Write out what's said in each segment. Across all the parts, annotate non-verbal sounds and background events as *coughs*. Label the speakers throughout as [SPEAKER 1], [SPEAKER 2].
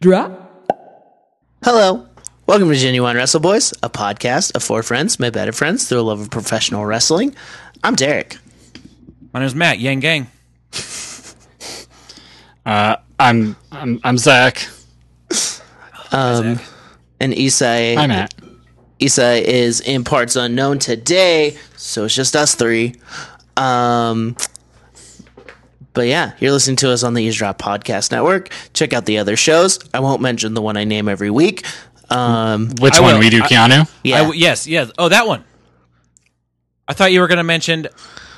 [SPEAKER 1] Drop.
[SPEAKER 2] Hello. Welcome to Genuine Wrestle Boys, a podcast of four friends made better friends through a love of professional wrestling. I'm Derek.
[SPEAKER 3] My name's Matt Yang Gang.
[SPEAKER 4] I'm I'm I'm Zach.
[SPEAKER 2] And Isai
[SPEAKER 4] I'm Matt.
[SPEAKER 2] Isai is in parts unknown today, so it's just us three. Um but yeah, you're listening to us on the Eavesdrop Podcast Network. Check out the other shows. I won't mention the one I name every week. Um
[SPEAKER 4] Which
[SPEAKER 3] I
[SPEAKER 4] one
[SPEAKER 3] will-
[SPEAKER 4] we do, Keanu?
[SPEAKER 3] I
[SPEAKER 2] yeah,
[SPEAKER 3] w- yes, yes. Oh, that one. I thought you were going to mention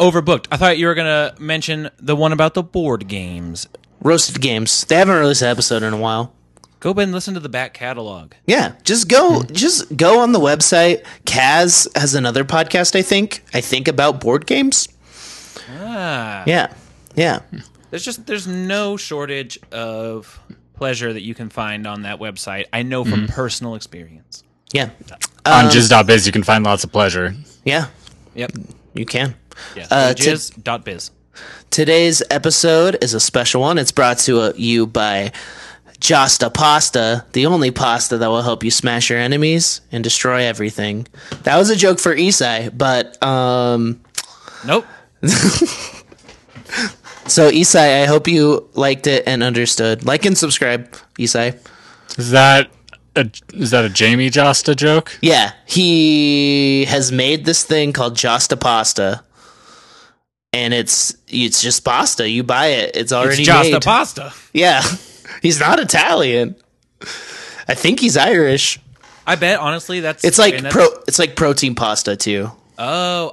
[SPEAKER 3] Overbooked. I thought you were going to mention the one about the board games.
[SPEAKER 2] roasted games. They haven't released an episode in a while.
[SPEAKER 3] Go and listen to the back catalog.
[SPEAKER 2] Yeah, just go, just go on the website. Kaz has another podcast, I think. I think about board games.
[SPEAKER 3] Ah,
[SPEAKER 2] Yeah, yeah,
[SPEAKER 3] there's just there's no shortage of pleasure that you can find on that website. I know
[SPEAKER 2] Mm-hmm.
[SPEAKER 3] from personal experience.
[SPEAKER 2] yeah,
[SPEAKER 3] Uh,
[SPEAKER 4] On jizz.biz you can find lots of pleasure.
[SPEAKER 2] yeah.
[SPEAKER 3] Yep.
[SPEAKER 2] You can.
[SPEAKER 3] Yes.
[SPEAKER 2] Uh,
[SPEAKER 3] Uh,
[SPEAKER 2] to-
[SPEAKER 3] dot biz.
[SPEAKER 2] Today's episode is a special one. It's brought to uh you by Josta Pasta, the only pasta that will help you smash your enemies and destroy everything. That was a joke for Isai, but um,
[SPEAKER 3] Nope.
[SPEAKER 2] so Isai, I hope you liked it and understood. Like and subscribe, Isai.
[SPEAKER 4] Is that a is that a Jamie Josta joke?
[SPEAKER 2] Yeah, he has made this thing called Josta Pasta, and it's it's just pasta. You buy it; it's
[SPEAKER 3] It's
[SPEAKER 2] already
[SPEAKER 3] just a
[SPEAKER 2] made.
[SPEAKER 3] pasta.
[SPEAKER 2] yeah, *laughs* he's not Italian. I think he's Irish.
[SPEAKER 3] I bet honestly that's
[SPEAKER 2] It's like
[SPEAKER 3] and that's-
[SPEAKER 2] pro. It's like protein pasta too.
[SPEAKER 3] Oh,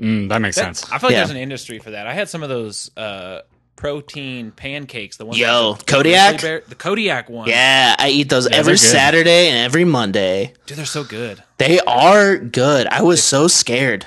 [SPEAKER 4] Mm, that makes
[SPEAKER 3] That-
[SPEAKER 4] sense.
[SPEAKER 3] I feel like
[SPEAKER 2] Yeah.
[SPEAKER 3] there's an industry for that. I had some of those uh, protein pancakes. The ones
[SPEAKER 2] Yo,
[SPEAKER 3] with the
[SPEAKER 2] Kodiak?
[SPEAKER 3] grizzly bear- the Kodiak one.
[SPEAKER 2] Yeah, I eat those every
[SPEAKER 4] they're good.
[SPEAKER 2] Saturday and every Monday.
[SPEAKER 3] dude, they're so good.
[SPEAKER 2] They are good. I was so scared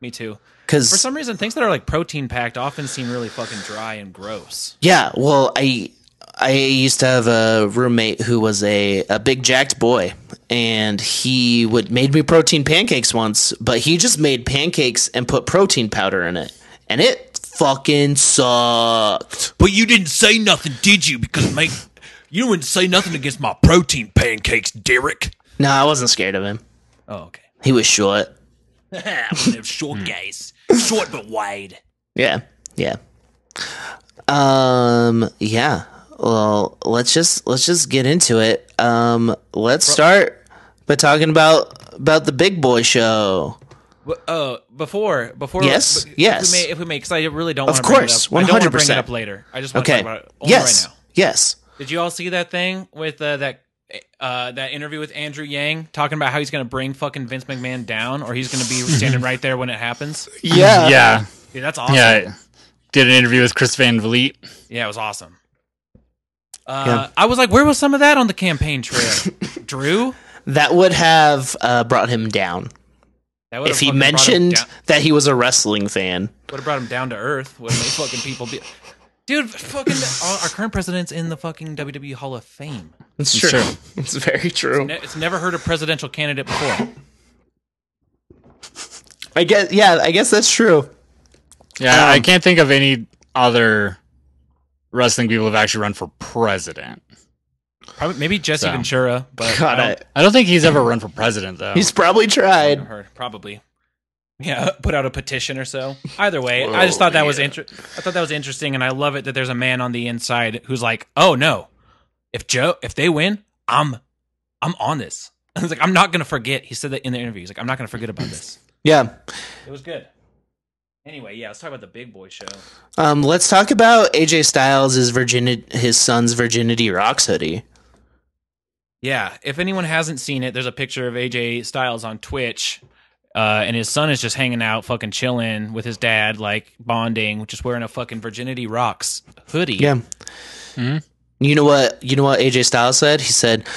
[SPEAKER 3] Me too. For
[SPEAKER 2] because
[SPEAKER 3] some reason, things that are like protein packed often seem really fucking dry and gross.
[SPEAKER 2] yeah, well, I I used to have a roommate who was a a big jacked boy, and he would made me protein pancakes once, but he just made pancakes and put protein powder in it, and it fucking sucked.
[SPEAKER 3] But you didn't say nothing, did you? Because make you wouldn't say nothing against my protein pancakes, Derek.
[SPEAKER 2] No, I wasn't scared of him.
[SPEAKER 3] Oh, okay.
[SPEAKER 2] He was
[SPEAKER 3] *laughs*
[SPEAKER 2] short. Hmm.
[SPEAKER 3] short guys, short but wide.
[SPEAKER 2] Yeah. Yeah. Um yeah. Well, let's just let's just get into it. Um let's start by talking about about the big boy show.
[SPEAKER 3] Uh, before before
[SPEAKER 2] Yes,
[SPEAKER 3] if
[SPEAKER 2] yes.
[SPEAKER 3] we may, if we may, because I really don't.
[SPEAKER 2] Of
[SPEAKER 3] wanna bring it
[SPEAKER 2] course,
[SPEAKER 3] up. I don't wanna bring it
[SPEAKER 2] 100%.
[SPEAKER 3] up later. I just want to
[SPEAKER 2] Okay.
[SPEAKER 3] talk about it only
[SPEAKER 2] Yes.
[SPEAKER 3] right now.
[SPEAKER 2] Yes.
[SPEAKER 3] Did you all see that thing with uh, that uh, that interview with Andrew Yang talking about how he's going to bring fucking Vince McMahon down, or he's going to be
[SPEAKER 2] *laughs*
[SPEAKER 3] standing right there when it happens?
[SPEAKER 2] Yeah.
[SPEAKER 4] yeah.
[SPEAKER 3] Dude, that's awesome.
[SPEAKER 4] Yeah.
[SPEAKER 3] Yeah,
[SPEAKER 4] I Did an interview with Chris Van Vliet.
[SPEAKER 3] it was awesome. Uh, I was like, where was some of that on the campaign trail, Drew?
[SPEAKER 2] That would have uh, brought him down
[SPEAKER 3] That
[SPEAKER 2] if he mentioned that he was a wrestling fan.
[SPEAKER 3] would have brought him down to earth. Would they fucking people be? Dude, fucking our our current president's in the fucking WWE Hall of Fame.
[SPEAKER 2] It's
[SPEAKER 4] true. true.
[SPEAKER 2] It's very true.
[SPEAKER 3] Ne- It's never heard a presidential candidate before.
[SPEAKER 2] I guess yeah, I guess that's true.
[SPEAKER 4] Yeah,
[SPEAKER 3] Um,
[SPEAKER 4] I can't think of any other wrestling people who've actually run for president.
[SPEAKER 3] Probably maybe Jesse
[SPEAKER 4] So.
[SPEAKER 3] Ventura, but
[SPEAKER 2] God,
[SPEAKER 3] I don't-
[SPEAKER 2] I,
[SPEAKER 4] I don't think he's ever run for president though.
[SPEAKER 2] he's probably tried.
[SPEAKER 3] Heard, probably. Yeah, *laughs* put out a petition or so. Either way, I just thought that was inter- I thought that was interesting, and I love it that there's a man on the inside who's like, "Oh no, if Joe, if they win, I'm, I'm on this." *laughs* I was like, "I'm not gonna forget." He said that in the interview. He's like, "I'm not gonna forget about this."
[SPEAKER 2] Yeah.
[SPEAKER 3] It was good. Anyway, yeah, let's talk about the Big Boy show.
[SPEAKER 2] Um, let's talk about AJ Styles' virginity, his son's virginity rocks hoodie.
[SPEAKER 3] Yeah, if anyone hasn't seen it, there's a picture of AJ Styles on Twitch, uh, and his son is just hanging out, fucking chilling with his dad, like bonding, just wearing a fucking virginity rocks hoodie.
[SPEAKER 2] Yeah.
[SPEAKER 3] Hmm?
[SPEAKER 2] You know what? You know what AJ Styles said? He said,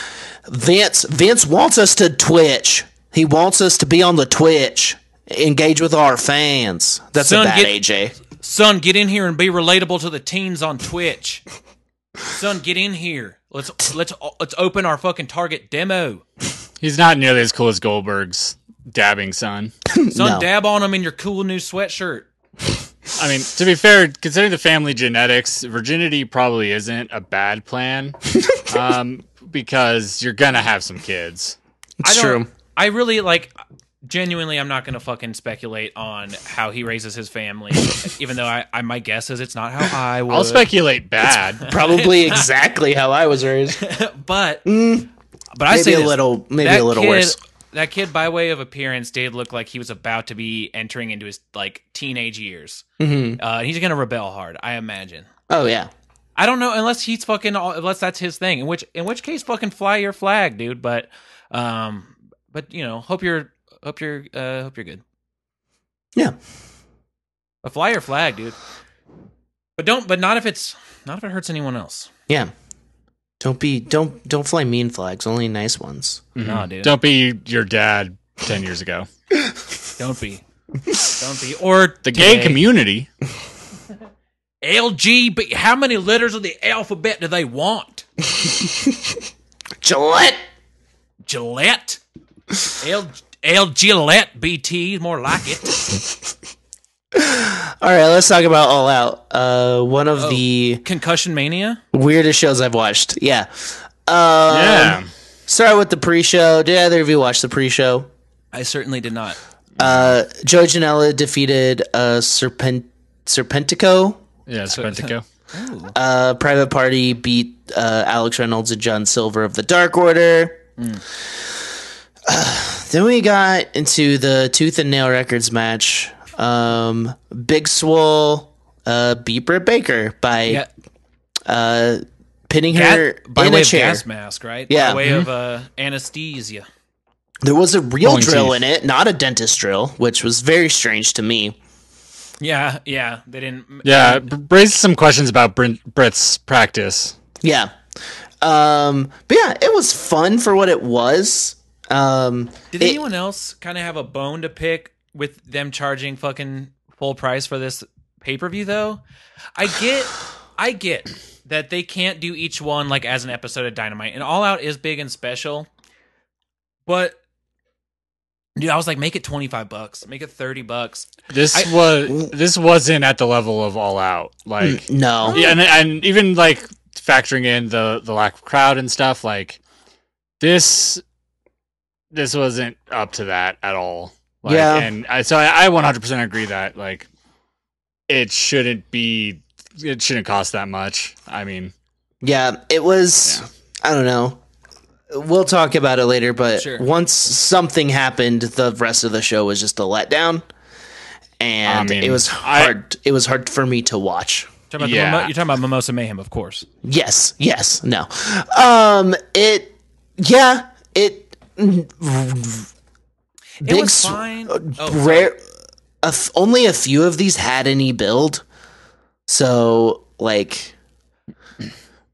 [SPEAKER 2] "Vince, Vince wants us to Twitch. He wants us to be on the Twitch, engage with our fans." That's
[SPEAKER 3] Son,
[SPEAKER 2] about
[SPEAKER 3] get-
[SPEAKER 2] AJ.
[SPEAKER 3] Son, get in here and be relatable to the teens on Twitch. Son, get in here. Let's let's let's open our fucking target demo.
[SPEAKER 4] he's not nearly as cool as Goldberg's dabbing son.
[SPEAKER 3] Son,
[SPEAKER 2] No.
[SPEAKER 3] dab on them in your cool new sweatshirt.
[SPEAKER 4] I mean, to be fair, considering the family genetics, virginity probably isn't a bad
[SPEAKER 3] *laughs*
[SPEAKER 4] plan, um, because you're gonna have some kids.
[SPEAKER 2] It's
[SPEAKER 3] I don't-
[SPEAKER 2] true.
[SPEAKER 3] I really like. Genuinely, I'm not going to fucking speculate on how he raises his
[SPEAKER 2] *laughs*
[SPEAKER 3] family, even though I, I my guess is it's not how I would.
[SPEAKER 4] I'll
[SPEAKER 3] *laughs*
[SPEAKER 4] speculate bad.
[SPEAKER 2] Probably exactly how I was raised.
[SPEAKER 3] but but I
[SPEAKER 2] Mm, maybe
[SPEAKER 3] say
[SPEAKER 2] a
[SPEAKER 3] this,
[SPEAKER 2] little, maybe
[SPEAKER 3] that
[SPEAKER 2] a little
[SPEAKER 3] kid-
[SPEAKER 2] worse.
[SPEAKER 3] That kid, by way of appearance, did look like he was about to be entering into his like teenage years.
[SPEAKER 2] Mhm.
[SPEAKER 3] Uh, he's going to rebel hard, I imagine.
[SPEAKER 2] Oh yeah,
[SPEAKER 3] I don't know unless he's fucking unless that's his thing. In which in which case, fucking fly your flag, dude. But um, but you know, hope you're hope you're uh, hope you're good.
[SPEAKER 2] yeah.
[SPEAKER 3] A fly your flag, dude. But don't. But not if it's not if it hurts anyone else.
[SPEAKER 2] Yeah. Don't be don't don't fly mean flags, only nice ones.
[SPEAKER 3] Nah, dude. Don't,
[SPEAKER 4] Mm-hmm. Don't be your dad ten years ago.
[SPEAKER 3] be. Don't be. Or
[SPEAKER 4] *laughs* The gay
[SPEAKER 3] today.
[SPEAKER 4] community.
[SPEAKER 3] LG. But how many letters of the alphabet do they want?
[SPEAKER 2] Gillette.
[SPEAKER 3] Gillette. L L E Gillette BT more like it.
[SPEAKER 2] All right, let's talk about All Out. Uh, one
[SPEAKER 3] Oh.
[SPEAKER 2] of the
[SPEAKER 3] Concussion mania.
[SPEAKER 2] weirdest shows I've watched. Yeah.
[SPEAKER 3] Um,
[SPEAKER 2] Uh,
[SPEAKER 4] yeah.
[SPEAKER 2] Start with the pre-show. Did either of you watch the pre-show?
[SPEAKER 3] I certainly did not.
[SPEAKER 2] Uh, Joe Janela defeated uh, Serpent Serpentico.
[SPEAKER 4] Yeah, Serpentico.
[SPEAKER 2] Uh, Private Party beat uh, Alex Reynolds and John Silver of the Dark Order.
[SPEAKER 3] Mm.
[SPEAKER 2] Uh, *sighs* then we got into the Tooth and Nail Records match. Um, Big Swole uh, beat Britt Baker by
[SPEAKER 3] Yeah,
[SPEAKER 2] uh, pinning her
[SPEAKER 3] gat, by
[SPEAKER 2] in
[SPEAKER 3] way
[SPEAKER 2] a
[SPEAKER 3] of
[SPEAKER 2] chair.
[SPEAKER 3] gas mask, right?
[SPEAKER 2] Yeah. Mm-hmm.
[SPEAKER 3] By way of uh, anesthesia.
[SPEAKER 2] There was a real
[SPEAKER 4] Pulling
[SPEAKER 2] drill
[SPEAKER 4] teeth.
[SPEAKER 2] in it, not a dentist drill, which was very strange to me.
[SPEAKER 3] Yeah, yeah. They didn't. *laughs*
[SPEAKER 4] Yeah, b- raised some questions about Brent, Brett's practice.
[SPEAKER 2] Yeah. Um, but yeah, it was fun for what it was. Um,
[SPEAKER 3] Did
[SPEAKER 2] it-
[SPEAKER 3] anyone else kind of have a bone to pick with them charging fucking full price for this pay per view though? I get, I get that they can't do each one like as an episode of Dynamite, and All Out is big and special, but. Dude, I was like, make it twenty five bucks, make it thirty bucks.
[SPEAKER 4] This
[SPEAKER 3] I-
[SPEAKER 4] was this wasn't at the level of All Out.
[SPEAKER 3] Hmm.
[SPEAKER 4] Like,
[SPEAKER 2] Mm, no.
[SPEAKER 4] yeah, and, and even like factoring in the the lack of crowd and stuff. Like, this this wasn't up to that at all. Like,
[SPEAKER 2] Yeah.
[SPEAKER 4] and I, so I, I 100% agree that like it shouldn't be it shouldn't cost that much. I mean,
[SPEAKER 2] Yeah, it was. I don't know. We'll talk about it later, but
[SPEAKER 3] Sure.
[SPEAKER 2] once something happened, the rest of the show was just a letdown, and
[SPEAKER 4] I mean,
[SPEAKER 2] it was
[SPEAKER 4] I-
[SPEAKER 2] hard. it was hard for me to watch.
[SPEAKER 3] Talking about the
[SPEAKER 4] Yeah.
[SPEAKER 3] Mimo- you're talking about Mimosa Mayhem, of course.
[SPEAKER 2] Yes, yes, no. Um, it, yeah, it.
[SPEAKER 3] It
[SPEAKER 2] Big
[SPEAKER 3] was
[SPEAKER 2] sw-
[SPEAKER 3] fine. Oh,
[SPEAKER 2] uh, rare. A f- only a few of these had any build, so like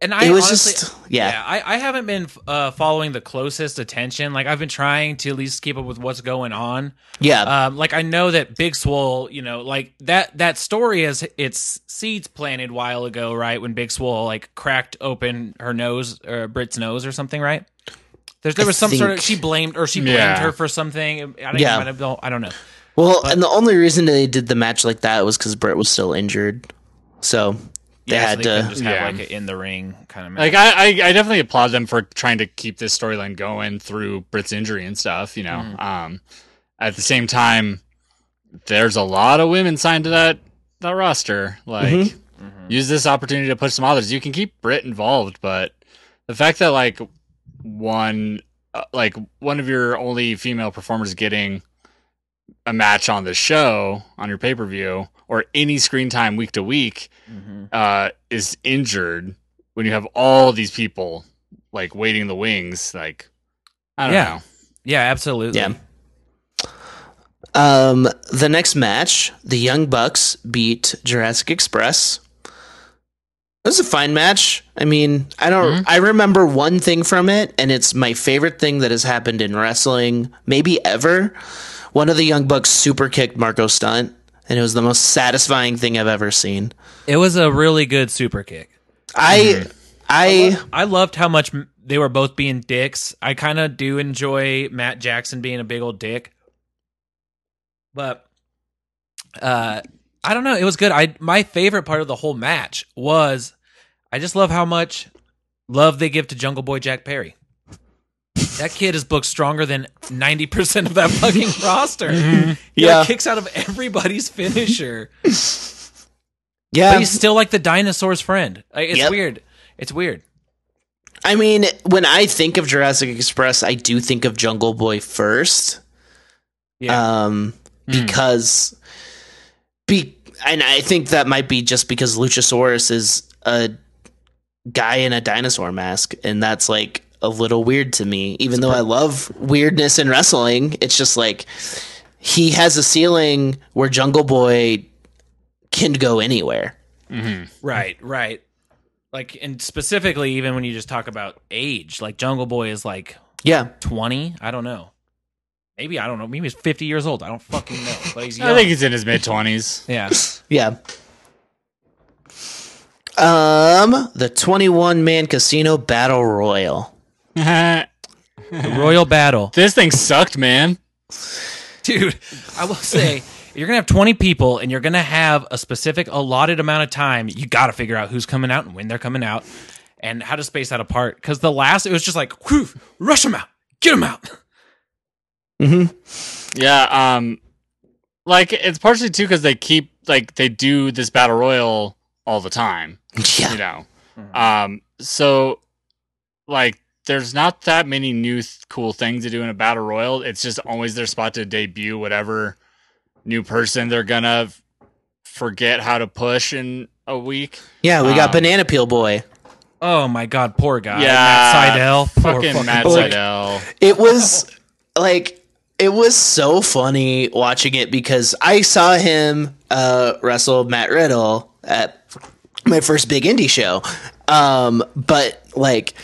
[SPEAKER 3] and I
[SPEAKER 2] it was
[SPEAKER 3] honestly,
[SPEAKER 2] just yeah.
[SPEAKER 3] I, I haven't been uh, following the closest attention. Like I've been trying to at least keep up with what's going on.
[SPEAKER 2] yeah.
[SPEAKER 3] Um, like I know that Big Swole, you know, like that that story is its seeds planted a while ago, right? When Big Swole like cracked open her nose or Brit's nose or something, right? There's, there was some sort of
[SPEAKER 2] think-
[SPEAKER 3] she blamed or she blamed
[SPEAKER 4] Yeah.
[SPEAKER 3] her for something. I don't,
[SPEAKER 2] Yeah.
[SPEAKER 3] I don't, I don't know.
[SPEAKER 2] Well, and the only reason they did the match like that was because Brett was still injured, so they
[SPEAKER 3] Yeah, so
[SPEAKER 2] had
[SPEAKER 3] they couldn't
[SPEAKER 2] to.
[SPEAKER 3] just have
[SPEAKER 4] Yeah.
[SPEAKER 3] like an in the ring kind of match.
[SPEAKER 4] like I, I I definitely applaud them for trying to keep this storyline going through Britt's injury and stuff. You know, um, at the same time, there's a lot of women signed to that that roster. Like, use this opportunity to push some others. You can keep Britt involved, but the fact that like one uh, like one of your only female performers getting a match on the show on your pay per view or any screen time week to week
[SPEAKER 3] Mhm.
[SPEAKER 4] uh, is injured when you have all these people like waiting in the wings like i don't
[SPEAKER 3] Yeah.
[SPEAKER 4] know
[SPEAKER 3] Yeah, absolutely.
[SPEAKER 2] Yeah. Um, the next match, the Young Bucks beat Jurassic Express. It was a fine match. I mean, I don't. I remember one thing from it, and it's my favorite thing that has happened in wrestling, maybe ever. One of the Young Bucks super kicked Marco Stunt, and it was the most satisfying thing I've ever seen.
[SPEAKER 3] It was a really good super kick.
[SPEAKER 2] I, I,
[SPEAKER 3] I loved how much m- they were both being dicks. I kind of do enjoy Matt Jackson being a big old dick, but uh, I don't know. It was good. I my favorite part of the whole match was I just love how much love they give to Jungle Boy Jack Perry. That kid is booked stronger than ninety
[SPEAKER 2] *laughs*
[SPEAKER 3] percent of that fucking roster. He
[SPEAKER 2] Mm-hmm. Yeah.
[SPEAKER 3] like, kicks out of
[SPEAKER 2] *laughs*
[SPEAKER 3] everybody's finisher,
[SPEAKER 2] Yeah,
[SPEAKER 3] but he's still like the dinosaur's friend. Like, it's
[SPEAKER 2] Yep.
[SPEAKER 3] weird. It's weird.
[SPEAKER 2] I mean, when I think of Jurassic Express, I do think of Jungle Boy first.
[SPEAKER 3] Yeah.
[SPEAKER 2] Um, because be and I think that might be just because Luchasaurus is a guy in a dinosaur mask and that's like a little weird to me. Even though I love weirdness in wrestling, it's just like he has a ceiling where Jungle Boy can go anywhere.
[SPEAKER 3] Right, right. Like and specifically, even when you just talk about age, like Jungle Boy is like
[SPEAKER 2] Yeah.
[SPEAKER 3] 20 i don't know maybe i don't know maybe he's 50 years old i don't fucking know but *laughs* he's young
[SPEAKER 4] I think he's in his mid twenties.
[SPEAKER 3] yeah
[SPEAKER 2] Yeah. Um, the 21 man casino battle royal.
[SPEAKER 4] *laughs* this
[SPEAKER 3] the royal battle
[SPEAKER 4] thing sucked, man.
[SPEAKER 3] *laughs* dude i will say you're gonna have 20 people and you're gonna have a specific allotted amount of time you gotta figure out who's coming out and when they're coming out and how to space that apart because the last it was just like whew, rush them out get them out
[SPEAKER 2] Mm-hmm.
[SPEAKER 4] Yeah, um, like it's partially too because they keep like they do this battle royal all the time, you
[SPEAKER 2] Yeah.
[SPEAKER 4] know. Um, so like there's not that many new th- cool things to do in a battle royal. It's just always their spot to debut whatever new person they're gonna f- forget how to push in a week.
[SPEAKER 2] Yeah, we got
[SPEAKER 4] Um,
[SPEAKER 2] Banana Peel Boy.
[SPEAKER 3] oh my god poor guy
[SPEAKER 4] Yeah,
[SPEAKER 3] matt seidel poor
[SPEAKER 4] Fucking, Matt
[SPEAKER 2] boy.
[SPEAKER 4] Seidel.
[SPEAKER 2] It was like it was so funny watching it because I saw him uh, wrestle Matt Riddle at my first big indie show. Um, but like,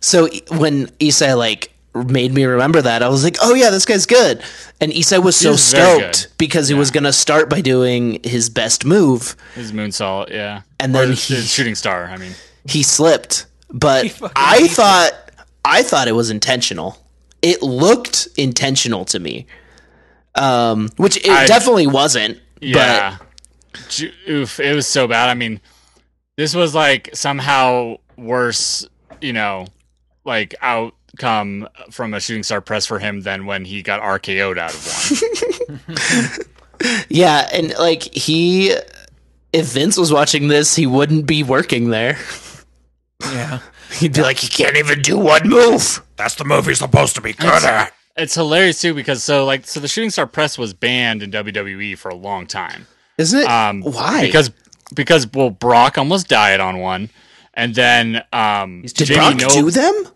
[SPEAKER 2] so e- when Isai like made me remember that, I was like, oh yeah, this guy's good. And Isai was so
[SPEAKER 4] was very
[SPEAKER 2] stoked
[SPEAKER 4] good.
[SPEAKER 2] because he was gonna start by doing his best move,
[SPEAKER 4] His moonsault, yeah.
[SPEAKER 2] and
[SPEAKER 4] Or
[SPEAKER 2] then
[SPEAKER 4] his,
[SPEAKER 2] he
[SPEAKER 4] his shooting star, I mean.
[SPEAKER 2] he slipped *laughs* but
[SPEAKER 3] fucking
[SPEAKER 2] i
[SPEAKER 3] hates it.
[SPEAKER 2] thought i thought it was intentional it looked intentional to me um which it
[SPEAKER 4] I-
[SPEAKER 2] definitely wasn't
[SPEAKER 4] Yeah. Ju- Oof, it was so bad. I mean, this was like somehow worse, you know, like outcome from a shooting star press for him than when he got RKO'd out of one.
[SPEAKER 2] but yeah and like he if vince was watching this he wouldn't be working there
[SPEAKER 3] yeah
[SPEAKER 2] *laughs* he'd be like he can't even do one move
[SPEAKER 3] that's the movie supposed to be good at
[SPEAKER 4] it's hilarious too because so like so the shooting star press was banned in WWE for a long time.
[SPEAKER 2] isn't it
[SPEAKER 4] Um
[SPEAKER 2] why
[SPEAKER 4] Because because well Brock almost died on one. And then um
[SPEAKER 2] did
[SPEAKER 4] Jamie
[SPEAKER 2] Brock
[SPEAKER 4] Noble-
[SPEAKER 2] do them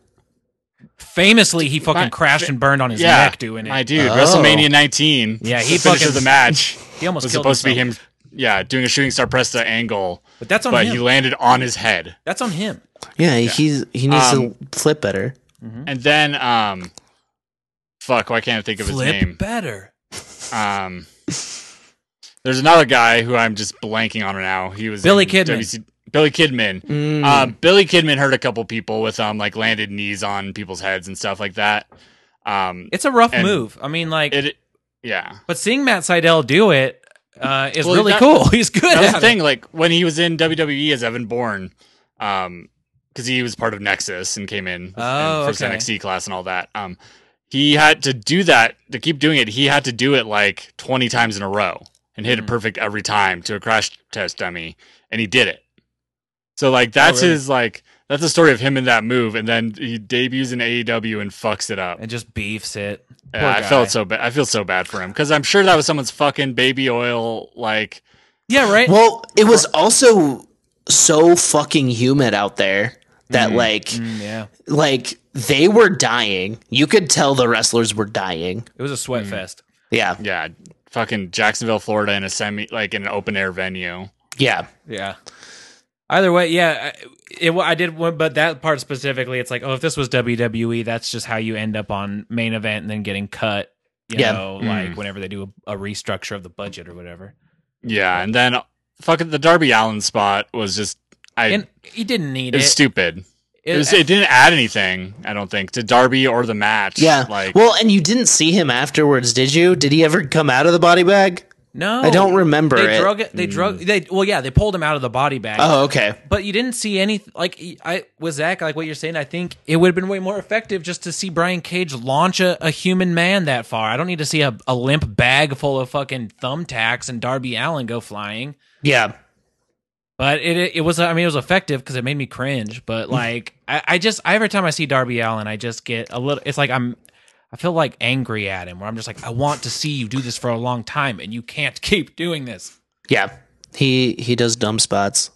[SPEAKER 3] famously he fucking crashed and burned on his
[SPEAKER 4] yeah,
[SPEAKER 3] neck doing it
[SPEAKER 4] My dude,
[SPEAKER 2] Oh.
[SPEAKER 4] WrestleMania 19.
[SPEAKER 3] Yeah, he
[SPEAKER 4] the finish
[SPEAKER 3] fucking-
[SPEAKER 4] of the match.
[SPEAKER 3] He almost
[SPEAKER 4] was
[SPEAKER 3] killed
[SPEAKER 4] supposed to be
[SPEAKER 3] himself.
[SPEAKER 4] him. Yeah, doing a shooting star press to angle,
[SPEAKER 3] But that's on
[SPEAKER 4] but
[SPEAKER 3] him.
[SPEAKER 4] he landed on his head.
[SPEAKER 3] that's on him.
[SPEAKER 2] yeah, he's he needs
[SPEAKER 4] Um,
[SPEAKER 2] to flip better
[SPEAKER 3] Hmm?
[SPEAKER 4] And then, um, fuck, why can't I think of
[SPEAKER 3] Flip
[SPEAKER 4] his name?
[SPEAKER 3] better.
[SPEAKER 4] Um, there's another guy who I'm just blanking on right now. He was
[SPEAKER 3] Billy
[SPEAKER 4] in
[SPEAKER 3] Kidman. Mm.
[SPEAKER 4] WC Billy Kidman. Um, Billy Kidman hurt a couple people with um like landed knees on people's heads and stuff like that. Um,
[SPEAKER 3] It's a rough
[SPEAKER 4] And
[SPEAKER 3] move. I mean, like,
[SPEAKER 4] it yeah.
[SPEAKER 3] but seeing Matt Seidel do it uh, is
[SPEAKER 4] Well,
[SPEAKER 3] really
[SPEAKER 4] that-
[SPEAKER 3] cool. *laughs* He's good
[SPEAKER 4] that was
[SPEAKER 3] at
[SPEAKER 4] the
[SPEAKER 3] it.
[SPEAKER 4] thing. Like when he was in WWE as Evan Bourne, um, because he was part of Nexus and came in
[SPEAKER 3] Oh,
[SPEAKER 4] and first
[SPEAKER 3] okay.
[SPEAKER 4] NXT class and all that. Um, he had to do that to keep doing it. He had to do it like twenty times in a row and
[SPEAKER 3] Mm.
[SPEAKER 4] hit it perfect every time to a crash test dummy, and he did it. So like that's
[SPEAKER 3] Oh, really?
[SPEAKER 4] his like that's the story of him in that move, and then he debuts in AEW and fucks it up.
[SPEAKER 3] It just beefs it. Poor
[SPEAKER 4] Yeah, I
[SPEAKER 3] guy.
[SPEAKER 4] felt so bad. I feel so bad for him because I'm sure that was someone's fucking baby oil like.
[SPEAKER 3] Yeah, right.
[SPEAKER 2] Well, it was also so fucking humid out there that like
[SPEAKER 3] Mm, yeah,
[SPEAKER 2] like they were dying. You could tell the wrestlers were dying.
[SPEAKER 3] it was a sweat
[SPEAKER 4] Hmm.
[SPEAKER 3] fest.
[SPEAKER 2] Yeah.
[SPEAKER 4] yeah, fucking Jacksonville, Florida, in a semi like in an open air venue.
[SPEAKER 2] Yeah.
[SPEAKER 3] Yeah. Either way, yeah, I- it. I did, one- but that part specifically, it's like, oh, if this was WWE, that's just how you end up on main event and then getting cut. You
[SPEAKER 2] Yeah.
[SPEAKER 3] know,
[SPEAKER 4] Hmm.
[SPEAKER 3] like whenever they do a, a restructure of the budget or whatever.
[SPEAKER 4] Yeah, and then fucking the Darby Allen spot was just I
[SPEAKER 3] And he didn't need
[SPEAKER 4] it was
[SPEAKER 3] it.
[SPEAKER 4] stupid. It,
[SPEAKER 3] It-
[SPEAKER 4] was it didn't add anything. I don't think to Darby or the match.
[SPEAKER 2] Yeah.
[SPEAKER 4] like
[SPEAKER 2] well, and you didn't see him afterwards, did you? Did he ever come out of the body bag?
[SPEAKER 3] No,
[SPEAKER 2] I don't remember
[SPEAKER 3] Oh, They
[SPEAKER 2] it.
[SPEAKER 3] drug it.
[SPEAKER 4] Hmm.
[SPEAKER 3] They drug. They well, yeah, they pulled him out of the body bag.
[SPEAKER 2] oh, okay.
[SPEAKER 3] But you didn't see any like I with Zach like what you're saying. I think it would have been way more effective just to see Brian Cage launch a, a human man that far. I don't need to see a, a limp bag full of fucking thumbtacks and Darby Allen go flying.
[SPEAKER 2] Yeah.
[SPEAKER 3] But it it was I mean it was effective because it made me cringe. But like I, I just every time I see Darby Allen, I just get a little. It's like I'm I feel like angry at him where I'm just like I want to see you do this for a long time and you can't *laughs* keep doing this.
[SPEAKER 2] Yeah. He he does dumb spots.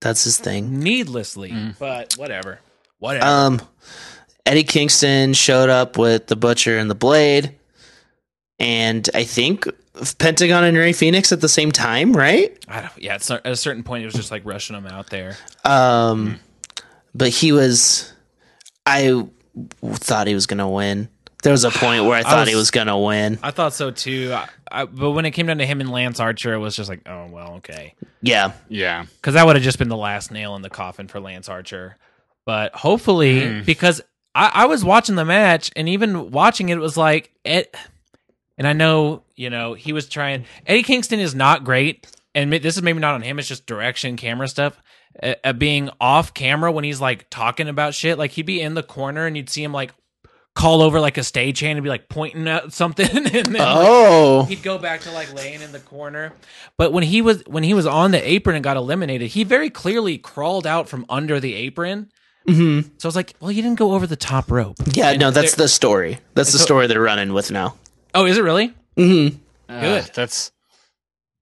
[SPEAKER 2] That's his thing.
[SPEAKER 3] needlessly, but whatever. Whatever.
[SPEAKER 2] Um Eddie Kingston showed up with the butcher and the blade. And I think Pentagon and Ray Phoenix at the same time, right?
[SPEAKER 3] I don't, yeah, it's not, at a certain point, it was just like rushing them out there.
[SPEAKER 2] Um, but he was. I w- thought he was gonna win. There was a point where I thought he
[SPEAKER 3] was-
[SPEAKER 2] was gonna win.
[SPEAKER 3] I thought so too. I, I, but when it came down to him and Lance Archer, it was just like, oh, well, okay.
[SPEAKER 2] Yeah,
[SPEAKER 4] Yeah.
[SPEAKER 3] Because that would have just been the last nail in the coffin for Lance Archer. But hopefully, because I, I was watching the match and even watching it, it was like, it, and I know, you know, he was trying. Eddie Kingston is not great. And ma- this is maybe not on him, it's just direction, camera stuff. Uh, uh, being off camera when he's like talking about shit. Like he'd be in the corner and you'd see him like call over like a stagehand and be like pointing at something. *laughs* and then like,
[SPEAKER 2] Oh.
[SPEAKER 3] he'd go back to like laying in the corner. But when he was when he was on the apron and got eliminated, he very clearly crawled out from under the apron. Mm-hmm. So I was like, well, you didn't go over the top rope.
[SPEAKER 2] yeah. No, that's
[SPEAKER 3] there-
[SPEAKER 2] the story. That's the story they're running with now.
[SPEAKER 3] Oh, is it really? Good.
[SPEAKER 4] Ugh, that's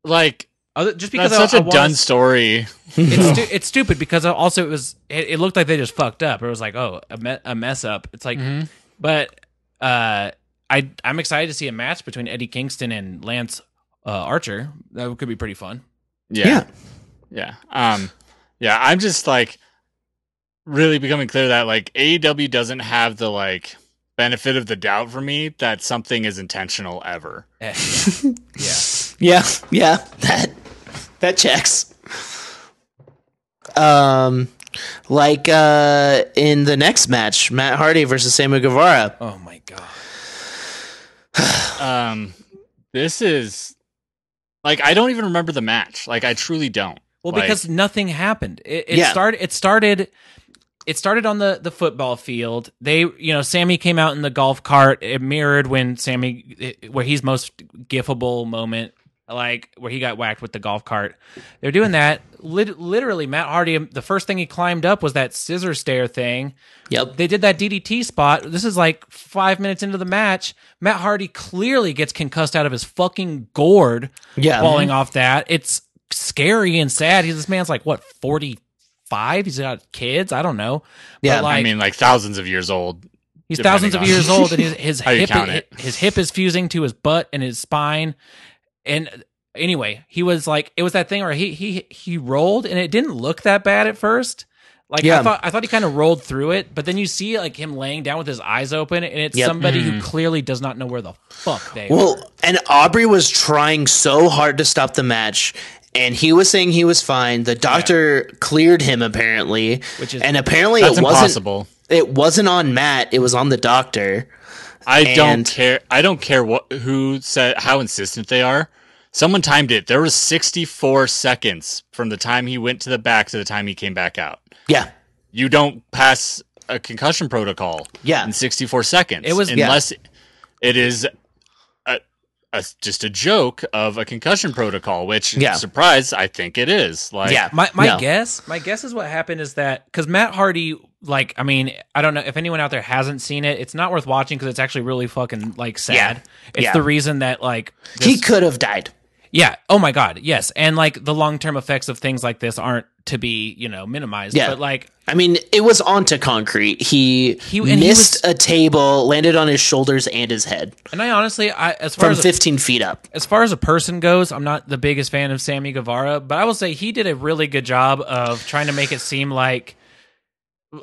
[SPEAKER 4] like
[SPEAKER 3] Other, just because
[SPEAKER 4] that's
[SPEAKER 3] I-
[SPEAKER 4] such
[SPEAKER 3] I
[SPEAKER 4] a
[SPEAKER 3] wanna-
[SPEAKER 4] done story.
[SPEAKER 3] It's,
[SPEAKER 4] *laughs*
[SPEAKER 3] stu- it's stupid because also it was it, it looked like they just fucked up. It was like oh a, me- a mess up. It's like,
[SPEAKER 4] Mm-hmm.
[SPEAKER 3] but uh, I I'm excited to see a match between Eddie Kingston and Lance uh, Archer. That could be pretty fun. *laughs*
[SPEAKER 4] Yeah. Yeah. Um yeah, I'm just like really becoming clear that like AEW doesn't have the like benefit of the doubt for me that something is intentional ever.
[SPEAKER 3] Eh, yeah.
[SPEAKER 2] Yeah. Yeah. That that checks. Um, like uh, in the next match, Matt Hardy versus Sammy Guevara.
[SPEAKER 3] Oh my god.
[SPEAKER 4] Um this is like I don't even remember the match. Like I truly don't.
[SPEAKER 3] Well,
[SPEAKER 4] Like,
[SPEAKER 3] because nothing happened. It, it
[SPEAKER 2] Yeah.
[SPEAKER 3] started. It started. It started on the the football field. They, you know, Sammy came out in the golf cart. It mirrored when Sammy, it- where he's most gifable moment, like where he got whacked with the golf cart. They're doing that. Lit- literally, Matt Hardy. The first thing he climbed up was that scissor stair thing.
[SPEAKER 2] Yep.
[SPEAKER 3] They did that DDT spot. This is like five minutes into the match. Matt Hardy clearly gets concussed out of his fucking gourd
[SPEAKER 2] Yeah.
[SPEAKER 3] falling off that. It's scary and sad. He's this man's like what forty five. He's got kids. I don't know.
[SPEAKER 2] Yeah, I
[SPEAKER 3] but like
[SPEAKER 4] I mean like thousands of years old.
[SPEAKER 3] he's
[SPEAKER 4] depending
[SPEAKER 3] thousands of
[SPEAKER 4] on-
[SPEAKER 3] years old, and his his
[SPEAKER 4] *laughs* How you
[SPEAKER 3] hip
[SPEAKER 4] count
[SPEAKER 3] his,
[SPEAKER 4] it.
[SPEAKER 3] hip is fusing to his butt and his spine. And anyway, he was like it was that thing where he he he rolled and it didn't look that bad at first. Like
[SPEAKER 2] Yeah.
[SPEAKER 3] I thought I thought he kind of rolled through it, but then you see like him laying down with his eyes open, and it's
[SPEAKER 2] Yep.
[SPEAKER 3] somebody
[SPEAKER 4] Mm-hmm.
[SPEAKER 3] who clearly does not know where the fuck they are.
[SPEAKER 2] Well, and Aubrey was trying so hard to stop the match, and he was saying he was fine. The doctor cleared him apparently,
[SPEAKER 3] Which is-
[SPEAKER 2] and apparently
[SPEAKER 4] That's
[SPEAKER 2] it wasn't.
[SPEAKER 4] impossible.
[SPEAKER 2] It wasn't on Matt. It was on the doctor.
[SPEAKER 4] I
[SPEAKER 2] And-
[SPEAKER 4] don't care. I don't care what who said how insistent they are. Someone timed it. There was 64 seconds from the time he went to the back to the time he came back out.
[SPEAKER 2] Yeah,
[SPEAKER 4] You don't pass a concussion protocol
[SPEAKER 2] Yeah.
[SPEAKER 4] in 64 seconds.
[SPEAKER 3] It was- yeah.
[SPEAKER 4] unless it is a, a just a joke of a concussion protocol, which
[SPEAKER 2] Yeah.
[SPEAKER 4] surprise, I think it is. Like
[SPEAKER 2] Yeah.
[SPEAKER 3] My my
[SPEAKER 2] No.
[SPEAKER 3] guess, my guess is what happened is that because Matt Hardy, like, I mean, I don't know if anyone out there hasn't seen it. It's not worth watching because it's actually really fucking like sad. It's
[SPEAKER 2] Yeah.
[SPEAKER 3] the reason that like this-
[SPEAKER 2] he could have died.
[SPEAKER 3] yeah. Oh my god. Yes. And like the long term effects of things like this aren't to be you know minimized.
[SPEAKER 2] Yeah.
[SPEAKER 3] But like
[SPEAKER 2] I mean, it was onto concrete. He,
[SPEAKER 3] He- and he
[SPEAKER 2] missed a table, landed on his shoulders and his head
[SPEAKER 3] and I honestly, I as far
[SPEAKER 2] from
[SPEAKER 3] as a,
[SPEAKER 2] 15 feet up.
[SPEAKER 3] as far as a person goes, I'm not the biggest fan of Sammy Guevara, but I will say he did a really good job of trying to make it seem like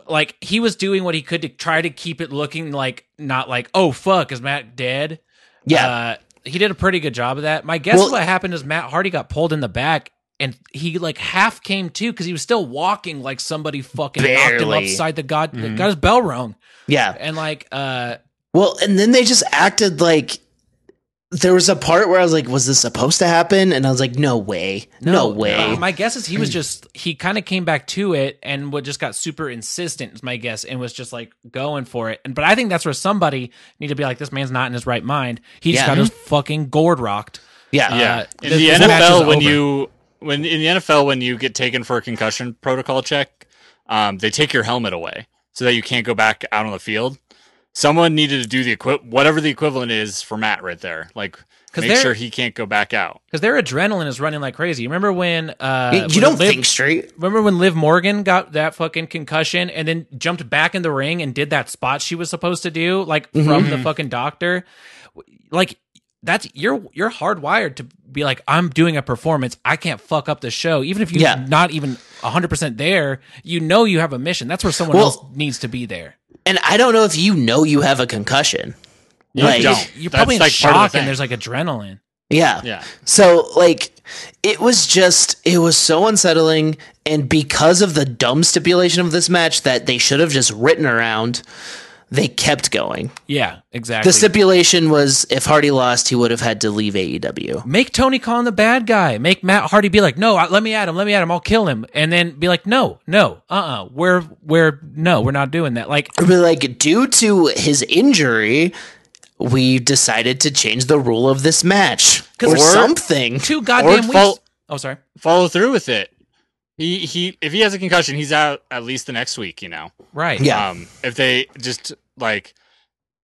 [SPEAKER 3] like he was doing what he could to try to keep it looking like not like oh fuck is Matt dead?
[SPEAKER 2] Yeah.
[SPEAKER 3] Uh, he did a pretty good job of that. My guess
[SPEAKER 2] Well-
[SPEAKER 3] what happened is Matt Hardy got pulled in the back and he like half came to because he was still walking like somebody fucking knocked him
[SPEAKER 2] Barely. Mm-hmm.
[SPEAKER 3] upside the god got his bell rung
[SPEAKER 2] yeah.
[SPEAKER 3] and like uh
[SPEAKER 2] Well, and then they just acted like there was a part where I was like, was this supposed to happen? And I was like, no way. No, way.
[SPEAKER 3] Uh, my guess is
[SPEAKER 2] *clears throat*
[SPEAKER 3] he was just he kind of came back to it and what just got super insistent is my guess and was just like going for it. And but I think that's where somebody need to be like, this man's not in his right mind. He just
[SPEAKER 2] Yeah. Mm-hmm.
[SPEAKER 3] got his fucking gourd rocked.
[SPEAKER 2] yeah.
[SPEAKER 3] Uh,
[SPEAKER 4] yeah. In
[SPEAKER 3] this-
[SPEAKER 4] the
[SPEAKER 3] this match is
[SPEAKER 4] NFL, when
[SPEAKER 3] over.
[SPEAKER 4] you when in the NFL when you get taken for a concussion protocol check, um, they take your helmet away so that you can't go back out on the field. Someone needed to do the equi- whatever the equivalent is for Matt right there, like
[SPEAKER 3] 'Cause
[SPEAKER 4] make
[SPEAKER 3] they're-
[SPEAKER 4] sure he can't go back out.
[SPEAKER 3] because their adrenaline is running like crazy. Remember when uh,
[SPEAKER 2] You- you
[SPEAKER 3] when
[SPEAKER 2] don't
[SPEAKER 3] Liv-
[SPEAKER 2] think straight.
[SPEAKER 3] Remember when Liv Morgan got that fucking concussion and then jumped back in the ring and did that spot she was supposed to do, like
[SPEAKER 2] Mm-hmm.
[SPEAKER 3] from the fucking doctor? Like that's you're you're hardwired to be like I'm doing a performance. I can't fuck up the show, even if you're
[SPEAKER 2] Yeah.
[SPEAKER 3] not even 100 percent there. You know you have a mission. That's where someone
[SPEAKER 2] Well-
[SPEAKER 3] else needs to be there.
[SPEAKER 2] And I don't know if you know you have a concussion.
[SPEAKER 4] You
[SPEAKER 2] Like-
[SPEAKER 4] don't.
[SPEAKER 3] You're
[SPEAKER 4] That's,
[SPEAKER 3] probably in
[SPEAKER 4] like, part of the
[SPEAKER 3] shock
[SPEAKER 4] thing.
[SPEAKER 3] and there's like adrenaline.
[SPEAKER 2] Yeah.
[SPEAKER 4] Yeah.
[SPEAKER 2] So like it was just it was so unsettling and because of the dumb stipulation of this match that they should have just written around, they kept going.
[SPEAKER 3] Yeah, exactly.
[SPEAKER 2] The stipulation was if Hardy lost, he would have had to leave E AEW.
[SPEAKER 3] make Tony Khan the bad guy. Make Matt Hardy be like, no, I- let me at him, let me at him, I'll kill him, and then be like, no, no, uh, uh-uh, uh, we're we're no, we're not doing that. Like,
[SPEAKER 2] But like due to his injury, we decided to change the rule of this match or,
[SPEAKER 4] Or-
[SPEAKER 2] something.
[SPEAKER 3] two goddamn weeks.
[SPEAKER 4] fault-
[SPEAKER 3] Oh, sorry.
[SPEAKER 4] Follow through with it. He he. If he has a concussion, he's out at least the next week. You know.
[SPEAKER 3] Right.
[SPEAKER 2] Yeah.
[SPEAKER 4] Um, if they just like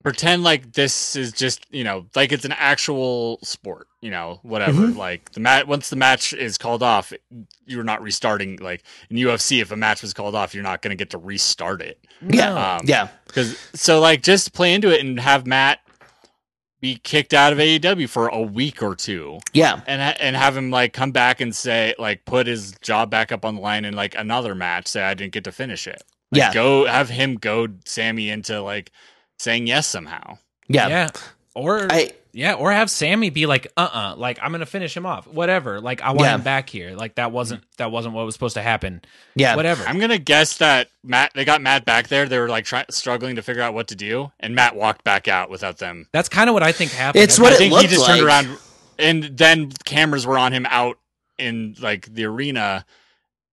[SPEAKER 4] pretend like this is just you know like it's an actual sport, you know, whatever.
[SPEAKER 2] Mm-hmm.
[SPEAKER 4] Like the mat once the match is called off, you're not restarting. Like in UFC, if a match was called off, you're not going to get to restart it.
[SPEAKER 2] Yeah.
[SPEAKER 3] No.
[SPEAKER 4] Um,
[SPEAKER 2] Oh, yeah.
[SPEAKER 4] Because so like just play into it and have Matt be kicked out of AEW for a week or two
[SPEAKER 2] Yeah.
[SPEAKER 4] and ha- and have him like come back and say like put his job back up on the line in like another match say I didn't get to finish it. Like,
[SPEAKER 2] Yeah.
[SPEAKER 4] go have him go Sammy into like saying yes somehow.
[SPEAKER 2] Yeah.
[SPEAKER 3] yeah. Or
[SPEAKER 2] I
[SPEAKER 3] yeah, or have Sammy be like, uh, uh like I'm gonna finish him off, whatever. Like I want
[SPEAKER 2] Yeah.
[SPEAKER 3] him back here. Like that wasn't that wasn't what was supposed to happen.
[SPEAKER 2] yeah.
[SPEAKER 3] Whatever.
[SPEAKER 4] I'm gonna guess that Matt they got Matt back there. They were like try- struggling to figure out what to do, and Matt walked back out without them.
[SPEAKER 3] That's kind of what I think happened.
[SPEAKER 2] It's
[SPEAKER 3] I-
[SPEAKER 2] what
[SPEAKER 4] I
[SPEAKER 2] it
[SPEAKER 4] think he
[SPEAKER 2] looked
[SPEAKER 4] just turned
[SPEAKER 2] like.
[SPEAKER 4] around, and then cameras were on him out in like the arena,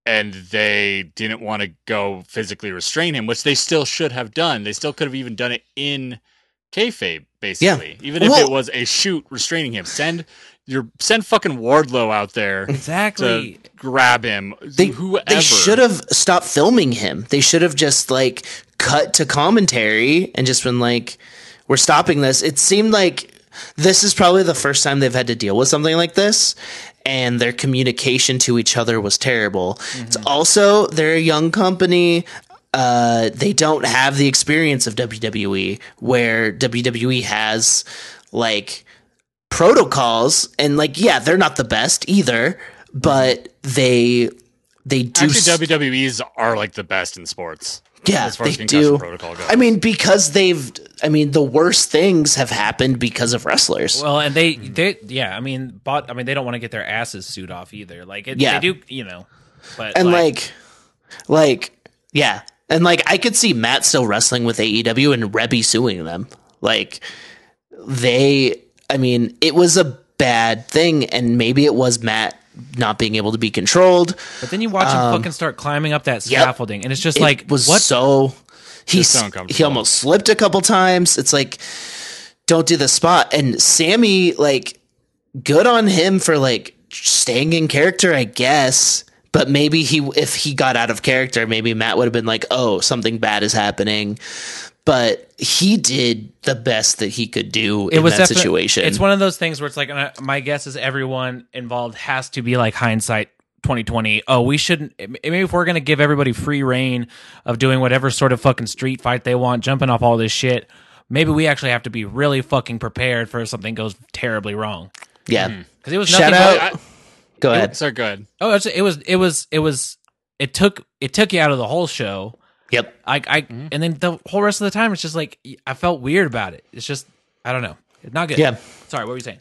[SPEAKER 4] and they didn't want to go physically restrain him, which they still should have done. They still could have even done it in kayfabe, basically, even if
[SPEAKER 2] Well-
[SPEAKER 4] it was a shoot restraining him. Send your send fucking Wardlow out there to
[SPEAKER 3] exactly.
[SPEAKER 4] grab him.
[SPEAKER 2] They,
[SPEAKER 4] whoever
[SPEAKER 2] they should have stopped filming him. They should have just like cut to commentary and just been like, we're stopping this. It seemed like this is probably the first time they've had to deal with something like this. And their communication to each other was terrible. It's also, they're a young company. Uh, they don't have the experience of WWE, where WWE has like protocols and like yeah they're not the best either but they they do
[SPEAKER 4] Actually,
[SPEAKER 2] s-
[SPEAKER 4] WWEs are like the best in sports.
[SPEAKER 2] yeah
[SPEAKER 4] as far as
[SPEAKER 2] they
[SPEAKER 4] concussion
[SPEAKER 2] do
[SPEAKER 4] protocol goes.
[SPEAKER 2] i mean because they've i mean the worst things have happened because of wrestlers
[SPEAKER 3] Well, and they, they, yeah, I mean, but I mean, they don't want to get their asses sued off either. Like, it,
[SPEAKER 2] Yeah.
[SPEAKER 3] they do, you know. But
[SPEAKER 2] and like, like yeah and like i could see matt still wrestling with aew and rebby suing them like they i mean it was a bad thing and maybe it was matt not being able to be controlled
[SPEAKER 3] but then you watch him fucking start climbing up that
[SPEAKER 2] Um, yep.
[SPEAKER 3] scaffolding, and it's just
[SPEAKER 2] it
[SPEAKER 3] like,
[SPEAKER 2] was
[SPEAKER 3] what?
[SPEAKER 2] so he
[SPEAKER 4] so
[SPEAKER 2] s-
[SPEAKER 4] uncomfortable.
[SPEAKER 2] he almost slipped a couple times. It's like don't do the spot and Sammy like good on him for like staying in character, I guess. But maybe he if he got out of character, maybe Matt would have been like, "Oh, something bad is happening." But he did the best that he could do in that
[SPEAKER 3] defi-
[SPEAKER 2] situation.
[SPEAKER 3] It's one of those things where it's like, and I, my guess is everyone involved has to be like hindsight. 2020. Oh, we shouldn't. m- Maybe if we're gonna give everybody free reign of doing whatever sort of fucking street fight they want, jumping off all this shit, maybe we actually have to be really fucking prepared for if something goes terribly wrong.
[SPEAKER 2] yeah.
[SPEAKER 3] Because it was
[SPEAKER 2] Shout
[SPEAKER 3] nothing but-
[SPEAKER 2] out-
[SPEAKER 4] I,
[SPEAKER 2] Go
[SPEAKER 4] I,
[SPEAKER 2] ahead.
[SPEAKER 4] sorry, go ahead.
[SPEAKER 3] Oh, it's, it was it was it was it took it took you out of the whole show.
[SPEAKER 2] Yep.
[SPEAKER 3] I I
[SPEAKER 2] Mm-hmm.
[SPEAKER 3] and then the whole rest of the time it's just like I felt weird about it. It's just I don't know. It's not good.
[SPEAKER 2] Yeah.
[SPEAKER 3] Sorry, what were you saying?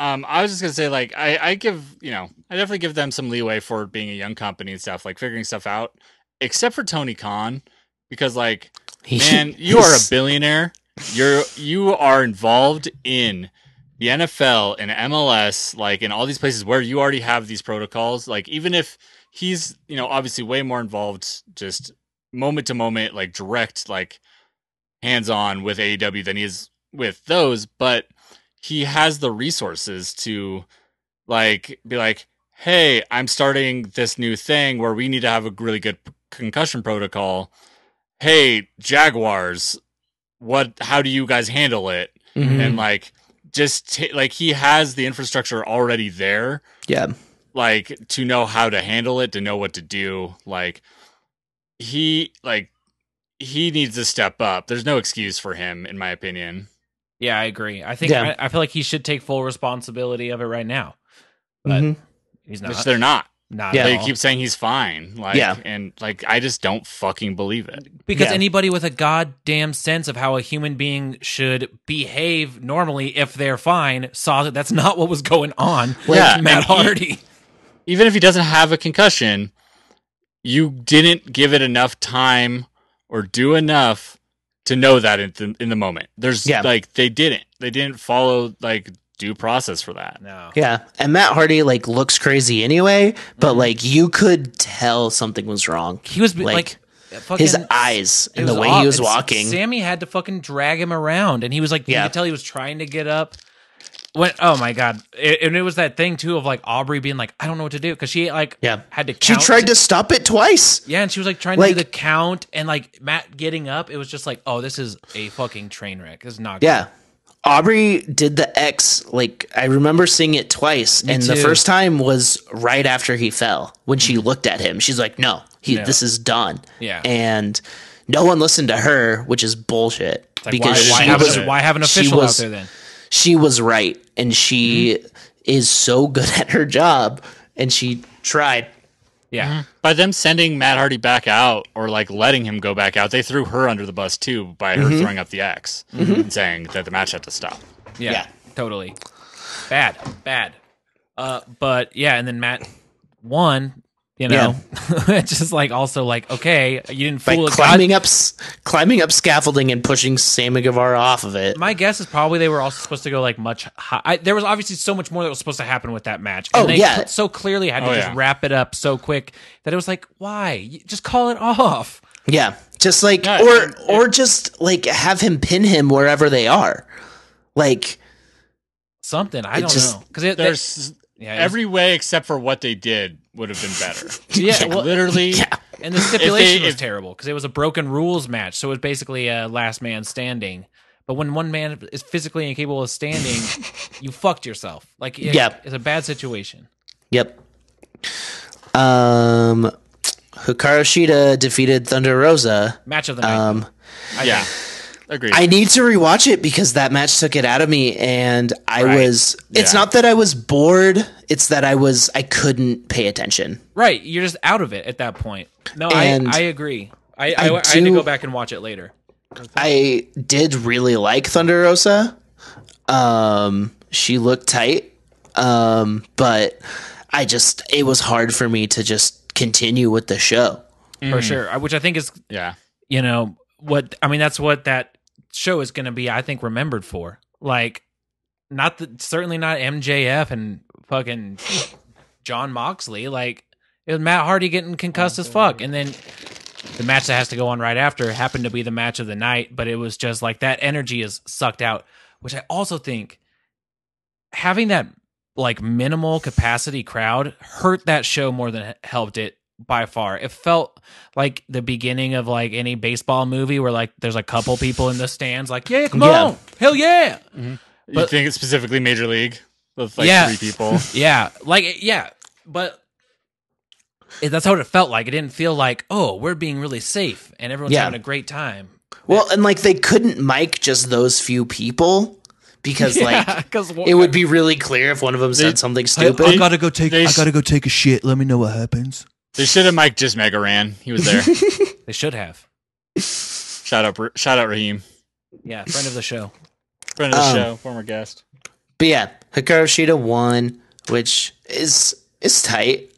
[SPEAKER 4] Um, I was just gonna say, like, I, I give you know, I definitely give them some leeway for being a young company and stuff, like figuring stuff out. Except for Tony Khan, because like,
[SPEAKER 2] He- *laughs*
[SPEAKER 4] man, you are a billionaire. You're you are involved in the NFL and MLS, like in all these places where you already have these protocols, like even if he's, you know, obviously way more involved just moment to moment, like direct, like hands on with AEW than he is with those, but he has the resources to like be like, hey, I'm starting this new thing where we need to have a really good concussion protocol. Hey, Jaguars, what how do you guys handle it?
[SPEAKER 2] Mhm.
[SPEAKER 4] and like just t- like he has the infrastructure already there
[SPEAKER 2] yeah.
[SPEAKER 4] like to know how to handle it to know what to do like he like he needs to step up there's no excuse for him in my opinion
[SPEAKER 3] Yeah, I agree. I think
[SPEAKER 2] Yeah.
[SPEAKER 3] I, I feel like he should take full responsibility of it right now. But
[SPEAKER 2] Mhm.
[SPEAKER 3] he's
[SPEAKER 4] which
[SPEAKER 3] not.
[SPEAKER 4] they're not
[SPEAKER 3] Not
[SPEAKER 2] Yeah.
[SPEAKER 3] at
[SPEAKER 4] they
[SPEAKER 3] all.
[SPEAKER 4] keep saying he's fine like
[SPEAKER 2] Yeah.
[SPEAKER 4] and like i just don't fucking believe it
[SPEAKER 3] because
[SPEAKER 2] Yeah.
[SPEAKER 3] anybody with a goddamn sense of how a human being should behave normally if they're fine saw that that's not what was going on. with
[SPEAKER 4] Yeah,
[SPEAKER 3] Matt
[SPEAKER 4] and he-
[SPEAKER 3] Hardy.
[SPEAKER 2] *laughs*
[SPEAKER 4] even if he doesn't have a concussion, you didn't give it enough time or do enough to know that in the, in the moment. There's
[SPEAKER 2] Yeah.
[SPEAKER 4] like they didn't. They didn't follow like due process for that.
[SPEAKER 3] no.
[SPEAKER 2] Yeah. And Matt Hardy like looks crazy anyway, but like you could tell something was wrong.
[SPEAKER 3] He was Mm-hmm. be- like,
[SPEAKER 2] Like,
[SPEAKER 3] fucking,
[SPEAKER 2] His eyes
[SPEAKER 3] it
[SPEAKER 2] and the way
[SPEAKER 3] off.
[SPEAKER 2] he was
[SPEAKER 3] And
[SPEAKER 2] walking.
[SPEAKER 3] Sammy had to fucking drag him around, and he was like, you
[SPEAKER 2] Yeah.
[SPEAKER 3] could tell he was trying to get up. When oh my god, It- and it was that thing too of like Aubrey being like, I don't know what to do because she like
[SPEAKER 2] Yeah.
[SPEAKER 3] had to. Count
[SPEAKER 2] she tried to stop it twice.
[SPEAKER 3] Yeah, and she was like trying to
[SPEAKER 2] Like-
[SPEAKER 3] do the count, and like Matt getting up. It was just like, oh, this is a fucking train wreck. This is not. Good.
[SPEAKER 2] Yeah. Aubrey did the X like I remember seeing it twice and the
[SPEAKER 3] too.
[SPEAKER 2] first time was right after he fell when she looked at him. She's like, "No, he
[SPEAKER 3] No.
[SPEAKER 2] this is done."
[SPEAKER 3] Yeah.
[SPEAKER 2] And no one listened to her, which is bullshit
[SPEAKER 3] It's like,
[SPEAKER 2] because
[SPEAKER 3] why, why,
[SPEAKER 2] she
[SPEAKER 3] have
[SPEAKER 2] was
[SPEAKER 3] an, why have an
[SPEAKER 2] she
[SPEAKER 3] official
[SPEAKER 2] was-
[SPEAKER 3] out there then?
[SPEAKER 2] she was right and she is so good at her job and she tried
[SPEAKER 3] Yeah,
[SPEAKER 2] Mm-hmm.
[SPEAKER 4] By them sending Matt Hardy back out or like letting him go back out, they threw her under the bus too by
[SPEAKER 3] Mm-hmm.
[SPEAKER 4] her throwing up the X and saying that the match had to stop.
[SPEAKER 3] Yeah,
[SPEAKER 2] Yeah.
[SPEAKER 3] totally. Bad, bad. Uh, but yeah, and then Matt won. You know, *laughs* it's just like also like okay, you didn't
[SPEAKER 2] by
[SPEAKER 3] fool. a
[SPEAKER 2] climbing up s- climbing up scaffolding and pushing Sammy Guevara off of it.
[SPEAKER 3] god- My guess is probably they were also supposed to go like much. High. I, there was obviously so much more that was supposed to happen with that match. And
[SPEAKER 2] Oh,
[SPEAKER 3] they
[SPEAKER 2] yeah.
[SPEAKER 3] cl- so clearly had to
[SPEAKER 4] Oh,
[SPEAKER 3] just
[SPEAKER 4] yeah.
[SPEAKER 3] wrap it up so quick that it was like, why? You- Just call it *laughs* off.
[SPEAKER 2] Yeah, just like
[SPEAKER 4] No,
[SPEAKER 2] or
[SPEAKER 4] it-
[SPEAKER 2] or just like have him pin him wherever they are. Like
[SPEAKER 3] Something I
[SPEAKER 2] It
[SPEAKER 3] don't
[SPEAKER 2] just-
[SPEAKER 3] know because it, it,
[SPEAKER 4] There's
[SPEAKER 3] yeah, it was-
[SPEAKER 4] every way except for what they did would have been better.
[SPEAKER 3] *laughs* yeah,
[SPEAKER 4] Like,
[SPEAKER 3] well,
[SPEAKER 4] literally,
[SPEAKER 3] And the stipulation was
[SPEAKER 4] if-
[SPEAKER 3] terrible because it was a broken rules match, so it was basically a last man standing. But when one man is physically incapable of
[SPEAKER 4] *laughs*
[SPEAKER 3] standing, you fucked yourself. Like, it-
[SPEAKER 2] Yeah.
[SPEAKER 3] it's a bad situation.
[SPEAKER 2] yep. Um Hikaru Shida defeated Thunder Rosa.
[SPEAKER 3] Match of the night.
[SPEAKER 2] Um
[SPEAKER 3] I
[SPEAKER 4] yeah,
[SPEAKER 3] think.
[SPEAKER 4] agreed.
[SPEAKER 2] I need to rewatch it because that match took it out of me and I
[SPEAKER 4] Right.
[SPEAKER 2] was it's
[SPEAKER 4] Yeah.
[SPEAKER 2] not that I was bored, it's that I was I couldn't pay attention.
[SPEAKER 3] right. You're just out of it at that point. No, I,
[SPEAKER 2] And
[SPEAKER 3] I agree. I, I,
[SPEAKER 2] I
[SPEAKER 3] I, need to
[SPEAKER 2] do-
[SPEAKER 3] go back and watch it later.
[SPEAKER 2] I did really like Thunder Rosa. Um, she looked tight, um, but I just it was hard for me to just continue with the show.
[SPEAKER 4] Mm.
[SPEAKER 3] For sure. I- Which I think is,
[SPEAKER 4] yeah,
[SPEAKER 3] you know, what I mean, that's what that show is going to be, I think, remembered for. Like, not the, certainly not MJF and fucking John Moxley. Like it was Matt Hardy getting concussed as fuck, and then the match that has to go on right after happened to be the match of the night. But it was just like that energy is sucked out, which I also think having that like minimal capacity crowd hurt that show more than it helped it by far. It felt like the beginning of like any baseball movie where like there's a couple people in the stands like, yeah, come
[SPEAKER 2] Yeah.
[SPEAKER 3] on. Hell yeah.
[SPEAKER 4] you
[SPEAKER 3] But-
[SPEAKER 4] think it's specifically Major League with like
[SPEAKER 3] Yeah.
[SPEAKER 4] three people.
[SPEAKER 3] Yeah, like yeah, but it, that's how it felt like. It didn't feel like oh, we're being really safe and everyone's
[SPEAKER 2] Yeah.
[SPEAKER 3] having a great time.
[SPEAKER 2] Well, and like they couldn't mic just those few people
[SPEAKER 4] *laughs*
[SPEAKER 2] because like
[SPEAKER 3] because
[SPEAKER 2] it *laughs* would be really clear if one of them said something stupid.
[SPEAKER 1] I gotta go take.
[SPEAKER 4] They
[SPEAKER 1] I
[SPEAKER 4] sh-
[SPEAKER 1] gotta go take a shit. Let me know what happens.
[SPEAKER 4] They should have mic'd just Mega Ran. He
[SPEAKER 3] *laughs*
[SPEAKER 4] was there.
[SPEAKER 3] they should have.
[SPEAKER 4] shout out, shout out Raheem,
[SPEAKER 3] Yeah, friend of the show.
[SPEAKER 4] friend of the
[SPEAKER 2] Um,
[SPEAKER 4] show, former guest.
[SPEAKER 2] But yeah, Hikaru Shida won, which is is tight,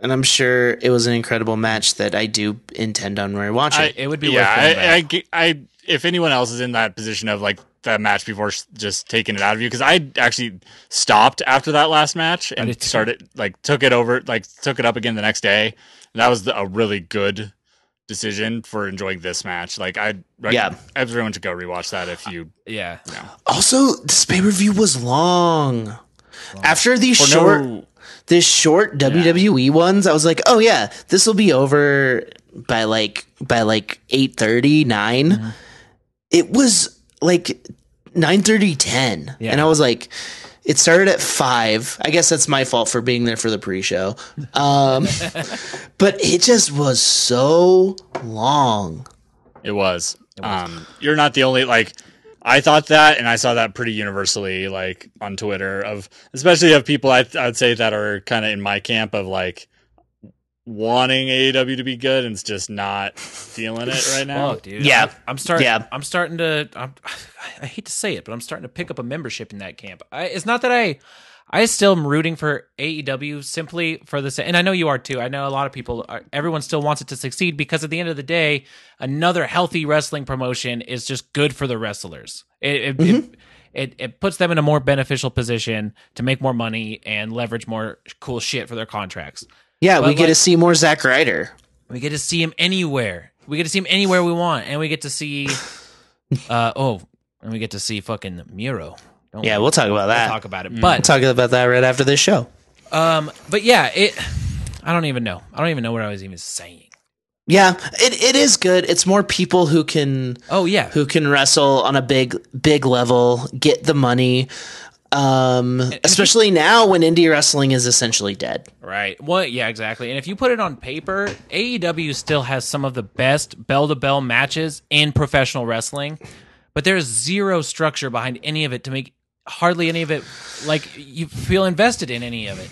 [SPEAKER 2] and I'm sure it was an incredible match that I do intend on rewatching.
[SPEAKER 4] I-
[SPEAKER 3] It would be
[SPEAKER 4] yeah,
[SPEAKER 3] worth going
[SPEAKER 4] I, I,
[SPEAKER 3] back.
[SPEAKER 4] ge- I, if anyone else is in that position of like that match before s- just taking it out of you because I actually stopped after that last match and
[SPEAKER 3] did too.
[SPEAKER 4] started like took it over like took it up again the next day. And that was the, a really good decision for enjoying this match. Like I
[SPEAKER 2] Yeah.
[SPEAKER 4] everyone should go rewatch that if you
[SPEAKER 3] Yeah.
[SPEAKER 2] Also, this pay per view was long. After these
[SPEAKER 4] for
[SPEAKER 2] short,
[SPEAKER 4] no
[SPEAKER 2] this short WWE ones, I was like, oh yeah, this will be over by like by like eight thirty nine. It was like nine thirty ten,
[SPEAKER 3] Yeah.
[SPEAKER 2] and I was like, it started at five. I guess that's my fault for being there for the pre-show, *laughs* um, but it just was so long.
[SPEAKER 4] It was. Um, you're not the only like. I thought that, and I saw that pretty universally, like on Twitter, of especially of people I I'd say that are kind of in my camp of like wanting AEW to be good and it's just not feeling it right now.
[SPEAKER 3] Fuck, dude.
[SPEAKER 2] Yeah.
[SPEAKER 3] I'm, I'm starting.
[SPEAKER 2] Yeah.
[SPEAKER 3] I'm starting to. I'm, *sighs* I hate to say it, but I'm starting to pick up a membership in that camp. I, it's not that I. I still am rooting for AEW simply for the sa- and I know you are too. I know a lot of people. Are, everyone still wants it to succeed because at the end of the day, another healthy wrestling promotion is just good for the wrestlers. It it, it,
[SPEAKER 2] Mm-hmm.
[SPEAKER 3] it it puts them in a more beneficial position to make more money and leverage more cool shit for their contracts.
[SPEAKER 2] Yeah, we
[SPEAKER 3] But,
[SPEAKER 2] get to
[SPEAKER 3] like-
[SPEAKER 2] see more Zack Ryder.
[SPEAKER 3] We get to see him anywhere. We get to see him anywhere we want, and we get to see. uh Oh, and we get to see fucking Miro. Don't
[SPEAKER 2] Yeah, we'll talk about that.
[SPEAKER 3] talk about it, but
[SPEAKER 2] talk about that right after this show.
[SPEAKER 3] um, but yeah, it. I don't even know. I don't even know what I was even saying.
[SPEAKER 2] Yeah, it, it is good. It's more people who can
[SPEAKER 3] Oh yeah,
[SPEAKER 2] who can wrestle on a big big level, get the money. Um, especially now when indie wrestling is essentially dead.
[SPEAKER 3] right. Well, yeah, exactly. And if you put it on paper, AEW still has some of the best bell to bell matches in professional wrestling, but there's zero structure behind any of it to make hardly any of it like you feel invested in any of it.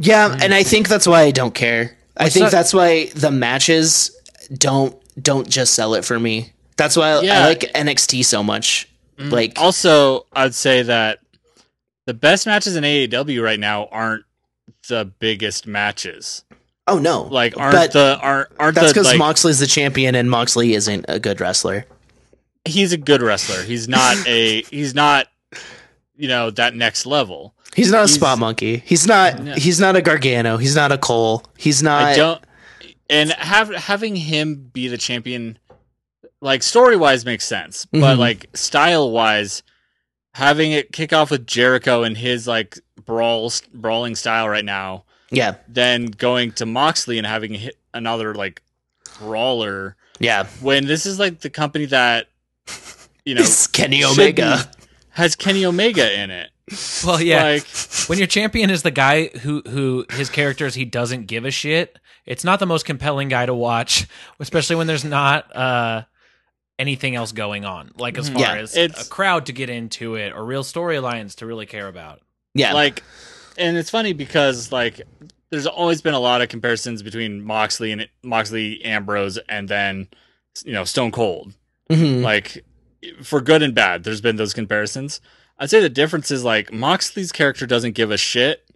[SPEAKER 2] Yeah,
[SPEAKER 4] Mm.
[SPEAKER 2] and I think that's why I don't care. I think
[SPEAKER 3] suck-
[SPEAKER 2] that's why the matches don't don't just sell it for me. That's why I
[SPEAKER 4] Yeah. Mm.
[SPEAKER 2] like NXT so much. Like
[SPEAKER 4] Also, I'd say that the best matches in AEW right now aren't the biggest matches.
[SPEAKER 2] oh no.
[SPEAKER 4] Like aren't
[SPEAKER 2] but
[SPEAKER 4] the aren't aren't
[SPEAKER 2] that's
[SPEAKER 4] the
[SPEAKER 2] cuz
[SPEAKER 4] like,
[SPEAKER 2] Moxley's the champion and Moxley isn't a good wrestler.
[SPEAKER 4] he's a good wrestler. He's
[SPEAKER 2] *laughs*
[SPEAKER 4] not a he's not you know that next level.
[SPEAKER 2] He's not a
[SPEAKER 4] He's-
[SPEAKER 2] spot monkey. He's not. He's not a Gargano. He's not a Cole. He's not.
[SPEAKER 4] I don't. And have having him be the champion, like story wise, makes sense, but
[SPEAKER 2] Mhm.
[SPEAKER 4] like style wise, having it kick off with Jericho and his like brawl brawling style right now,
[SPEAKER 2] yeah,
[SPEAKER 4] then going to Moxley and having hi another like brawler.
[SPEAKER 2] yeah.
[SPEAKER 4] When this is like the company that you know
[SPEAKER 2] It's *laughs* Kenny
[SPEAKER 4] should
[SPEAKER 2] Omega.
[SPEAKER 4] be- has Kenny Omega in it.
[SPEAKER 3] Well, yeah.
[SPEAKER 4] Like
[SPEAKER 3] when your champion is the guy who who his character is he doesn't give a shit it's not the most compelling guy to watch especially when there's not uh anything else going on like as far
[SPEAKER 2] Yeah,
[SPEAKER 3] as
[SPEAKER 4] it's-
[SPEAKER 3] a crowd to get into it or real storylines to really care about
[SPEAKER 2] Yeah,
[SPEAKER 4] like and it's funny because like there's always been a lot of comparisons between moxley and moxley ambrose and then you know stone cold
[SPEAKER 3] Mm-hmm.
[SPEAKER 2] Mhm.
[SPEAKER 4] like for good and bad there's been those comparisons i'd say the difference is like moxley's character doesn't give a shit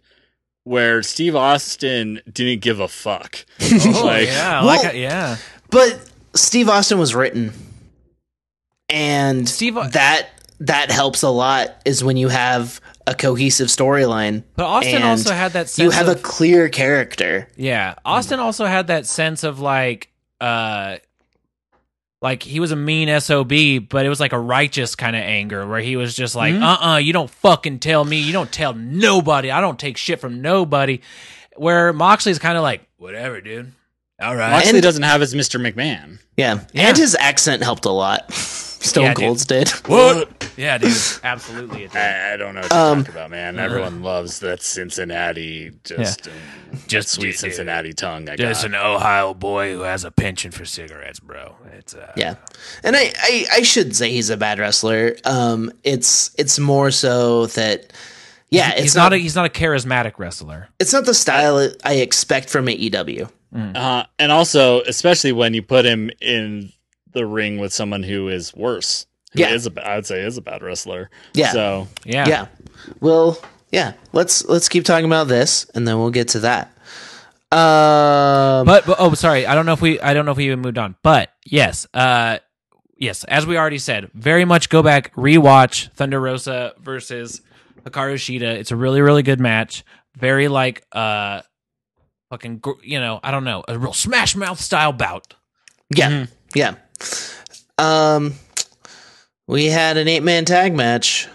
[SPEAKER 4] where steve austin didn't give a fuck
[SPEAKER 3] oh *laughs*
[SPEAKER 4] Like-
[SPEAKER 3] yeah
[SPEAKER 2] Well-
[SPEAKER 3] I like I- yeah
[SPEAKER 2] but Steve Austin was written, and
[SPEAKER 3] Steve-
[SPEAKER 2] that that helps a lot. Is when you have a cohesive storyline.
[SPEAKER 3] but austin
[SPEAKER 2] and
[SPEAKER 3] also had that sense
[SPEAKER 2] you have
[SPEAKER 3] of,
[SPEAKER 2] a clear character.
[SPEAKER 3] Yeah. Austin also had that sense of like uh like he was a mean SOB, but it was like a righteous kind of anger where he was just like, uh uh, you don't fucking tell me, you don't tell nobody, I don't take shit from nobody. Where Moxley's kind of like, whatever, dude. All right.
[SPEAKER 4] moxley
[SPEAKER 2] And-
[SPEAKER 4] doesn't have his mr mcmahon
[SPEAKER 2] Yeah,
[SPEAKER 3] Yeah.
[SPEAKER 2] and his accent helped a lot. *laughs* Stone
[SPEAKER 3] Yeah, dude.
[SPEAKER 2] Cold's did.
[SPEAKER 3] What? *laughs* Yeah, dude. Absolutely. It did.
[SPEAKER 4] I I don't know what to
[SPEAKER 2] Um,
[SPEAKER 4] talk about, man. Everyone loves that Cincinnati, just um,
[SPEAKER 3] Just
[SPEAKER 4] sweet
[SPEAKER 3] dude.
[SPEAKER 4] Cincinnati tongue. I
[SPEAKER 3] Just
[SPEAKER 4] guess.
[SPEAKER 3] an Ohio boy who has a penchant for cigarettes, bro. It's uh,
[SPEAKER 2] Yeah, and I, I I should say he's a bad wrestler. Um, it's it's more so that yeah, it's
[SPEAKER 3] he's
[SPEAKER 2] not,
[SPEAKER 3] not, a he's not a charismatic wrestler.
[SPEAKER 2] it's not the style I expect from E AEW.
[SPEAKER 4] Uh, and also, especially when you put him in the ring with someone who is worse. Who
[SPEAKER 2] Yeah.
[SPEAKER 4] is a, I would say is a bad wrestler.
[SPEAKER 2] Yeah.
[SPEAKER 4] So
[SPEAKER 3] Yeah.
[SPEAKER 2] Yeah. Well, yeah. Let's let's keep talking about this, and then we'll get to that. Um,
[SPEAKER 3] but, but oh sorry i don't know if we i don't know if we even moved on but yes uh yes, as we already said, very much go back, rewatch Thunder Rosa versus Hikaru Shida. It's a really, really good match. Very like uh fucking gr- you know, I don't know, a real smash mouth style bout.
[SPEAKER 2] Yeah. Yeah. Um we had an eight man tag match.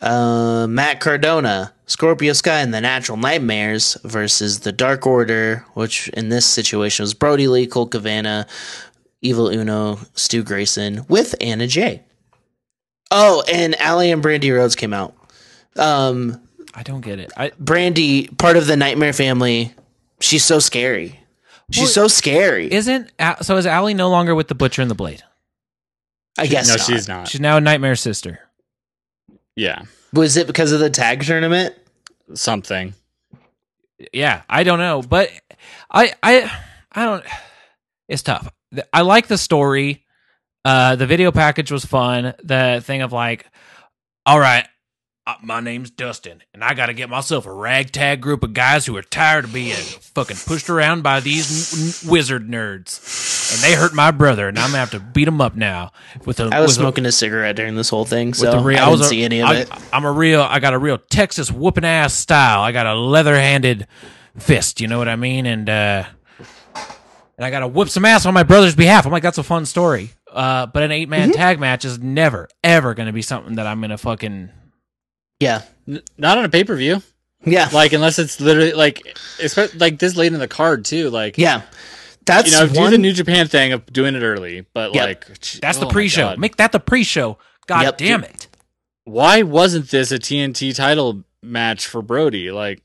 [SPEAKER 2] Uh Matt Cardona, Scorpio Sky and the Natural Nightmares versus the Dark Order, which in this situation was Brody Lee, Colt Cavana, Evil Uno, Stu Grayson, with Anna Jay. Oh, and Allie and Brandy Rhodes came out. Um
[SPEAKER 3] I don't get it. I
[SPEAKER 2] Brandy, part of the Nightmare family, she's so scary. She's so scary.
[SPEAKER 3] isn't Al- so is Allie no longer with the Butcher and the Blade?
[SPEAKER 2] I guess
[SPEAKER 4] no,
[SPEAKER 2] not.
[SPEAKER 4] she's not.
[SPEAKER 3] She's now a Nightmare sister.
[SPEAKER 4] yeah,
[SPEAKER 2] Was it because of the tag tournament?
[SPEAKER 4] something.
[SPEAKER 3] yeah, I don't know, but I I I don't. It's tough. Th- I like the story. Uh, the video package was fun. The thing of like, all right, uh, my name's Dustin, and I got to get myself a ragtag group of guys who are tired of being fucking pushed around by these n- n- wizard nerds, and they hurt my brother, and I'm gonna have to beat them up now with a
[SPEAKER 2] I was
[SPEAKER 3] with a-
[SPEAKER 2] smoking a cigarette during this whole thing, so
[SPEAKER 3] with the real,
[SPEAKER 2] I
[SPEAKER 3] was
[SPEAKER 2] didn't
[SPEAKER 3] a-
[SPEAKER 2] see any of
[SPEAKER 3] I,
[SPEAKER 2] it.
[SPEAKER 3] I'm a real. I got a real Texas whooping ass style. I got a leather handed fist. You know what I mean? And uh, and I got to whoop some ass on my brother's behalf. I'm like, that's a fun story. Uh, but an eight man
[SPEAKER 2] Mm-hmm.
[SPEAKER 3] tag match is never ever going to be something that I'm going to fucking.
[SPEAKER 2] Yeah,
[SPEAKER 4] N- not on a pay per view.
[SPEAKER 2] yeah,
[SPEAKER 4] Like unless it's literally like, espe- like this late in the card too. Like
[SPEAKER 2] yeah. That's
[SPEAKER 4] you know, do
[SPEAKER 2] one.
[SPEAKER 4] the New Japan thing of doing it early, but
[SPEAKER 2] Yep.
[SPEAKER 4] like ch-
[SPEAKER 3] That's
[SPEAKER 4] oh
[SPEAKER 3] the
[SPEAKER 4] my
[SPEAKER 3] pre show.
[SPEAKER 4] God.
[SPEAKER 3] Make that the pre show. God
[SPEAKER 2] Yep.
[SPEAKER 3] damn it!
[SPEAKER 4] Why wasn't this a TNT title match for Brody? Like,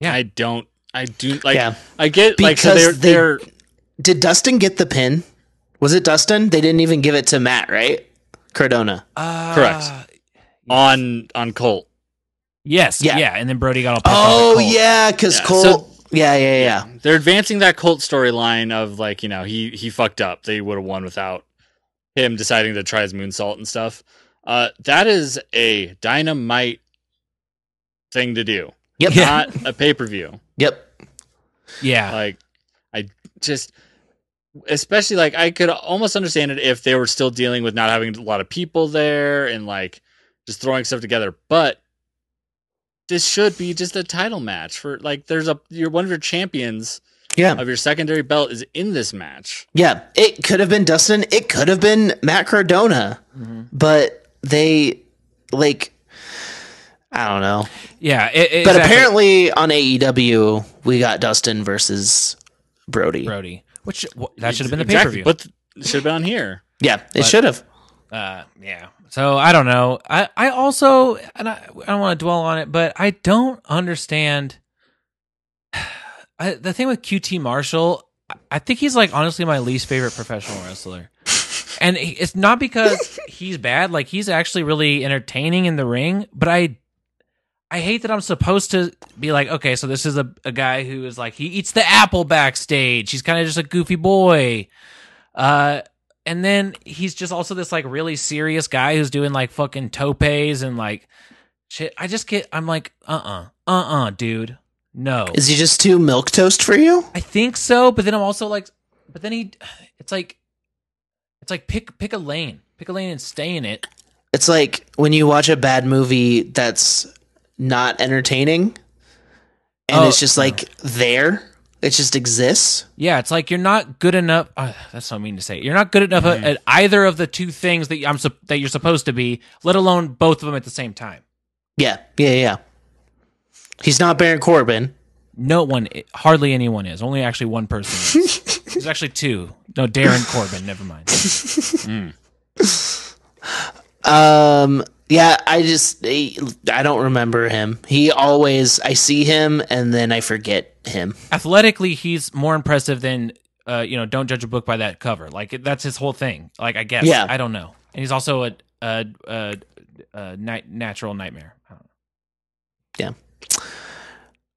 [SPEAKER 3] Yeah.
[SPEAKER 4] I don't, I do like.
[SPEAKER 2] Yeah.
[SPEAKER 4] I get like so
[SPEAKER 2] Because
[SPEAKER 4] they're
[SPEAKER 2] they-
[SPEAKER 4] they're
[SPEAKER 2] Did Dustin get the pin? Was it Dustin? They didn't even give it to Matt, right? Cardona.
[SPEAKER 3] Uh,
[SPEAKER 4] Correct. on on Colt.
[SPEAKER 3] Yes. Yeah.
[SPEAKER 2] Yeah.
[SPEAKER 3] And then Brody got all. pissed off at
[SPEAKER 2] Oh
[SPEAKER 3] Cole.
[SPEAKER 2] yeah, because
[SPEAKER 4] Yeah,
[SPEAKER 2] Cole.
[SPEAKER 4] so-
[SPEAKER 2] yeah, yeah, yeah.
[SPEAKER 4] They're advancing that Colt storyline of like you know he he fucked up. They would have won without him deciding to try his moonsault and stuff. Uh, that is a dynamite thing to
[SPEAKER 2] *laughs*
[SPEAKER 4] do,
[SPEAKER 2] Yep.
[SPEAKER 3] Yeah.
[SPEAKER 4] not a pay per view.
[SPEAKER 2] Yep.
[SPEAKER 3] *laughs* Yeah.
[SPEAKER 4] like i just especially like i could almost understand it if they were still dealing with not having a lot of people there and like just throwing stuff together but this should be just a title match for like there's a you're one of your champions
[SPEAKER 2] Yeah.
[SPEAKER 4] of your secondary belt is in this match
[SPEAKER 2] Yeah, it could have been Dustin. It could have been Matt Cardona,
[SPEAKER 3] Mm-hmm.
[SPEAKER 2] but they like I don't know.
[SPEAKER 3] yeah. It, it-
[SPEAKER 2] But
[SPEAKER 3] exactly.
[SPEAKER 2] apparently on AEW we got Dustin versus Brody.
[SPEAKER 3] Brody, which wh- that should have been the pay per
[SPEAKER 4] Exactly,
[SPEAKER 3] view.
[SPEAKER 4] but it should have been on here
[SPEAKER 2] Yeah, it should have.
[SPEAKER 3] uh yeah so i don't know i i also and i, I don't want to dwell on it but i don't understand I, the thing with qt marshall I, I think he's like honestly my least favorite professional wrestler and he- it's not because he's bad like he's actually really entertaining in the ring but i I hate that I'm supposed to be like, okay, so this is a, a guy who is like he eats the apple backstage. He's kind of just a goofy boy. Uh and then he's just also this like really serious guy who's doing like fucking topes and like shit. I just get I'm like, uh-uh, uh-uh, dude. No.
[SPEAKER 2] Is he just too milk toast for you?
[SPEAKER 3] I think so, but then I'm also like but then he it's like it's like pick pick a lane. Pick a lane and stay in it.
[SPEAKER 2] It's like when you watch a bad movie that's not entertaining and
[SPEAKER 3] Oh,
[SPEAKER 2] it's just like there. It just exists.
[SPEAKER 3] Yeah, it's like you're not good enough. Uh, that's so mean to say. You're not good enough at, at either of the two things that I'm sup- that you're supposed to be, let alone both of them at the same time.
[SPEAKER 2] Yeah. Yeah, yeah. He's not Baron Corbin.
[SPEAKER 3] No one, eh, hardly anyone is. Only actually one person. Is. There's actually two. No, Darren Corbin. Never mind.
[SPEAKER 2] Um. Yeah, I just I I don't remember him. He always I see him and then I forget him.
[SPEAKER 3] Athletically, he's more impressive than uh, you know. Don't judge a book by that cover. Like it- that's his whole thing. Like I guess.
[SPEAKER 2] Yeah.
[SPEAKER 3] I don't know. And he's also a a a, a night, natural nightmare. I don't know.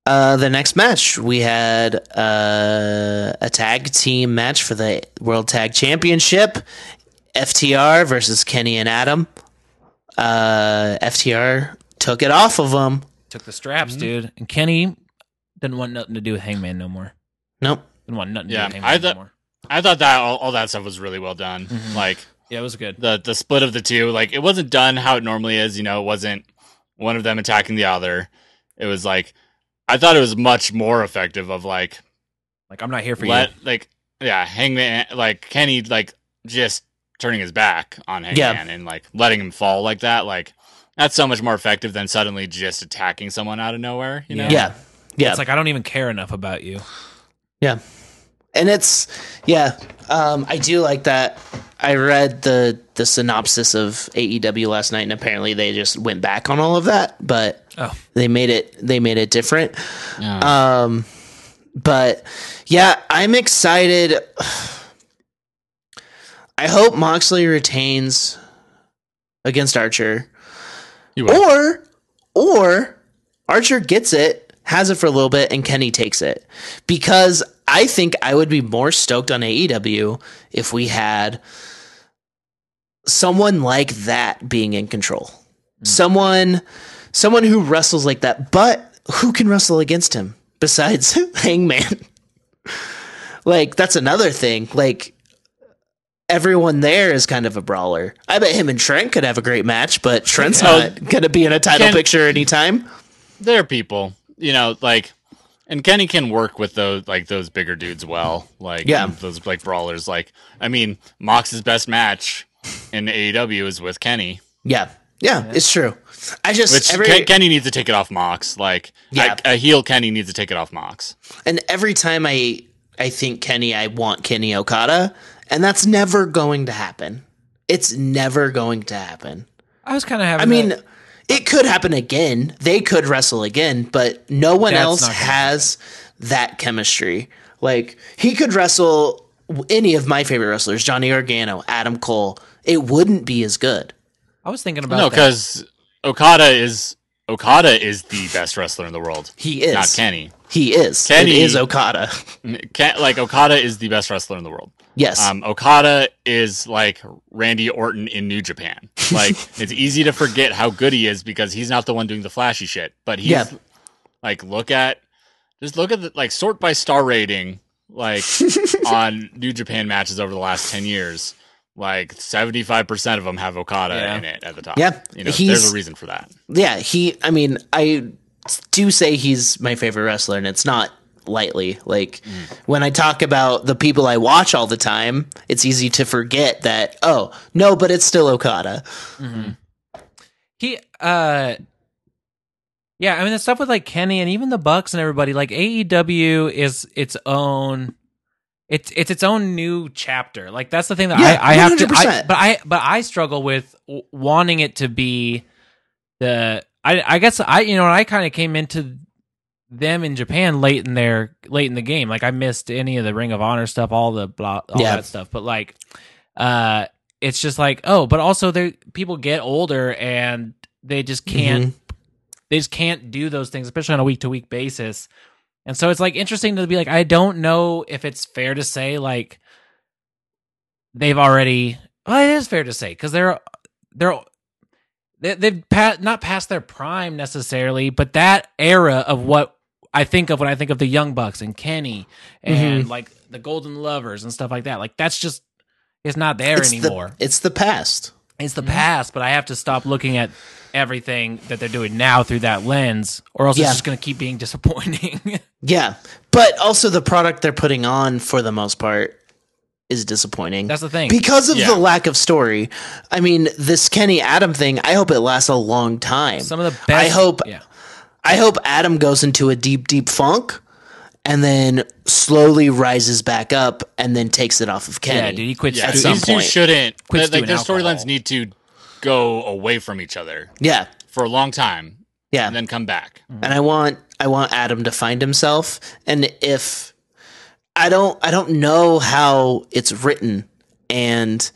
[SPEAKER 2] Uh, the next match we had uh, a tag team match for the World Tag Championship, FTR versus Kenny and Adam. Uh, FTR took it off of them.
[SPEAKER 3] Took the straps,
[SPEAKER 2] Mm-hmm.
[SPEAKER 3] dude. And Kenny didn't want nothing to do with Hangman no more.
[SPEAKER 2] Nope.
[SPEAKER 3] Didn't want nothing
[SPEAKER 4] Yeah,
[SPEAKER 3] to do with
[SPEAKER 4] I
[SPEAKER 3] Hangman
[SPEAKER 4] thought-
[SPEAKER 3] no more. Mm-hmm.
[SPEAKER 4] i thought that all, all that stuff was really well done like
[SPEAKER 3] Yeah, it was good.
[SPEAKER 4] the the split of the two. Like it wasn't done how it normally is. You know, it wasn't one of them attacking the other. It was like I thought it was much more effective. Of like
[SPEAKER 3] Like I'm not here for
[SPEAKER 4] let
[SPEAKER 3] you.
[SPEAKER 4] like yeah, Hangman like Kenny like just turning his back on Hangman
[SPEAKER 2] Yeah.
[SPEAKER 4] and like letting him fall like that. Like that's so much more effective than suddenly just attacking someone out of nowhere. You know.
[SPEAKER 3] Yeah.
[SPEAKER 2] Yeah. Yeah.
[SPEAKER 3] It's like I don't even care enough about you.
[SPEAKER 2] Yeah. And it's yeah, um, I do like that. I read the the synopsis of AEW last night, and apparently they just went back on all of that, but
[SPEAKER 3] Oh.
[SPEAKER 2] they made it they made it different.
[SPEAKER 4] Yeah.
[SPEAKER 2] Um, but yeah, I'm excited. *sighs* I hope Moxley retains against Archer,
[SPEAKER 4] You will.
[SPEAKER 2] or or Archer gets it, has it for a little bit, and Kenny takes it because I think I would be more stoked on AEW if we had someone like that being in control. Someone someone who wrestles like that, but who can wrestle against him besides *laughs* Hangman? like that's another thing. Like everyone there is kind of a brawler. I bet him and Trent could have a great match, but Trent's
[SPEAKER 4] Yeah.
[SPEAKER 2] not gonna be in a title
[SPEAKER 4] Ken-
[SPEAKER 2] picture anytime.
[SPEAKER 4] they're people, you know, like and Kenny can work with those like those bigger dudes well. Like
[SPEAKER 2] Yeah.
[SPEAKER 4] those like brawlers. Like I mean, Mox's best match in AEW is with Kenny.
[SPEAKER 2] Yeah. Yeah, it's true. I just
[SPEAKER 4] Which
[SPEAKER 2] every
[SPEAKER 4] Ken- Kenny needs to take it off Mox. Like
[SPEAKER 2] Yeah.
[SPEAKER 4] a, a heel Kenny needs to take it off Mox.
[SPEAKER 2] and every time I I think Kenny, I want Kenny Okada, and that's never going to happen. It's never going to happen.
[SPEAKER 3] I was kind of having.
[SPEAKER 2] I mean,
[SPEAKER 3] that-
[SPEAKER 2] it could happen again. They could wrestle again, but no one
[SPEAKER 3] That's
[SPEAKER 2] else
[SPEAKER 3] not gonna
[SPEAKER 2] has that chemistry. Like he could wrestle w- any of my favorite wrestlers, Johnny Organo, Adam Cole. It wouldn't be as good.
[SPEAKER 3] I was thinking about
[SPEAKER 4] No,
[SPEAKER 3] that.
[SPEAKER 4] because Okada is Okada is the best wrestler in the world.
[SPEAKER 2] He is
[SPEAKER 4] Not Kenny.
[SPEAKER 2] He is.
[SPEAKER 4] Kenny-
[SPEAKER 2] it is Okada. *laughs*
[SPEAKER 4] Ken, like Okada is the best wrestler in the world.
[SPEAKER 2] yes.
[SPEAKER 4] Um, Okada is like Randy Orton in New Japan.
[SPEAKER 2] *laughs*
[SPEAKER 4] Like it's easy to forget how good he is because he's not the one doing the flashy shit. But he's
[SPEAKER 2] Yeah.
[SPEAKER 4] like look at just look at the like sort by star rating
[SPEAKER 2] *laughs*
[SPEAKER 4] like on New Japan matches over the last ten years. Like seventy five percent of them have Okada
[SPEAKER 3] Yeah.
[SPEAKER 4] in it at the top.
[SPEAKER 2] Yeah.
[SPEAKER 4] you know
[SPEAKER 2] He's-
[SPEAKER 4] there's a reason for that.
[SPEAKER 2] yeah, he. I mean, I do say he's my favorite wrestler, and it's not lightly. Like
[SPEAKER 3] Mm.
[SPEAKER 2] when I talk about the people I watch all the time, it's easy to forget that. Oh no, but it's still Okada.
[SPEAKER 3] he uh yeah i mean the stuff with like kenny and even the bucks and everybody like aew is its own it's it's its own new chapter like that's the thing that
[SPEAKER 2] Yeah,
[SPEAKER 3] i, I have to I,
[SPEAKER 2] 100%.
[SPEAKER 3] but i but i struggle with w- wanting it to be the i i guess i you know i kind of came into them in japan late in their late in the game like i missed any of the ring of honor stuff all the blah all
[SPEAKER 2] Yeah.
[SPEAKER 3] that stuff but like uh it's just like oh but also they people get older and they just can't they just can't do those things especially on a week to week basis and so it's like interesting to be like i don't know if it's fair to say like they've already well it is fair to say because they're they're they, they've pa- not passed their prime necessarily but that era of what i think of when i think of the young bucks and kenny and like the golden lovers and stuff like that like that's just it's not there
[SPEAKER 2] It's
[SPEAKER 3] anymore Mm-hmm.
[SPEAKER 2] the it's the past.
[SPEAKER 3] it's the past, but I have to stop looking at everything that they're doing now through that lens, or else
[SPEAKER 2] Yeah.
[SPEAKER 3] it's just going to keep being *laughs* disappointing.
[SPEAKER 2] Yeah, but also the product they're putting on for the most part is disappointing.
[SPEAKER 3] That's the thing.
[SPEAKER 2] because of
[SPEAKER 4] Yeah.
[SPEAKER 2] the lack of story. I mean, this Kenny Adam thing. I hope it lasts a long time.
[SPEAKER 3] Some of the best.
[SPEAKER 2] I hope-
[SPEAKER 3] Yeah.
[SPEAKER 2] I hope Adam goes into a deep, deep funk and then slowly rises back up and then takes it off of Kenny.
[SPEAKER 3] Yeah, dude, he quits.
[SPEAKER 4] Yeah,
[SPEAKER 2] at
[SPEAKER 3] doing-
[SPEAKER 2] some
[SPEAKER 4] these two
[SPEAKER 2] point.
[SPEAKER 4] shouldn't.
[SPEAKER 3] Quits
[SPEAKER 4] Like their
[SPEAKER 3] doing alcohol.
[SPEAKER 4] storylines need to go away from each other
[SPEAKER 2] yeah.
[SPEAKER 4] for a long time
[SPEAKER 2] yeah.
[SPEAKER 4] and then come back.
[SPEAKER 2] and I want I want Adam to find himself. And if I don't I don't know how it's written, and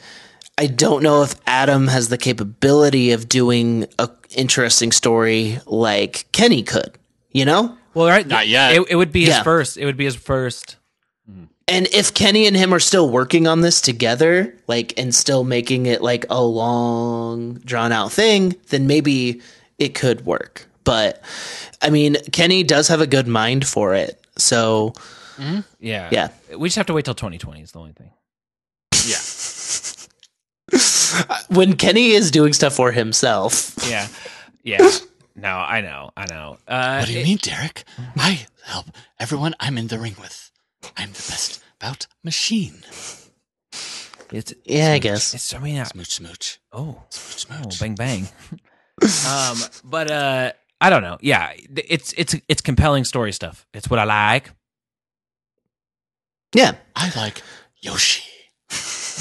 [SPEAKER 2] I don't know if Adam has the capability of doing a interesting story like Kenny could, you know.
[SPEAKER 3] Well, right.
[SPEAKER 4] Not yet.
[SPEAKER 3] It, it would be
[SPEAKER 2] Yeah.
[SPEAKER 3] his first. It would be his first.
[SPEAKER 2] And if Kenny and him are still working on this together, like, and still making it like a long, drawn out thing, then maybe it could work. But I mean, Kenny does have a good mind for it. So,
[SPEAKER 3] Yeah.
[SPEAKER 2] yeah.
[SPEAKER 3] We just have to wait till 2020 is the only thing.
[SPEAKER 4] Yeah.
[SPEAKER 2] Uh, when Kenny is doing stuff for himself.
[SPEAKER 3] yeah, yeah. No, I know, I know. Uh,
[SPEAKER 4] What do you mean, Derek? I help everyone I'm in the ring with. I'm the best bout machine.
[SPEAKER 3] It's
[SPEAKER 2] Yeah, I guess.
[SPEAKER 3] it's I mean, I-
[SPEAKER 4] Smooch, smooch,
[SPEAKER 3] oh,
[SPEAKER 4] smooch,
[SPEAKER 3] oh,
[SPEAKER 4] smooch.
[SPEAKER 3] bang
[SPEAKER 4] *laughs*
[SPEAKER 3] bang. um, but uh, I don't know. Yeah, it's it's it's compelling story stuff. It's what I like.
[SPEAKER 2] Yeah.
[SPEAKER 4] I like Yoshi.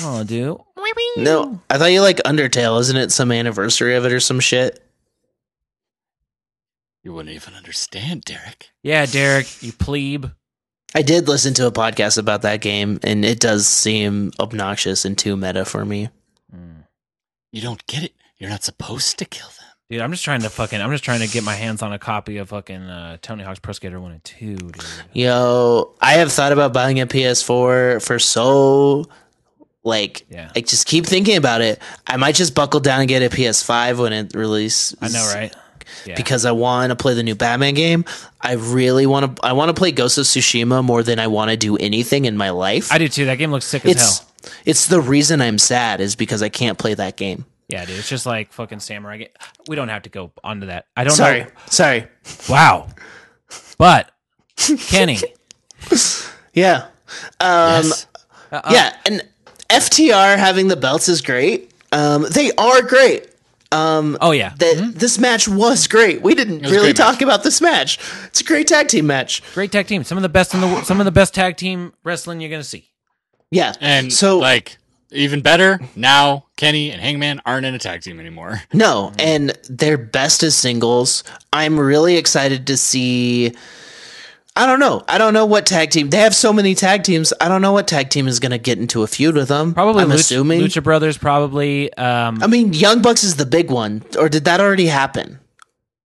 [SPEAKER 3] Oh, dude.
[SPEAKER 2] No, I thought you like Undertale. Isn't it some anniversary of it or some shit?
[SPEAKER 4] You wouldn't even understand, Derek.
[SPEAKER 3] Yeah, Derek, you plebe.
[SPEAKER 2] I did listen to a podcast about that game, and it does seem obnoxious and too meta for me.
[SPEAKER 3] Mm.
[SPEAKER 4] You don't get it. You're not supposed to kill them.
[SPEAKER 3] Dude, I'm just trying to fucking. I'm just trying to get my hands on a copy of fucking uh, Tony Hawk's Pro Skater One and Two, dude.
[SPEAKER 2] Yo, I have thought about buying a PS4 for so like
[SPEAKER 3] Yeah.
[SPEAKER 2] I just keep thinking about it. I might just buckle down and get a PS5 when it releases.
[SPEAKER 3] I know, right? Yeah.
[SPEAKER 2] Because I want to play the new Batman game. I really want to. I want to play Ghost of Tsushima more than I want to do anything in my life.
[SPEAKER 3] I do too. That game looks sick as
[SPEAKER 2] it's
[SPEAKER 3] hell.
[SPEAKER 2] it's the reason I'm sad is because I can't play that game.
[SPEAKER 3] Yeah, dude. It's just like fucking samurai. Game. We don't have to go onto that. I don't
[SPEAKER 2] Sorry,
[SPEAKER 3] know.
[SPEAKER 2] sorry.
[SPEAKER 3] Wow.
[SPEAKER 2] *laughs*
[SPEAKER 3] But Kenny,
[SPEAKER 2] Yeah, um,
[SPEAKER 4] yes.
[SPEAKER 3] Uh-uh.
[SPEAKER 2] yeah. And FTR having the belts is great. Um, they are great.
[SPEAKER 3] oh yeah,
[SPEAKER 2] that this match was great. We didn't
[SPEAKER 4] a
[SPEAKER 2] really
[SPEAKER 4] great
[SPEAKER 2] talk about this match. It's a great tag team match.
[SPEAKER 3] great tag team. Some of the best in the wor- some of the best tag team wrestling you're gonna see.
[SPEAKER 2] Yeah.
[SPEAKER 4] And
[SPEAKER 2] so
[SPEAKER 4] so, like, even better now, Kenny and Hangman aren't in a tag team anymore.
[SPEAKER 2] no, and their best is singles. I'm really excited to see I don't know. I don't know what tag team. They have so many tag teams. I don't know what tag team is going to get into a feud with them.
[SPEAKER 3] Probably
[SPEAKER 2] I'm
[SPEAKER 3] Lucha,
[SPEAKER 2] assuming.
[SPEAKER 3] Lucha Brothers. Probably. Um,
[SPEAKER 2] I mean, Young Bucks is the big one. Or did that already happen?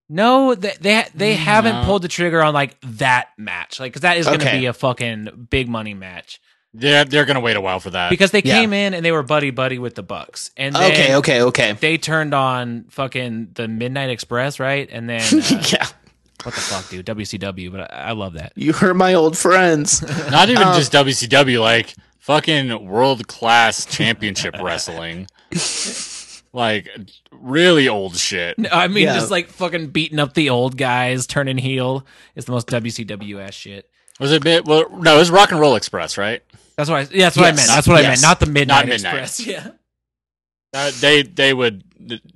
[SPEAKER 3] no, they they,
[SPEAKER 2] Mm,
[SPEAKER 3] they haven't pulled the trigger on like that match, like because that is gonna
[SPEAKER 2] Okay.
[SPEAKER 3] be a fucking big money match.
[SPEAKER 4] They're they're gonna wait a while for that.
[SPEAKER 3] because they
[SPEAKER 2] Yeah.
[SPEAKER 3] came in and they were buddy buddy with the Bucks, and then
[SPEAKER 2] Okay, okay, okay. *laughs*
[SPEAKER 3] they turned on fucking the Midnight Express, right? And
[SPEAKER 2] *laughs*
[SPEAKER 3] then uh,
[SPEAKER 2] yeah.
[SPEAKER 3] what the fuck, dude? WCW, but I, I love that.
[SPEAKER 2] You hurt my old friends.
[SPEAKER 4] Not even just WCW, like fucking world
[SPEAKER 3] *laughs*
[SPEAKER 4] class championship wrestling. Like really old shit.
[SPEAKER 3] *laughs* I mean,
[SPEAKER 2] Yeah.
[SPEAKER 3] just like fucking beating up the old guys, turning heel is the most WCW ass shit.
[SPEAKER 4] Was it bit well no, it was Rock and Roll Express, right?
[SPEAKER 3] That's what I. Yeah, that's what I
[SPEAKER 2] Yes.
[SPEAKER 3] meant. That's what I
[SPEAKER 2] Yes.
[SPEAKER 3] meant. Not the Midnight,
[SPEAKER 4] Midnight.
[SPEAKER 3] Express. *laughs* Yeah.
[SPEAKER 4] Uh, they they would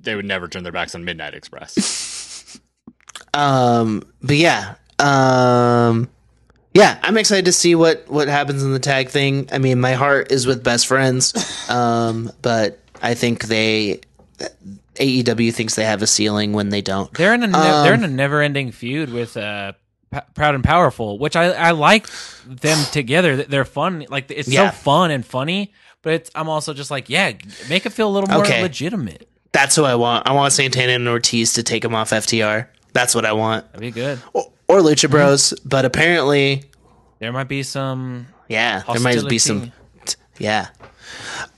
[SPEAKER 4] they would never turn their backs on
[SPEAKER 3] *laughs*
[SPEAKER 4] Midnight Express.
[SPEAKER 2] Um, but yeah, um, yeah, I'm excited to see what what happens in the tag thing. I mean, my heart is with best friends, um, but I think they AEW thinks they have a ceiling when they don't.
[SPEAKER 3] They're in a ne- they're in a never ending feud with uh, P- Proud and Powerful, which I I like them together. They're fun. Like it's
[SPEAKER 2] Yeah.
[SPEAKER 3] so fun and funny. But it's, I'm also just like, yeah, make it feel a little more
[SPEAKER 2] Okay.
[SPEAKER 3] legitimate.
[SPEAKER 2] That's who I want. I want Santana and Ortiz to take them off FTR. That's what I want,
[SPEAKER 3] That'd be good.
[SPEAKER 2] or, or Lucha Bros. But apparently,
[SPEAKER 3] There might be some.
[SPEAKER 2] yeah, there might
[SPEAKER 3] Hostility.
[SPEAKER 2] be some. t- Yeah.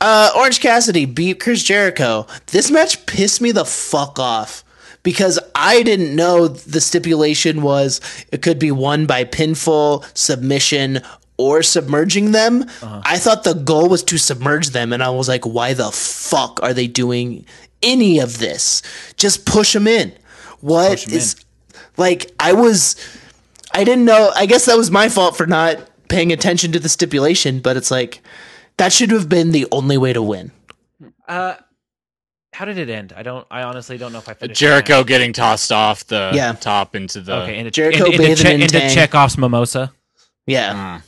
[SPEAKER 2] Uh, Orange Cassidy beat Chris Jericho. This match pissed me the fuck off because I didn't know the stipulation was it could be won by pinfall, submission, or submerging them. I thought the goal was to submerge them, and I was like, why the fuck are they doing any of this? Just push them in. What is like? I was. I didn't know. I guess that was my fault for not paying attention to the stipulation, but it's like that should have been the only way to win.
[SPEAKER 3] Uh, how did it end? I don't. I honestly don't know if I finished.
[SPEAKER 4] Jericho getting tossed off the
[SPEAKER 2] Yeah.
[SPEAKER 4] top into the
[SPEAKER 3] Okay, into
[SPEAKER 2] Jericho
[SPEAKER 3] into, into,
[SPEAKER 2] bathing
[SPEAKER 3] che-
[SPEAKER 2] in
[SPEAKER 3] into
[SPEAKER 2] Tang.
[SPEAKER 3] Chekhov's mimosa.
[SPEAKER 2] Yeah.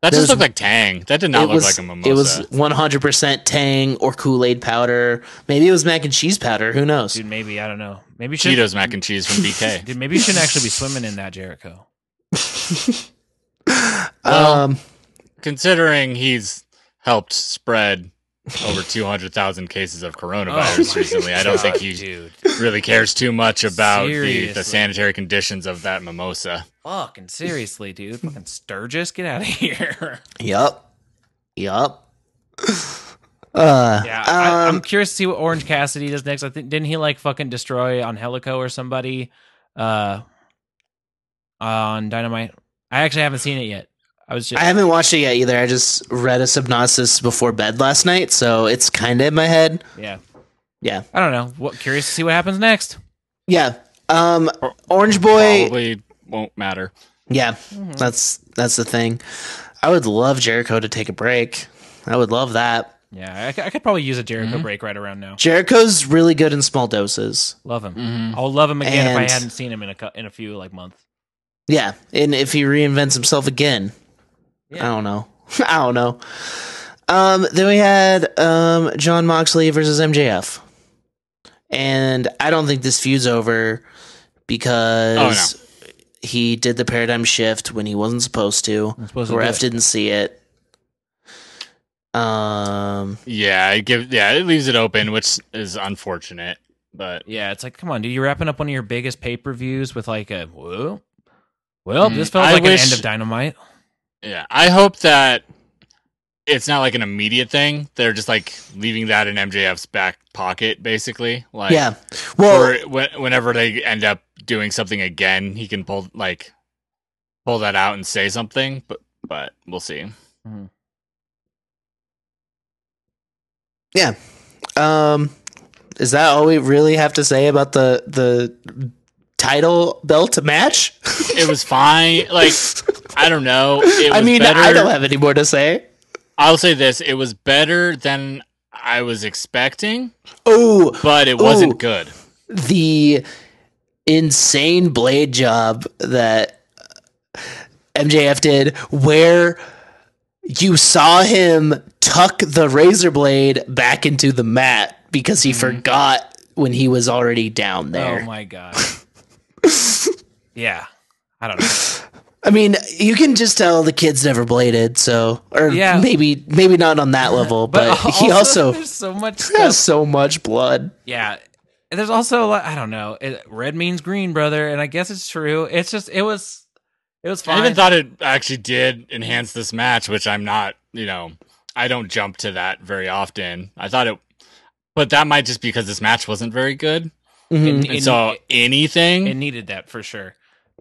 [SPEAKER 4] That
[SPEAKER 2] There's-
[SPEAKER 4] just looked like Tang. That did Mm, not
[SPEAKER 2] it
[SPEAKER 4] look
[SPEAKER 2] was
[SPEAKER 4] like a mimosa.
[SPEAKER 2] it was 100% Tang or Kool-Aid powder. Maybe it was mac and cheese powder, who knows.
[SPEAKER 3] Dude, maybe I don't know. Maybe you should.
[SPEAKER 4] Cheetos mac and
[SPEAKER 3] *laughs*
[SPEAKER 4] cheese from BK.
[SPEAKER 3] Dude, maybe you shouldn't actually be swimming in that
[SPEAKER 4] *laughs*
[SPEAKER 3] Jericho.
[SPEAKER 2] um
[SPEAKER 4] Considering he's helped spread
[SPEAKER 3] *laughs*
[SPEAKER 4] over 200,000 cases of coronavirus
[SPEAKER 3] Oh my *laughs*
[SPEAKER 4] recently, Oh, I don't think
[SPEAKER 3] God,
[SPEAKER 4] he
[SPEAKER 3] dude.
[SPEAKER 4] really cares too much about the,
[SPEAKER 3] Seriously.
[SPEAKER 4] the sanitary conditions of that mimosa.
[SPEAKER 3] Fucking seriously, dude. Fucking Sturgis, get out of here. *laughs*
[SPEAKER 2] yup. Yup. *sighs* Uh, um,
[SPEAKER 3] Yeah, I, I'm curious to see what Orange Cassidy does next. I think didn't he like fucking destroy on Helico or somebody uh, on Dynamite? I actually haven't seen it yet. I was just
[SPEAKER 2] I haven't watched it yet either. I just read a synopsis before bed last night, so it's kind of in my head.
[SPEAKER 3] yeah.
[SPEAKER 2] Yeah,
[SPEAKER 3] I don't know. What curious to see what happens next.
[SPEAKER 2] yeah. Um, Orange Boy.
[SPEAKER 4] Probably won't matter.
[SPEAKER 2] Yeah, that's that's the thing. I would love Jericho to take a break. I would love that.
[SPEAKER 3] Yeah, I, c- I could probably use a Jericho break right around now.
[SPEAKER 2] Jericho's really good in small doses.
[SPEAKER 3] Love him. I'll love him again if
[SPEAKER 2] And-
[SPEAKER 3] I hadn't seen him in a cou- in a few like months.
[SPEAKER 2] Yeah, and if he reinvents himself again, I don't know. *laughs* I don't know. Um, then we had um, John Moxley versus MJF, and I don't think this feud's over because he did the paradigm shift when he wasn't supposed to.
[SPEAKER 3] supposed to do
[SPEAKER 2] Ref
[SPEAKER 3] it.
[SPEAKER 2] didn't see it. Um,
[SPEAKER 4] Yeah, I give. Yeah, it leaves it open, which is unfortunate. But
[SPEAKER 3] Yeah, it's like, come on, dude, you're wrapping up one of your biggest pay per views with like a whoa. Well,
[SPEAKER 4] Mm,
[SPEAKER 3] this felt
[SPEAKER 4] I
[SPEAKER 3] like
[SPEAKER 4] wish-
[SPEAKER 3] an end of
[SPEAKER 4] *laughs*
[SPEAKER 3] dynamite.
[SPEAKER 4] yeah, I hope that it's not like an immediate thing. They're just like leaving that in MJF's back pocket, basically. Like,
[SPEAKER 2] yeah. Well,
[SPEAKER 4] or wh- whenever they end up doing something again, he can pull like pull that out and say something. But but we'll see.
[SPEAKER 2] Yeah. Um is that all we really have to say about the the title belt match?
[SPEAKER 4] It was fine. Like
[SPEAKER 2] *laughs*
[SPEAKER 4] I don't know. It
[SPEAKER 2] I
[SPEAKER 4] was
[SPEAKER 2] mean,
[SPEAKER 4] better.
[SPEAKER 2] I don't have any more to say.
[SPEAKER 4] I'll say this: it was better than I was expecting,
[SPEAKER 2] Oh,
[SPEAKER 4] but it
[SPEAKER 2] Ooh.
[SPEAKER 4] wasn't good.
[SPEAKER 2] the insane blade job that MJF did where you saw him tuck the razor blade back into the mat because he forgot when he was already down there.
[SPEAKER 3] Oh my
[SPEAKER 4] *laughs*
[SPEAKER 3] god. yeah, I don't know.
[SPEAKER 2] I mean, you can just tell the kid's never bladed, so or
[SPEAKER 3] Yeah.
[SPEAKER 2] maybe maybe not on that level,
[SPEAKER 3] *laughs*
[SPEAKER 2] but, he also *laughs*
[SPEAKER 3] there's so
[SPEAKER 4] *laughs*
[SPEAKER 3] much
[SPEAKER 2] has
[SPEAKER 3] stuff.
[SPEAKER 2] so much blood.
[SPEAKER 3] Yeah, And there's also a lot, I don't know. It, red means green, brother, and I guess it's true. It's just it was it was fine.
[SPEAKER 4] I even thought it actually did enhance this match, which I'm not. You know, I don't jump to that very often. I thought it, but that might just because this match wasn't very good.
[SPEAKER 2] Mm-hmm.
[SPEAKER 3] It-
[SPEAKER 4] And
[SPEAKER 3] it-
[SPEAKER 4] so anything,
[SPEAKER 3] it needed that for sure.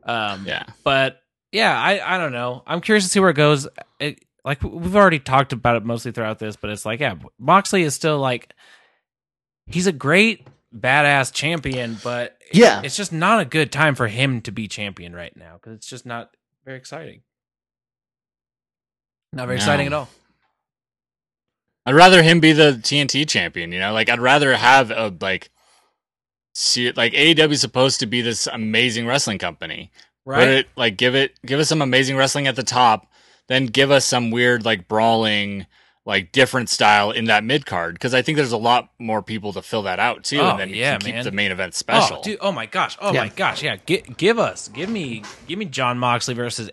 [SPEAKER 3] Um,
[SPEAKER 4] yeah.
[SPEAKER 3] but yeah, I I don't know. I'm curious to see where it goes. It, like we've already talked about it mostly throughout this, but it's like yeah, Moxley is still like he's a great badass champion, but it-
[SPEAKER 2] Yeah.
[SPEAKER 3] it's just not a good time for him to be champion right now because it's just not very exciting. Not very
[SPEAKER 4] No.
[SPEAKER 3] exciting at all.
[SPEAKER 4] I'd rather him be the TNT champion, you know? Like I'd rather have a like see like AEW's supposed to be this amazing wrestling company. Put
[SPEAKER 3] Right?
[SPEAKER 4] it like give it give us some amazing wrestling at the top, then give us some weird like brawling like different style in that mid card because I think there's a lot more people to fill that out too,
[SPEAKER 3] Oh,
[SPEAKER 4] and then you
[SPEAKER 3] yeah,
[SPEAKER 4] can keep
[SPEAKER 3] man.
[SPEAKER 4] the main event special.
[SPEAKER 3] Oh, dude, oh my gosh. Oh
[SPEAKER 2] Yeah.
[SPEAKER 3] my gosh. Yeah. Gi- give us. Give me give me John Moxley versus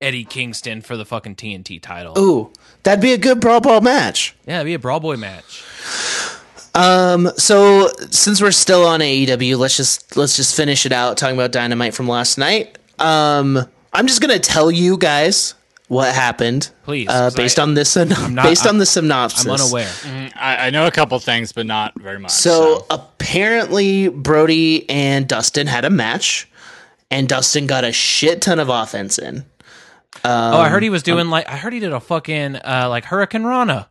[SPEAKER 3] Eddie Kingston for the fucking TNT title.
[SPEAKER 2] Ooh, that'd be a good brawl ball match.
[SPEAKER 3] Yeah, it'd be a Brawl Boy match.
[SPEAKER 2] Um, so since we're still on AEW, let's just let's just finish it out talking about Dynamite from last night. Um, I'm just gonna tell you guys what happened,
[SPEAKER 3] Please,
[SPEAKER 2] uh,
[SPEAKER 3] 'cause
[SPEAKER 2] based
[SPEAKER 3] I-
[SPEAKER 2] on this
[SPEAKER 3] not-
[SPEAKER 2] based on
[SPEAKER 3] I'm-
[SPEAKER 2] the synopsis.
[SPEAKER 3] I'm unaware.
[SPEAKER 4] I, I know a couple things, but not very much.
[SPEAKER 2] So, apparently, Brody and Dustin had a match, and Dustin got a shit ton of offense in.
[SPEAKER 3] oh, I heard he was doing like I heard he did a fucking uh like Hurricane Rana.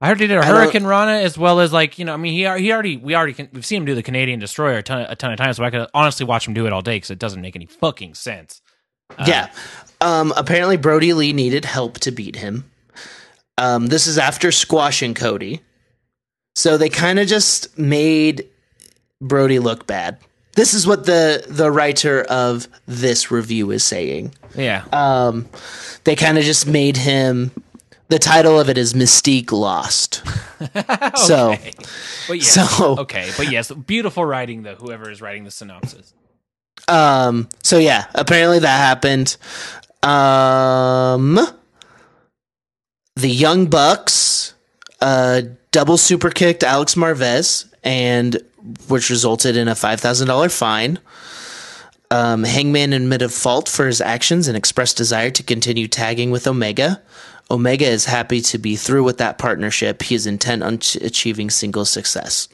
[SPEAKER 3] I heard he did a
[SPEAKER 2] don't-
[SPEAKER 3] Hurricane Rana as well as like you know I mean he al- he already we already can, we've seen him do the Canadian Destroyer a ton a ton of times so I could honestly watch him do it all day because it doesn't make any fucking sense.
[SPEAKER 2] yeah. Um, apparently, Brody Lee needed help to beat him. Um, this is after squashing Cody. So they kind of just made Brody look bad. This is what the the writer of this review is saying.
[SPEAKER 3] Yeah,
[SPEAKER 2] Um, they kind of just made him. The title of it is Mystique Lost. So.
[SPEAKER 3] but yes,
[SPEAKER 2] so-
[SPEAKER 3] okay, but yes, beautiful writing though. Whoever is writing the synopsis,
[SPEAKER 2] Um. So yeah, apparently that happened. Um. The Young Bucks uh, double super kicked Alex Marvez, and which resulted in a five thousand dollar fine. Um, Hangman admitted fault for his actions and expressed desire to continue tagging with Omega. Omega is happy to be through with that partnership. He is intent on ch- achieving single success.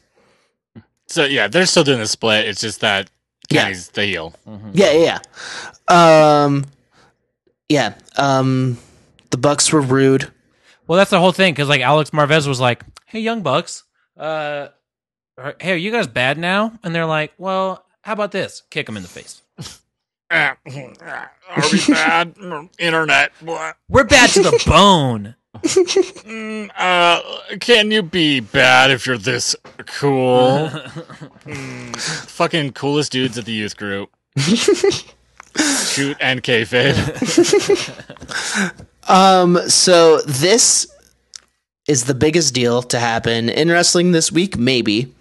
[SPEAKER 4] so yeah, they're still doing the split. It's just that
[SPEAKER 2] Yeah.
[SPEAKER 3] *coughs*
[SPEAKER 4] Kenny's the heel.
[SPEAKER 2] Yeah, yeah, yeah. Um, yeah, um, the Bucks were rude.
[SPEAKER 3] Well, that's the whole thing because like Alex Marvez was like, "Hey, young bucks, uh, are- hey, are you guys bad now?" And they're like, "Well, how about this? Kick them in the face.
[SPEAKER 4] Are we
[SPEAKER 2] *laughs*
[SPEAKER 4] bad? Internet. What?
[SPEAKER 3] We're bad to
[SPEAKER 4] *laughs*
[SPEAKER 3] the bone."
[SPEAKER 4] Mm, uh, can you be bad if you're this cool? Mm, fucking coolest dudes at the youth group. Shoot and kayfabe.
[SPEAKER 2] Um, so this is the biggest deal to happen in wrestling this week, maybe.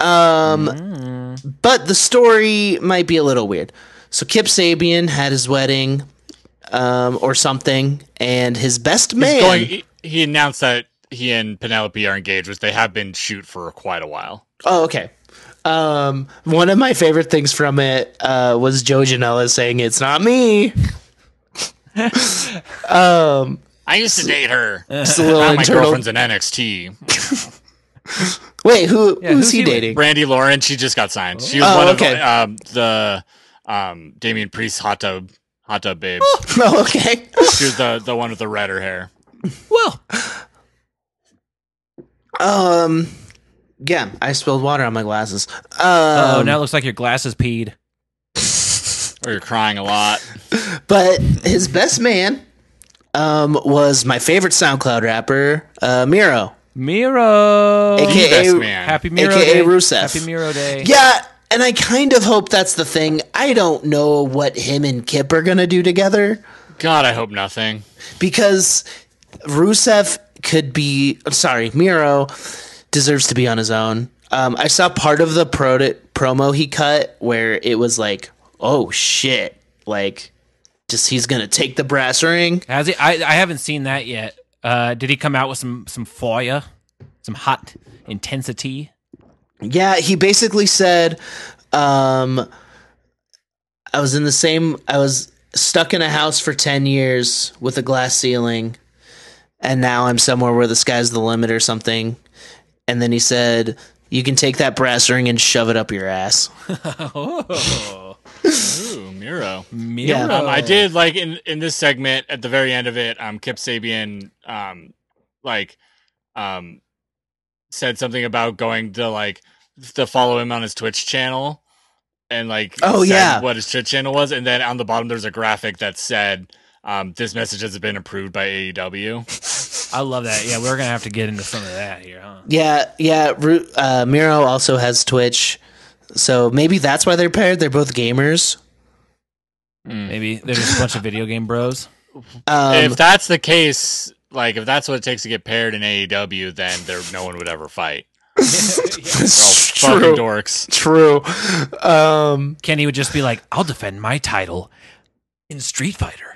[SPEAKER 2] Um,
[SPEAKER 4] Mm.
[SPEAKER 2] but the story might be a little weird. So Kip Sabian had his wedding, um, or something, and his best man.
[SPEAKER 4] He's going. He, he announced that he and Penelope are engaged, which they have been shoot for quite a while.
[SPEAKER 2] Oh, okay. Um, one of my favorite things from it uh, was Joe Janela saying, "It's not me."
[SPEAKER 4] I used to date her.
[SPEAKER 2] Just
[SPEAKER 4] *laughs*
[SPEAKER 2] a little
[SPEAKER 4] Now my
[SPEAKER 2] internal.
[SPEAKER 4] girlfriend's in NXT.
[SPEAKER 2] Wait, who who's,
[SPEAKER 3] who's
[SPEAKER 2] he,
[SPEAKER 3] he with?
[SPEAKER 2] dating?
[SPEAKER 4] Brandy Lauren. She just got signed. She was
[SPEAKER 2] Oh,
[SPEAKER 4] one
[SPEAKER 2] okay.
[SPEAKER 4] of um, the um, Damien Priest hot tub hot tub babes.
[SPEAKER 2] *laughs* Oh, okay.
[SPEAKER 4] she was the the one with the redder hair.
[SPEAKER 3] well,
[SPEAKER 2] um, yeah, I spilled water on my glasses. Um,
[SPEAKER 3] oh, now it looks like your glasses peed.
[SPEAKER 4] Or you're crying a lot.
[SPEAKER 2] But his best man um, was my favorite SoundCloud rapper, uh, Miro,
[SPEAKER 3] Miro,
[SPEAKER 2] aka
[SPEAKER 4] Best man.
[SPEAKER 3] happy Miro
[SPEAKER 2] AKA
[SPEAKER 3] day.
[SPEAKER 2] Rusev.
[SPEAKER 3] Happy Miro day.
[SPEAKER 2] yeah. And I kind of hope that's the thing. I don't know what him and Kip are gonna do together
[SPEAKER 4] God, I hope nothing.
[SPEAKER 2] because Rusev could be. I'm Sorry, Miro deserves to be on his own. Um, I saw part of the proto- promo he cut where it was like, "Oh shit!" Like, just he's gonna take the brass ring.
[SPEAKER 3] Has he? I, I haven't seen that yet. Uh, did he come out with some some fire, some hot intensity?
[SPEAKER 2] Yeah, he basically said, um, I was in the same, I was stuck in a house for 10 years with a glass ceiling, and now I'm somewhere where the sky's the limit or something. And then he said, You can take that brass ring and shove it up your ass.
[SPEAKER 3] Oh,
[SPEAKER 4] Ooh, Miro.
[SPEAKER 3] Miro.
[SPEAKER 2] Oh.
[SPEAKER 4] Um, I did like in in this segment at the very end of it. Um, Kip Sabian, um, like, um, said something about going to like to follow him on his Twitch channel, and like,
[SPEAKER 2] Oh,
[SPEAKER 4] said
[SPEAKER 2] yeah.
[SPEAKER 4] what his Twitch channel was, and then on the bottom there's a graphic that said, um, this message has been approved by E AEW.
[SPEAKER 3] I love that. Yeah, we're gonna have to get into some of that here, huh?
[SPEAKER 2] Yeah, yeah. Ru- Uh, Miro also has Twitch. So maybe that's why they're paired. They're both gamers.
[SPEAKER 3] Maybe there's just a bunch of video game *laughs* bros.
[SPEAKER 2] Um, *laughs*
[SPEAKER 4] if that's the case, like, if that's what it takes to get paired in AEW, then there no one would ever fight. They're all
[SPEAKER 2] *laughs*
[SPEAKER 4] fucking
[SPEAKER 2] true.
[SPEAKER 4] dorks.
[SPEAKER 2] True. Um,
[SPEAKER 3] Kenny would just be like, "I'll defend my title in Street Fighter."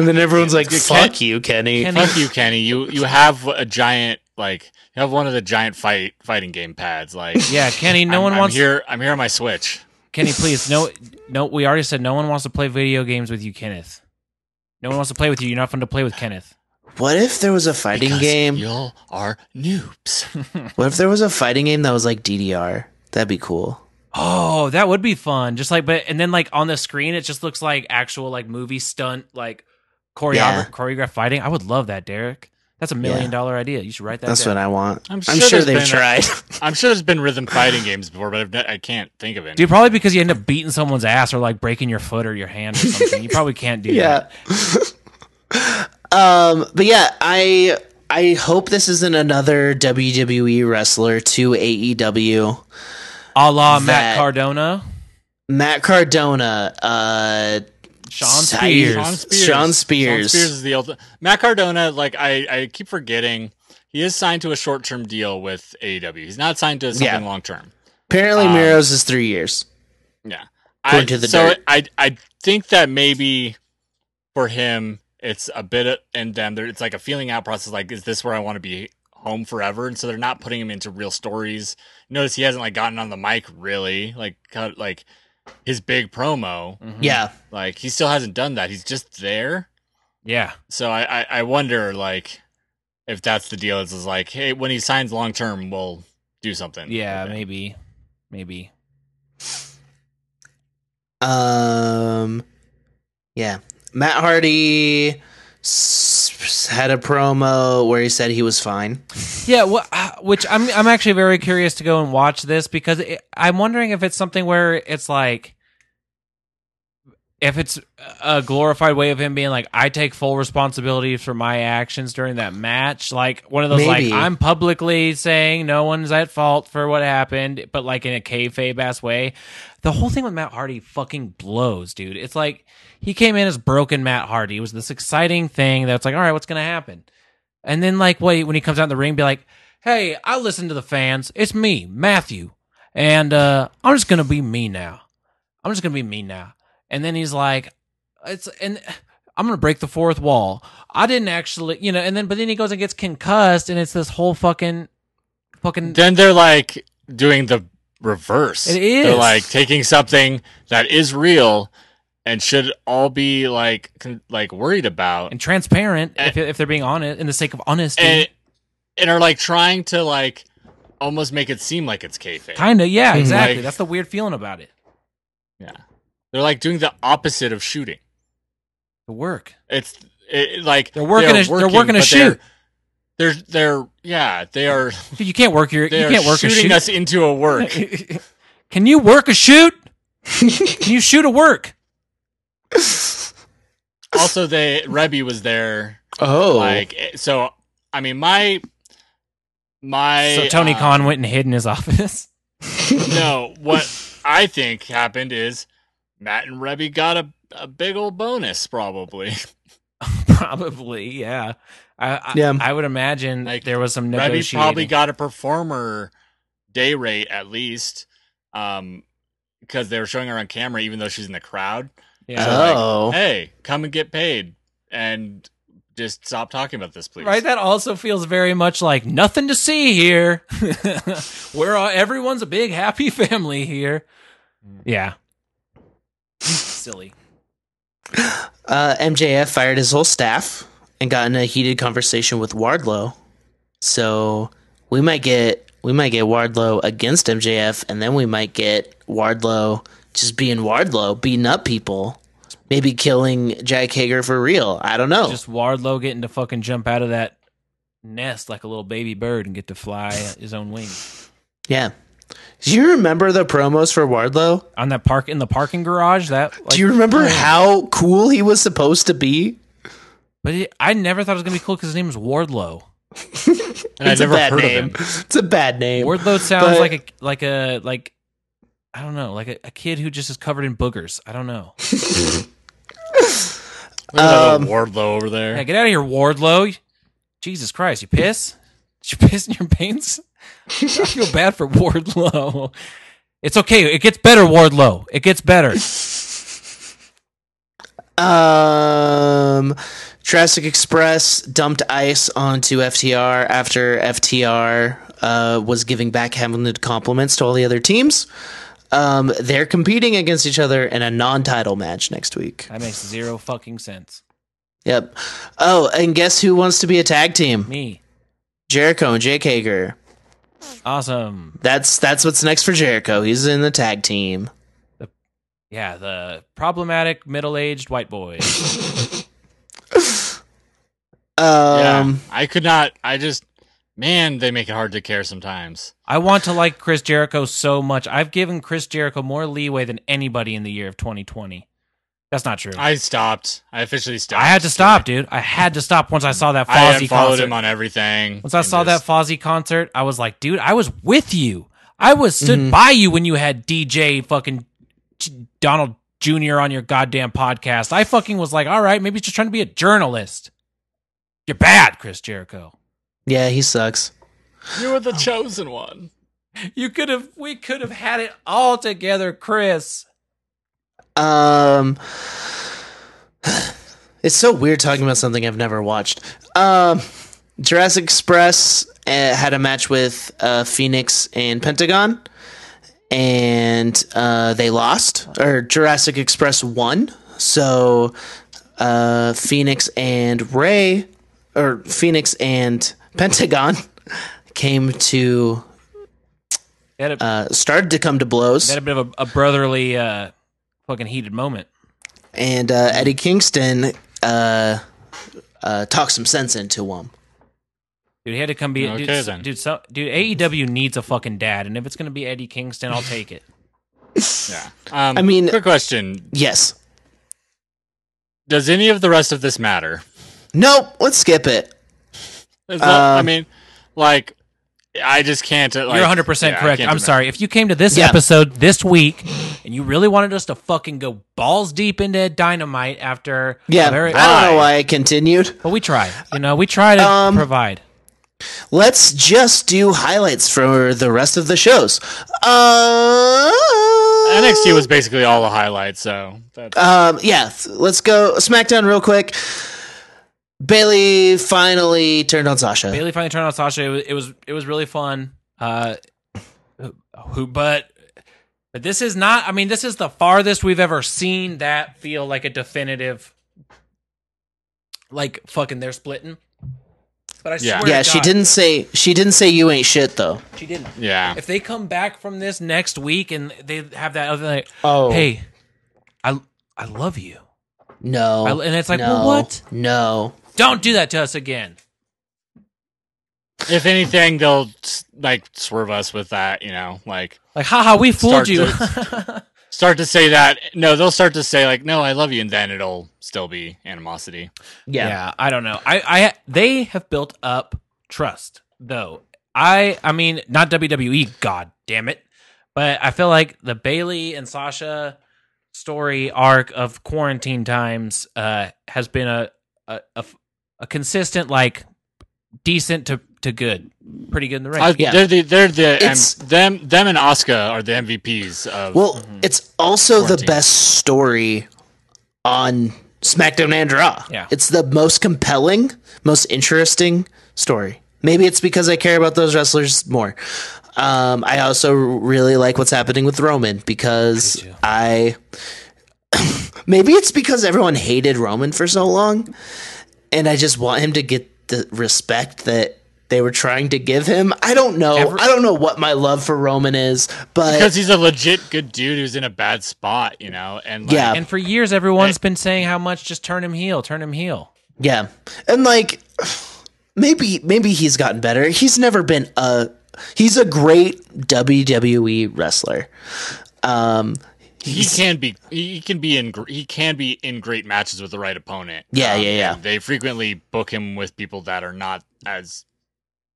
[SPEAKER 2] And then everyone's like,
[SPEAKER 4] Ken-
[SPEAKER 2] "Fuck you, Kenny."
[SPEAKER 3] Kenny,
[SPEAKER 4] Fuck you, Kenny. You you have a giant like you have one of the giant fight fighting game pads. Like
[SPEAKER 3] yeah, Kenny. No
[SPEAKER 4] I'm-
[SPEAKER 3] one
[SPEAKER 4] I'm
[SPEAKER 3] wants.
[SPEAKER 4] here. I'm here on my Switch.
[SPEAKER 3] Kenny, please. *laughs* No, no. We already said no one wants to play video games with you, Kenneth. No one wants to play with you. You're not fun to play with, Kenneth.
[SPEAKER 2] What if there was a fighting
[SPEAKER 4] Because
[SPEAKER 2] game?
[SPEAKER 4] Y'all are noobs.
[SPEAKER 2] What if there was a fighting game that was like DDR? That'd be cool.
[SPEAKER 3] Oh, that would be fun. Just like, but and then like on the screen, it just looks like actual like movie stunt like choreograph
[SPEAKER 2] Yeah.
[SPEAKER 3] choreographed fighting. I would love that, Derek. That's a million
[SPEAKER 2] Yeah.
[SPEAKER 3] dollar idea. You should write that.
[SPEAKER 2] That's
[SPEAKER 3] down.
[SPEAKER 2] what I want.
[SPEAKER 4] I'm
[SPEAKER 2] I'm
[SPEAKER 4] sure
[SPEAKER 2] sure,
[SPEAKER 4] there's
[SPEAKER 2] they've
[SPEAKER 4] been a-
[SPEAKER 2] tried.
[SPEAKER 4] *laughs*
[SPEAKER 2] *laughs*
[SPEAKER 4] I'm sure there's been rhythm fighting games before, but I've ne- I can't think of any.
[SPEAKER 3] Dude, probably because you end up beating someone's ass or like breaking your foot or your hand or something. You probably
[SPEAKER 2] *laughs*
[SPEAKER 3] can't do that.
[SPEAKER 2] um, but yeah, I I hope this isn't another WWE wrestler to E AEW.
[SPEAKER 3] A la Matt
[SPEAKER 2] That-
[SPEAKER 3] Cardona,
[SPEAKER 2] Matt Cardona, uh,
[SPEAKER 3] Sean
[SPEAKER 2] Size.
[SPEAKER 3] Spears.
[SPEAKER 4] Sean Spears.
[SPEAKER 2] Sean Spears.
[SPEAKER 4] Sean Spears is the old Matt Cardona. Like I, I keep forgetting he is signed to a short term deal with AEW. He's not signed to something
[SPEAKER 2] Yeah.
[SPEAKER 4] long term.
[SPEAKER 2] apparently
[SPEAKER 4] Um,
[SPEAKER 2] Miro's is three years.
[SPEAKER 4] Yeah.
[SPEAKER 2] Going
[SPEAKER 4] I,
[SPEAKER 2] to the
[SPEAKER 4] so
[SPEAKER 2] dirt.
[SPEAKER 4] I I think that maybe for him it's a bit of, and them there it's like a feeling out process like is this where I want to be home forever and so they're not putting him into real stories. Notice he hasn't like gotten on the mic really like cut like his big promo
[SPEAKER 3] Mhm.
[SPEAKER 2] Yeah,
[SPEAKER 4] like he still hasn't done that. He's just there.
[SPEAKER 3] Yeah.
[SPEAKER 4] So I I, I wonder like if that's the deal is is like hey when he signs long term we'll do something.
[SPEAKER 3] Yeah,
[SPEAKER 4] with it.
[SPEAKER 3] maybe. Maybe.
[SPEAKER 2] um, Yeah. Matt Hardy s- had a promo where he said he was
[SPEAKER 4] *laughs*
[SPEAKER 2] fine.
[SPEAKER 3] Yeah, wha- uh, which I'm I'm actually very curious to go and watch this because it, I'm wondering if it's something where it's like if it's a glorified way of him being like I take full responsibility for my actions during that match, like one of those
[SPEAKER 2] Maybe.
[SPEAKER 3] like I'm publicly saying no one's at fault for what happened, but like in a kayfabe ass way. The whole thing with Matt Hardy fucking blows, dude. It's like he came in as broken Matt Hardy. It was this exciting thing that's like, all right, what's gonna happen? And then like wait, when he comes out in the ring, be like, Hey, I listen to the fans. It's me, Matthew. And uh I'm just gonna be me now. I'm just gonna be me now. And then he's like, It's and I'm gonna break the fourth wall. I didn't actually you know, and then but then he goes and gets concussed and it's this whole fucking fucking
[SPEAKER 4] Then they're like doing the reverse.
[SPEAKER 3] It is.
[SPEAKER 4] They're like taking something that is real and should all be like con- like worried about
[SPEAKER 3] and transparent if, if they're being honest in the sake of honesty.
[SPEAKER 4] and and are like trying to like almost make it seem like it's kayfabe.
[SPEAKER 3] Kinda, yeah, exactly.
[SPEAKER 4] Mm-hmm. Like-
[SPEAKER 3] That's the weird feeling about it.
[SPEAKER 4] yeah, they're like doing the opposite of shooting.
[SPEAKER 3] The
[SPEAKER 4] *laughs*
[SPEAKER 3] work.
[SPEAKER 4] It's it, like
[SPEAKER 3] They're working a- they're working a
[SPEAKER 4] but they're-
[SPEAKER 3] shoot.
[SPEAKER 4] They're, they're yeah they are
[SPEAKER 3] Dude, you can't work your you
[SPEAKER 4] they are
[SPEAKER 3] can't work a
[SPEAKER 4] shooting
[SPEAKER 3] shoot.
[SPEAKER 4] us into
[SPEAKER 3] *laughs*
[SPEAKER 4] a work.
[SPEAKER 3] Can you work a shoot? Can you shoot a work?
[SPEAKER 4] also, they Rebby was there
[SPEAKER 2] Oh.
[SPEAKER 4] like eh, so. I mean my my
[SPEAKER 3] so Tony
[SPEAKER 4] uh,
[SPEAKER 3] Khan went and hid in his *laughs* office.
[SPEAKER 4] *laughs* no, what I think happened is Matt and Rebby got a, a big old bonus, probably. *laughs*
[SPEAKER 3] probably, yeah. I, I,
[SPEAKER 2] Yeah.
[SPEAKER 3] I would imagine
[SPEAKER 4] Like,
[SPEAKER 3] there was some
[SPEAKER 4] Rebby
[SPEAKER 3] negotiating.
[SPEAKER 4] probably got a performer day rate at least, um, because they were showing her on camera, even though she's in the crowd.
[SPEAKER 3] yeah.
[SPEAKER 4] So, like,
[SPEAKER 2] Oh.
[SPEAKER 4] hey, come and get paid, and just stop talking about this, please.
[SPEAKER 3] Right, that also feels very much like nothing to see here. *laughs* We're all, everyone's a big happy *laughs* family here. Yeah, silly.
[SPEAKER 2] Uh, MJF fired his whole staff and got in a heated conversation with Wardlow. So we might get we might get Wardlow against MJF, and then we might get Wardlow just being Wardlow, beating up people, maybe killing Jack Hager for real. I don't know.
[SPEAKER 3] Just Wardlow getting to fucking jump out of that nest like a little baby bird and get to fly his own wings
[SPEAKER 2] yeah. Do you remember the promos for Wardlow?
[SPEAKER 3] on that park in the parking garage. That like,
[SPEAKER 2] Do you remember how cool he was supposed to be?
[SPEAKER 3] But it, I never thought it was gonna be cool because his name is Wardlow.
[SPEAKER 4] And I
[SPEAKER 2] It's a
[SPEAKER 4] never
[SPEAKER 2] bad
[SPEAKER 4] heard
[SPEAKER 2] name.
[SPEAKER 4] of him.
[SPEAKER 2] It's a bad name.
[SPEAKER 3] Wardlow sounds
[SPEAKER 2] But-
[SPEAKER 3] like a like a like I don't know, like a, a kid who just is covered in boogers. I don't know.
[SPEAKER 4] Look at
[SPEAKER 3] Um,
[SPEAKER 4] that little Wardlow over there.
[SPEAKER 3] Yeah, get out of here, Wardlow. Jesus Christ, you piss? *laughs* Did you piss in your pants? I feel bad for Wardlow. It's okay. It gets better, Wardlow. It gets better.
[SPEAKER 2] Um, Jurassic Express dumped ice onto FTR after FTR uh, was giving backhanded compliments to all the other teams. Um, they're competing against each other in a non-title match next week.
[SPEAKER 3] That makes zero fucking sense.
[SPEAKER 2] Yep. Oh, and guess who wants to be a tag team?
[SPEAKER 3] Me.
[SPEAKER 2] Jericho and Jake Hager.
[SPEAKER 3] Awesome.
[SPEAKER 2] That's that's what's next for Jericho. He's in the tag team.
[SPEAKER 3] Yeah, the problematic middle aged white boy.
[SPEAKER 2] Um,
[SPEAKER 4] Yeah, I could not. I just, man, they make it hard to care sometimes.
[SPEAKER 3] I want to like Chris Jericho so much. I've given Chris Jericho more leeway than anybody in the year of 2020. That's not true. I,
[SPEAKER 4] I stopped. I officially stopped.
[SPEAKER 3] had to stop, dude. I had to stop once I saw that
[SPEAKER 4] I
[SPEAKER 3] Fozzy
[SPEAKER 4] unfollowed
[SPEAKER 3] concert.
[SPEAKER 4] him on everything.
[SPEAKER 3] once I
[SPEAKER 4] and
[SPEAKER 3] saw
[SPEAKER 4] just-
[SPEAKER 3] that Fozzy concert, I was like, dude, I was with you. I was stood by you when you had DJ fucking J- Donald Jr. on your goddamn podcast. I fucking was like, all right, maybe he's just trying to be a journalist. You're bad, Chris Jericho.
[SPEAKER 2] yeah, he sucks.
[SPEAKER 4] You were the chosen one.
[SPEAKER 3] You could have, we could have had it all together, Chris.
[SPEAKER 2] Um, *sighs* it's so weird talking about something I've never watched. Um, Jurassic Express uh, had a match with uh, Phoenix and Pentagon, and uh, they lost. Or Jurassic Express won. So uh, Phoenix and Ray, or Phoenix and *laughs* Pentagon, came to
[SPEAKER 3] They had a,
[SPEAKER 2] uh, started to come to blows.
[SPEAKER 3] They had a bit of a, a brotherly, uh, fucking heated moment.
[SPEAKER 2] and uh, Eddie Kingston uh, uh, talks some sense into him.
[SPEAKER 3] Dude, he had to come be
[SPEAKER 4] Okay,
[SPEAKER 3] dude, s-
[SPEAKER 4] then.
[SPEAKER 3] dude, so, dude, AEW needs a fucking dad, and if it's gonna be Eddie Kingston, I'll take it.
[SPEAKER 4] Yeah. Um,
[SPEAKER 2] I mean-
[SPEAKER 4] quick question:
[SPEAKER 2] Yes.
[SPEAKER 4] Does any of the rest of this matter?
[SPEAKER 2] Nope. Let's skip it.
[SPEAKER 4] Is that- I
[SPEAKER 2] Um,
[SPEAKER 4] mean, like, I just can't. uh, Like,
[SPEAKER 3] You're 100 percent
[SPEAKER 4] yeah, I
[SPEAKER 3] correct.
[SPEAKER 4] can't
[SPEAKER 3] I'm
[SPEAKER 4] do that.
[SPEAKER 3] sorry if you came to this
[SPEAKER 2] Yeah.
[SPEAKER 3] episode this week and you really wanted us to fucking go balls deep into Dynamite after
[SPEAKER 2] Yeah.
[SPEAKER 3] Very-
[SPEAKER 2] Um, I don't know why I continued.
[SPEAKER 3] but we try. You know, we try to
[SPEAKER 2] Um,
[SPEAKER 3] provide.
[SPEAKER 2] Let's just do highlights for the rest of the shows. Uh,
[SPEAKER 4] NXT was basically all the highlights, so that's,
[SPEAKER 2] Um, yeah, th- let's go SmackDown real quick. Bailey finally turned on Sasha.
[SPEAKER 3] Bailey finally turned on Sasha. It was it was, it was really fun. Uh, who but but this is not. I mean, this is the farthest we've ever seen that feel like a definitive, like fucking they're splitting. But I
[SPEAKER 4] Yeah.
[SPEAKER 3] swear,
[SPEAKER 2] yeah,
[SPEAKER 3] to
[SPEAKER 2] she
[SPEAKER 3] God,
[SPEAKER 2] didn't say she didn't say you ain't shit though.
[SPEAKER 3] She didn't.
[SPEAKER 4] yeah.
[SPEAKER 3] If they come back from this next week and they have that other like,
[SPEAKER 2] Oh
[SPEAKER 3] hey, I I love you.
[SPEAKER 2] no,
[SPEAKER 3] I- and it's like,
[SPEAKER 2] no,
[SPEAKER 3] well, what?
[SPEAKER 2] No,
[SPEAKER 3] Don't do that to us again.
[SPEAKER 4] If anything, they'll like swerve us with that, you know, like
[SPEAKER 3] Like, haha, we fooled
[SPEAKER 4] Start
[SPEAKER 3] you. *laughs*
[SPEAKER 4] start to say that. No, they'll start to say like, "No, I love you," and then it'll still be animosity.
[SPEAKER 2] yeah,
[SPEAKER 3] I don't know. I, I, they have built up trust though. I, I mean, not WWE, god damn it, but I feel like the Bailey and Sasha story arc of quarantine times uh, has been a a, a f- a consistent like decent to to good, pretty good in the ring.
[SPEAKER 4] I-
[SPEAKER 2] Yeah.
[SPEAKER 4] They're the they're the um,
[SPEAKER 2] It's-
[SPEAKER 4] them them and Oscar are the MVPs of. mm-hmm.
[SPEAKER 2] Well, it's also the
[SPEAKER 4] Quarantine.
[SPEAKER 2] best story on SmackDown and Raw.
[SPEAKER 3] Yeah.
[SPEAKER 2] It's the most compelling, most interesting story. Maybe it's because I care about those wrestlers more. Um, I also really like what's happening with Roman because I. *coughs* maybe it's because everyone hated Roman for so long, and I just want him to get the respect that they were trying to give him. I don't know. I don't know what my love for Roman is, but
[SPEAKER 4] because he's a legit good dude who's in a bad spot, you know, and like,
[SPEAKER 2] Yeah.
[SPEAKER 3] and for years, everyone's been saying how much just turn him heel, turn him heel.
[SPEAKER 2] Yeah. And like maybe maybe he's gotten better. He's never been a he's a great WWE wrestler. Um
[SPEAKER 4] he can be he can be in gr- he can be in great matches with the right opponent.
[SPEAKER 2] Yeah,
[SPEAKER 4] Um,
[SPEAKER 2] yeah, yeah.
[SPEAKER 4] and They frequently book him with people that are not as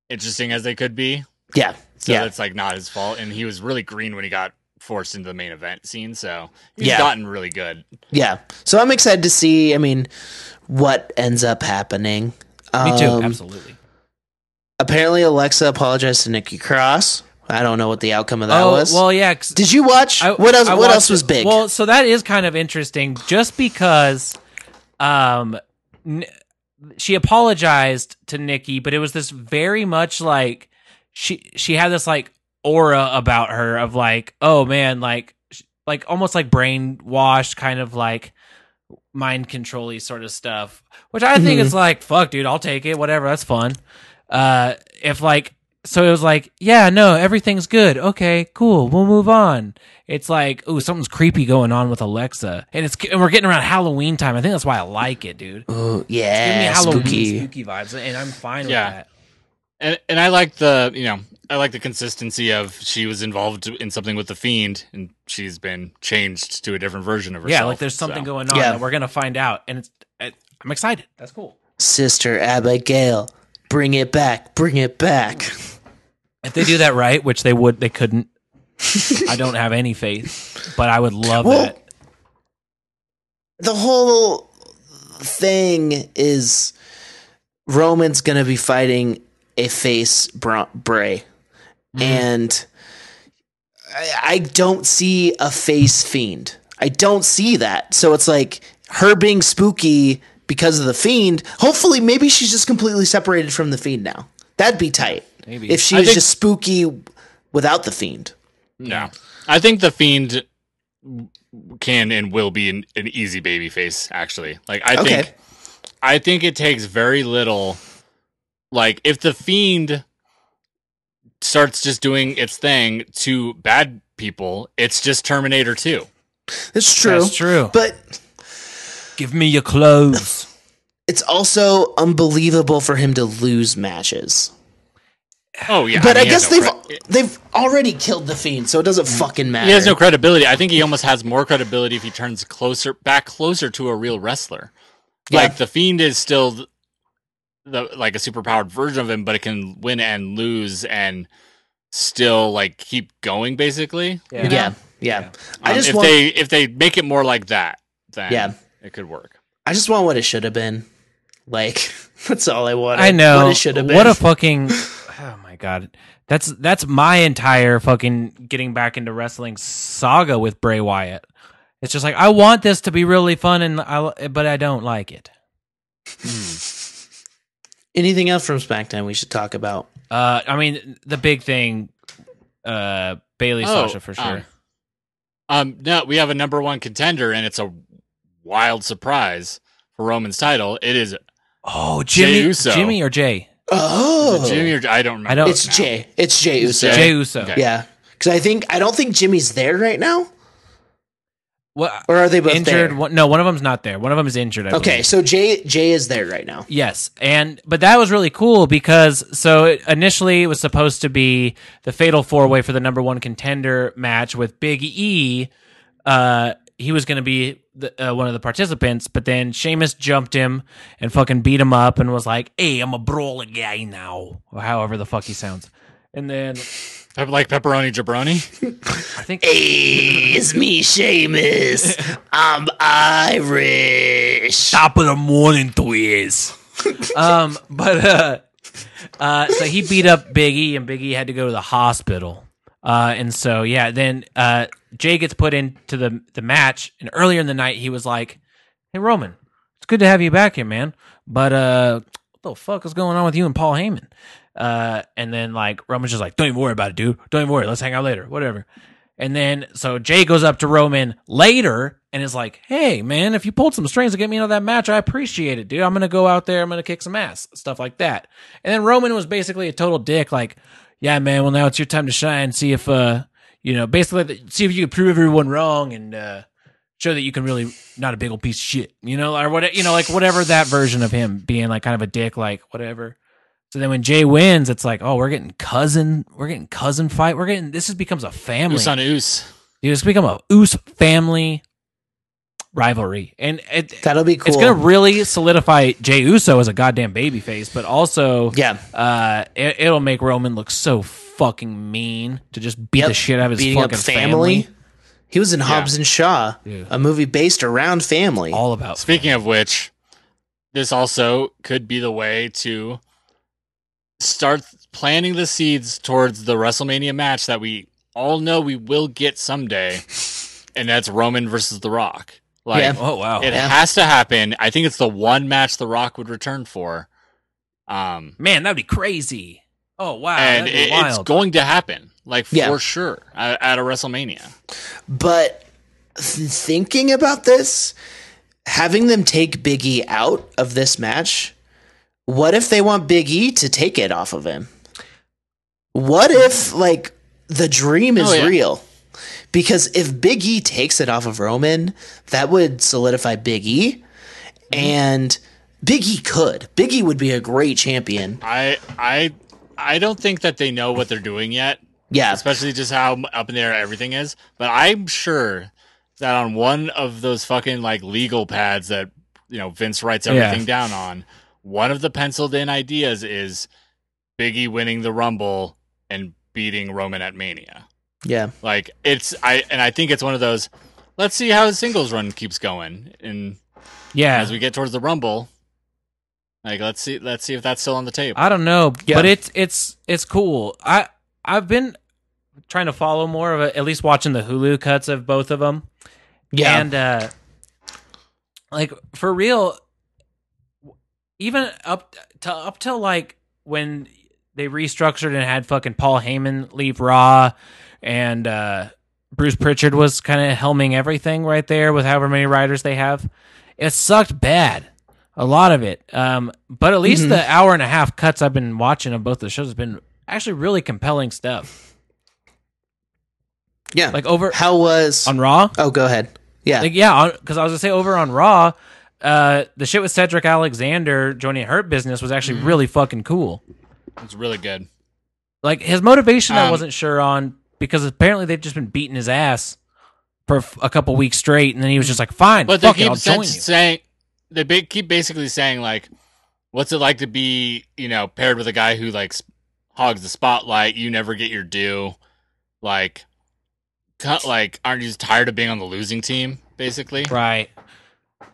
[SPEAKER 4] interesting as they could be.
[SPEAKER 2] yeah.
[SPEAKER 4] So
[SPEAKER 2] yeah.
[SPEAKER 4] that's like not his fault. And he was really green when he got forced into the main event scene. So he's
[SPEAKER 2] Yeah.
[SPEAKER 4] gotten really good.
[SPEAKER 2] Yeah. So I'm excited to see, I mean, what ends up happening.
[SPEAKER 3] Me too,
[SPEAKER 2] Um,
[SPEAKER 3] absolutely.
[SPEAKER 2] Apparently Alexa apologized to Nikki Cross. I don't know what the outcome of that
[SPEAKER 3] Oh
[SPEAKER 2] was.
[SPEAKER 3] well, yeah. 'cause-
[SPEAKER 2] Did you watch
[SPEAKER 3] I-
[SPEAKER 2] what else
[SPEAKER 3] I
[SPEAKER 2] what
[SPEAKER 3] watched
[SPEAKER 2] else was
[SPEAKER 3] it.
[SPEAKER 2] big?
[SPEAKER 3] Well, so that is kind of interesting, just because, um, n- she apologized to Nikki, but it was this very much like she she had this like aura about her of like, oh man, like sh- like almost like brainwashed kind of like mind controlly sort of stuff, which I
[SPEAKER 2] Mm-hmm.
[SPEAKER 3] think is like, fuck, dude, I'll take it, whatever, that's fun. Uh, if like, so it was like, yeah, no, everything's good, okay, cool, we'll move on. It's like, ooh, something's creepy going on with Alexa, and it's and we're getting around Halloween time. I think that's why I like it, dude.
[SPEAKER 2] Ooh,
[SPEAKER 3] Give me
[SPEAKER 2] yeah.
[SPEAKER 3] Halloween
[SPEAKER 2] Spooky.
[SPEAKER 3] spooky vibes, and I'm fine
[SPEAKER 4] Yeah.
[SPEAKER 3] with that.
[SPEAKER 4] And and I like the you know, I like the consistency of she was involved in something with the fiend and she's been changed to a different version of herself.
[SPEAKER 3] yeah, like there's something
[SPEAKER 4] So,
[SPEAKER 3] going on
[SPEAKER 2] Yeah.
[SPEAKER 3] that we're gonna find out, and it's I- I'm excited. That's cool.
[SPEAKER 2] Sister Abigail. Bring it back. Bring it back.
[SPEAKER 3] If they do that right, which they would, they couldn't. I don't have any faith, but I would love
[SPEAKER 2] Well,
[SPEAKER 3] that.
[SPEAKER 2] the whole thing is Roman's going to be fighting a face Bra- Bray.
[SPEAKER 4] Mm-hmm.
[SPEAKER 2] And I, I don't see a face fiend. I don't see that. So it's like her being spooky because of the fiend. Hopefully, maybe she's just completely separated from the fiend now. That'd be tight.
[SPEAKER 3] Maybe.
[SPEAKER 2] If she
[SPEAKER 4] I
[SPEAKER 2] was
[SPEAKER 4] think-
[SPEAKER 2] just spooky without the fiend.
[SPEAKER 4] No. I think the fiend can and will be an, an easy baby face, actually. Like I
[SPEAKER 2] Okay.
[SPEAKER 4] think I think it takes very little like if the fiend starts just doing its thing
[SPEAKER 2] *sighs*
[SPEAKER 4] to bad people, it's just Terminator 2.
[SPEAKER 2] It's true.
[SPEAKER 3] That's true.
[SPEAKER 2] But
[SPEAKER 3] Give me your clothes.
[SPEAKER 2] It's also unbelievable for him to lose matches.
[SPEAKER 4] Oh yeah,
[SPEAKER 2] But I,
[SPEAKER 4] mean, he has
[SPEAKER 2] guess
[SPEAKER 4] no
[SPEAKER 2] they've
[SPEAKER 4] cre-
[SPEAKER 2] they've already killed the fiend, so it doesn't fucking matter.
[SPEAKER 4] he has no credibility. I think he almost has more credibility if he turns closer back closer to a real wrestler.
[SPEAKER 2] Yeah.
[SPEAKER 4] Like the fiend is still th- the like a superpowered version of him, but it can win and lose and still like keep going. Basically,
[SPEAKER 2] yeah, yeah. I
[SPEAKER 4] Um,
[SPEAKER 2] just
[SPEAKER 4] if
[SPEAKER 2] want
[SPEAKER 4] they if they make it more like that, then
[SPEAKER 2] Yeah.
[SPEAKER 4] it could work.
[SPEAKER 2] I just want what it should have been. Like *laughs* that's all I want.
[SPEAKER 3] I know.
[SPEAKER 2] what it should have been.
[SPEAKER 3] What a fucking. Oh my god. That's that's my entire fucking getting back into wrestling saga with Bray Wyatt. It's just like I want this to be really fun, and I but I don't like it.
[SPEAKER 2] Anything else from SmackDown we should talk about?
[SPEAKER 3] Uh, I mean the big thing, uh, Bailey
[SPEAKER 4] Oh,
[SPEAKER 3] Sasha for sure.
[SPEAKER 4] um, Um, no, we have a number one contender, and it's a wild surprise for Roman's title. It is
[SPEAKER 3] oh,
[SPEAKER 4] Jey
[SPEAKER 3] Jimmy,
[SPEAKER 4] Uso.
[SPEAKER 3] Jimmy or Jay,
[SPEAKER 2] Oh,
[SPEAKER 4] Junior. I don't remember.
[SPEAKER 3] I don't-
[SPEAKER 2] it's Jay. It's Jay Uso.
[SPEAKER 4] Jay.
[SPEAKER 3] Jey Uso.
[SPEAKER 4] Okay.
[SPEAKER 2] Yeah, because I think I don't think Jimmy's there right now,
[SPEAKER 3] What
[SPEAKER 2] or are they both
[SPEAKER 3] injured?
[SPEAKER 2] There?
[SPEAKER 3] One, no, one of them's not there. One of them is injured. I believe.
[SPEAKER 2] Okay, so Jay Jay is there right now.
[SPEAKER 3] Yes, and but that was really cool because so it, initially it was supposed to be the fatal four way for the number one contender match with Big E. Uh, he was going to be the, uh, one of the participants, but then Sheamus jumped him and fucking beat him up and was like, "Hey, I'm a brawler guy now," or however the fuck he sounds. And then
[SPEAKER 4] Pep- like pepperoni jabroni.
[SPEAKER 3] I think
[SPEAKER 2] Hey, it's me, Seamus. I'm Irish.
[SPEAKER 3] top of the morning to is. um, but uh, uh, so he beat up Big E, and Big E had to go to the hospital. Uh, and so yeah, then uh, Jay gets put into the the match, and earlier in the night he was like, "Hey Roman, it's good to have you back here, man. But uh, what the fuck is going on with you and Paul Heyman?" Uh, and then like Roman's just like, "Don't even worry about it, dude. Don't even worry. Let's hang out later. Whatever." And then so Jay goes up to Roman later and is like, "Hey man, if you pulled some strings to get me into that match, I appreciate it, dude. I'm gonna go out there, I'm gonna kick some ass, stuff like that." And then Roman was basically a total dick, like, "Yeah man, well now it's your time to shine. See if uh, you know, basically th- see if you can prove everyone wrong and uh, show that you can really not a big old piece of shit, you know, or what you know, like whatever that version of him being like kind of a dick, like whatever." So then when Jay wins, it's like, oh, we're getting cousin, we're getting cousin fight, we're getting this is becomes a family.
[SPEAKER 4] Oos on oos.
[SPEAKER 3] Dude, it's become a Oos family rivalry, and it,
[SPEAKER 2] That'll be cool.
[SPEAKER 3] it's going to really solidify Jay Uso as a goddamn babyface, but also
[SPEAKER 2] yeah,
[SPEAKER 3] uh, it, it'll make Roman look so fucking mean to just beat
[SPEAKER 2] Yep.
[SPEAKER 3] the shit out of his
[SPEAKER 2] beating up
[SPEAKER 3] fucking
[SPEAKER 2] family.
[SPEAKER 3] family.
[SPEAKER 2] He was in Hobbs and Shaw,
[SPEAKER 3] Yeah.
[SPEAKER 2] a movie based around family.
[SPEAKER 3] All about
[SPEAKER 4] Speaking of which, this also could be the way to start planting the seeds towards the WrestleMania match that we all know we will
[SPEAKER 3] *laughs*
[SPEAKER 4] get someday, and that's Roman versus The Rock. Like
[SPEAKER 2] Yeah.
[SPEAKER 3] oh wow,
[SPEAKER 4] it
[SPEAKER 2] yeah.
[SPEAKER 4] has to happen. I think it's the one match The Rock would return for. Um,
[SPEAKER 3] man, that'd be crazy. Oh wow,
[SPEAKER 4] and
[SPEAKER 3] that'd be
[SPEAKER 4] it- it's
[SPEAKER 3] wild.
[SPEAKER 4] going to happen, like
[SPEAKER 2] Yeah.
[SPEAKER 4] for sure, at, at a WrestleMania.
[SPEAKER 2] But th- thinking about this, having them take Big E out of this match, what if they want Big E to take it off of him? What if, like, the dream is
[SPEAKER 4] Oh, yeah.
[SPEAKER 2] real? Because if Big E takes it off of Roman, that would solidify Big E.
[SPEAKER 4] Mm-hmm.
[SPEAKER 2] And Big E could. Big E would be a great champion.
[SPEAKER 4] I I I don't think that they know what they're doing yet,
[SPEAKER 2] Yeah.
[SPEAKER 4] especially just how m- up in the air everything is. But I'm sure that on one of those fucking like legal pads that you know Vince writes
[SPEAKER 3] Yeah.
[SPEAKER 4] everything down on, one of the penciled in ideas is Biggie winning the Rumble and beating Roman at Mania.
[SPEAKER 2] Yeah.
[SPEAKER 4] Like it's I and I think it's one of those. Let's see how his singles run keeps going, and
[SPEAKER 3] yeah,
[SPEAKER 4] as we get towards the Rumble, like let's see let's see if that's still on the table.
[SPEAKER 3] I don't know,
[SPEAKER 2] Yeah.
[SPEAKER 3] but it's it's it's cool. I I've been trying to follow more of a, at least watching the Hulu cuts of both of them.
[SPEAKER 2] Yeah.
[SPEAKER 3] And uh like for real even up to up till like when they restructured and had fucking Paul Heyman leave Raw and uh Bruce Pritchard was kind of helming everything right there with however many writers they have. It sucked bad. A lot of it. Um but at least the hour and a half cuts I've been watching of both the shows has been actually really compelling stuff.
[SPEAKER 2] yeah.
[SPEAKER 3] Like over
[SPEAKER 2] How was.
[SPEAKER 3] on Raw?
[SPEAKER 2] oh, go ahead. Yeah.
[SPEAKER 3] Like yeah, because I was gonna say over on Raw, uh, the shit with Cedric Alexander joining Hurt Business was actually
[SPEAKER 4] Mm-hmm.
[SPEAKER 3] really fucking cool.
[SPEAKER 4] It's really good.
[SPEAKER 3] Like his motivation, I
[SPEAKER 4] Um,
[SPEAKER 3] wasn't sure on because apparently they've just been beating his ass for f- a couple weeks straight, and then he was just like, "Fine,
[SPEAKER 4] But they
[SPEAKER 3] fuck it, I'll
[SPEAKER 4] keep
[SPEAKER 3] join you."
[SPEAKER 4] sen- saying they ba- keep basically saying like, "What's it like to be you know paired with a guy who like s- hogs the spotlight? You never get your due. Like, cut. Like, aren't you just tired of being on the losing team? Basically,
[SPEAKER 3] Right.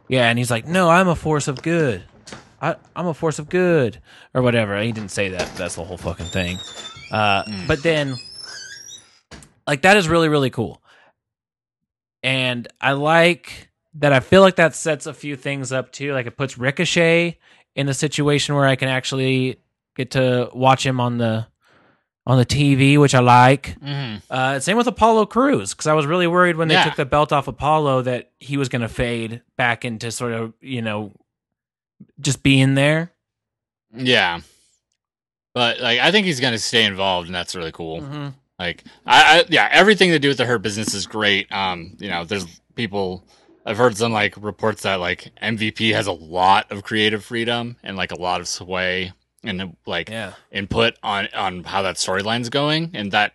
[SPEAKER 3] Yeah, and he's like, "No, I'm a force of good. I, I'm a force of good, or whatever." He didn't say that. But that's the whole fucking thing. Uh, But then, like, that is really really cool, and I like that. I feel like that sets a few things up too. Like, it puts Ricochet in a situation where I can actually get to watch him on the on the TV, which I like.
[SPEAKER 4] Mm-hmm.
[SPEAKER 3] Uh, same with Apollo Cruz, because I was really worried when they
[SPEAKER 4] Yeah.
[SPEAKER 3] took the belt off Apollo that he was going to fade back into sort of you know just being there.
[SPEAKER 4] Yeah. But like I think he's gonna stay involved and that's really cool. Like I, I yeah, everything to do with the hurt business is great. Um, you know, there's people I've heard some like reports that like MVP has a lot of creative freedom and like a lot of sway and like
[SPEAKER 3] Yeah,
[SPEAKER 4] input on on how that storyline's going and that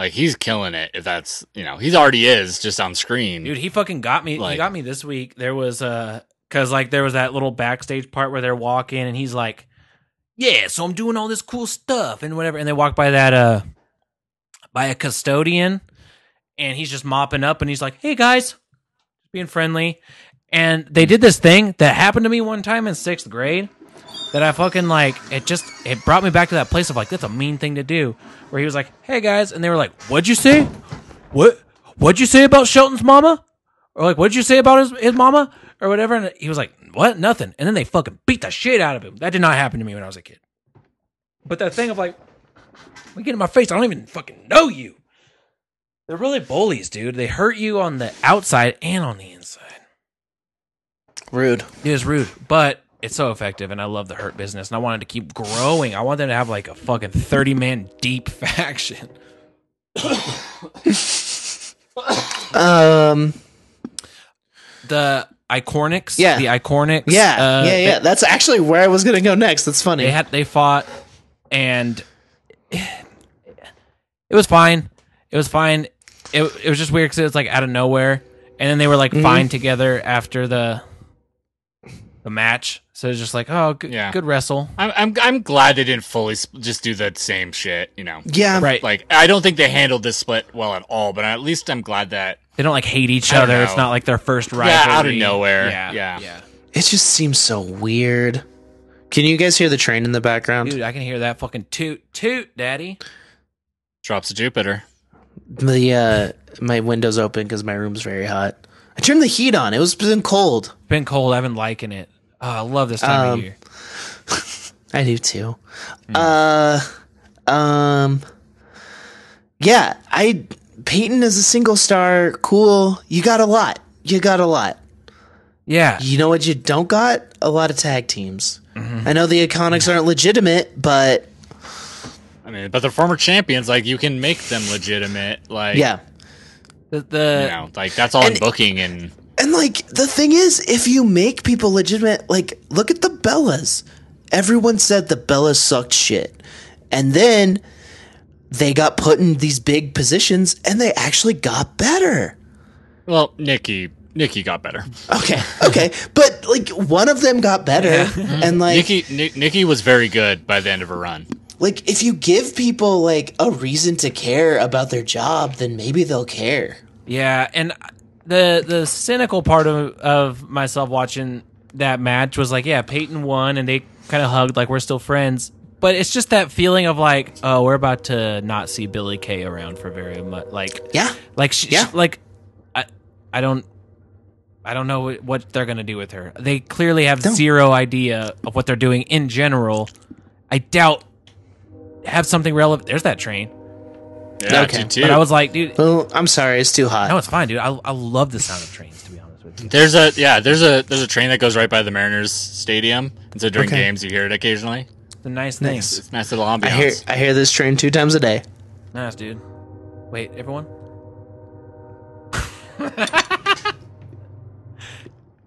[SPEAKER 4] like he's killing it if that's you know, he's already is just on screen.
[SPEAKER 3] dude, he fucking got me. he
[SPEAKER 4] Like-
[SPEAKER 3] got me this week. There was uh, cause like there was that little backstage part where they're walking, and he's like, "Yeah, so I'm doing all this cool stuff and whatever." And they walk by that uh, by a custodian, and he's just mopping up, and he's like, "Hey guys, being friendly. And they did this thing that happened to me one time in sixth grade that I fucking like. It just it brought me back to that place of like that's a mean thing to do. Where he was like, "Hey guys," and they were like, "What'd you say? What What'd you say about Shelton's mama?" Or like, "What'd you say about his his mama?" Or whatever. And he was like, "What? Nothing." And then they fucking beat the shit out of him. That did not happen to me when I was a kid. But that thing of like, we get in my face. I don't even fucking know you. They're really bullies, dude. They hurt you on the outside and on the inside.
[SPEAKER 2] Rude.
[SPEAKER 3] It is rude, but it's so effective, and I love the hurt business, and I wanted to keep growing. I want them to have like a fucking thirty man deep *laughs* faction.
[SPEAKER 2] Um.
[SPEAKER 3] The iconics,
[SPEAKER 2] Yeah.
[SPEAKER 3] the iconics,
[SPEAKER 2] Yeah.
[SPEAKER 3] uh,
[SPEAKER 2] yeah. Yeah. That's actually where I was gonna go next. That's funny.
[SPEAKER 3] They had they fought, and it was fine. It was fine. It it was just weird because it was like out of nowhere, and then they were like fine together after the the match. So it's just like, oh, good,
[SPEAKER 4] Yeah.
[SPEAKER 3] good wrestle.
[SPEAKER 4] I'm, I'm I'm glad they didn't fully sp- just do that same shit, you know.
[SPEAKER 2] yeah.
[SPEAKER 3] Right.
[SPEAKER 4] like I don't think they handled this split well at all, but at least I'm glad that
[SPEAKER 3] They don't like hate each
[SPEAKER 4] I don't
[SPEAKER 3] other. It's
[SPEAKER 4] know.
[SPEAKER 3] not like their first rivalry.
[SPEAKER 4] Yeah, out of nowhere. Yeah.
[SPEAKER 2] It just seems so weird. Can you guys hear the train in the background?
[SPEAKER 3] Dude, I can hear that fucking toot toot, daddy.
[SPEAKER 4] drops of Jupiter.
[SPEAKER 2] The uh, my window's open because my room's very hot. I turned the heat on. It was been cold.
[SPEAKER 3] It's been cold. I've been liking it. Oh, I love this time
[SPEAKER 2] Um,
[SPEAKER 3] of year.
[SPEAKER 2] I do too.
[SPEAKER 3] Hmm.
[SPEAKER 2] Uh, um, yeah, I Peyton is a single star. Cool. You got a lot. You got a lot.
[SPEAKER 3] Yeah.
[SPEAKER 2] You know what you don't got? A lot of tag teams.
[SPEAKER 3] Mm-hmm.
[SPEAKER 2] I know the Iconics aren't legitimate, but
[SPEAKER 4] I mean, but the former champions, like you can make them legitimate. Like
[SPEAKER 2] yeah.
[SPEAKER 3] The,
[SPEAKER 4] you
[SPEAKER 3] the
[SPEAKER 4] know, like that's all
[SPEAKER 2] And-
[SPEAKER 4] in booking and
[SPEAKER 2] And like the thing is, if you make people legitimate, like look at the Bellas. Everyone said the Bellas sucked shit, and then they got put in these big positions, and they actually got better.
[SPEAKER 4] well, Nikki Nikki got better.
[SPEAKER 2] Okay, *laughs* okay, but like one of them got better, and like
[SPEAKER 4] Nikki Ni- Nikki was very good by the end of her run.
[SPEAKER 2] like if you give people like a reason to care about their job, then maybe they'll care.
[SPEAKER 3] yeah, and the the cynical part of of myself watching that match was like, yeah, Peyton won, and they kind of hugged like we're still friends. But it's just that feeling of like, oh, we're about to not see Billy Kay around for very much. Like,
[SPEAKER 2] Yeah,
[SPEAKER 3] Like she,
[SPEAKER 2] Yeah.
[SPEAKER 3] she- like I I don't I don't know wh- what they're going to do with her. They clearly have zero idea of what they're doing in general. I doubt have something relevant. There's that train.
[SPEAKER 4] Yeah,
[SPEAKER 2] Okay.
[SPEAKER 4] dude, too.
[SPEAKER 3] But I was like, dude,
[SPEAKER 2] well, I'm sorry, it's too hot.
[SPEAKER 3] no, it's fine, dude. I I love the sound of trains to be honest with you.
[SPEAKER 4] there's a yeah, there's a there's a train that goes right by the Mariners stadium, and so during
[SPEAKER 2] Okay.
[SPEAKER 4] games you hear it occasionally.
[SPEAKER 3] It's a nice thing.
[SPEAKER 2] Nice.
[SPEAKER 4] It's a nice little
[SPEAKER 2] I hear
[SPEAKER 4] ambiance.
[SPEAKER 2] I hear this train two times a day.
[SPEAKER 3] Nice, dude. Wait, everyone?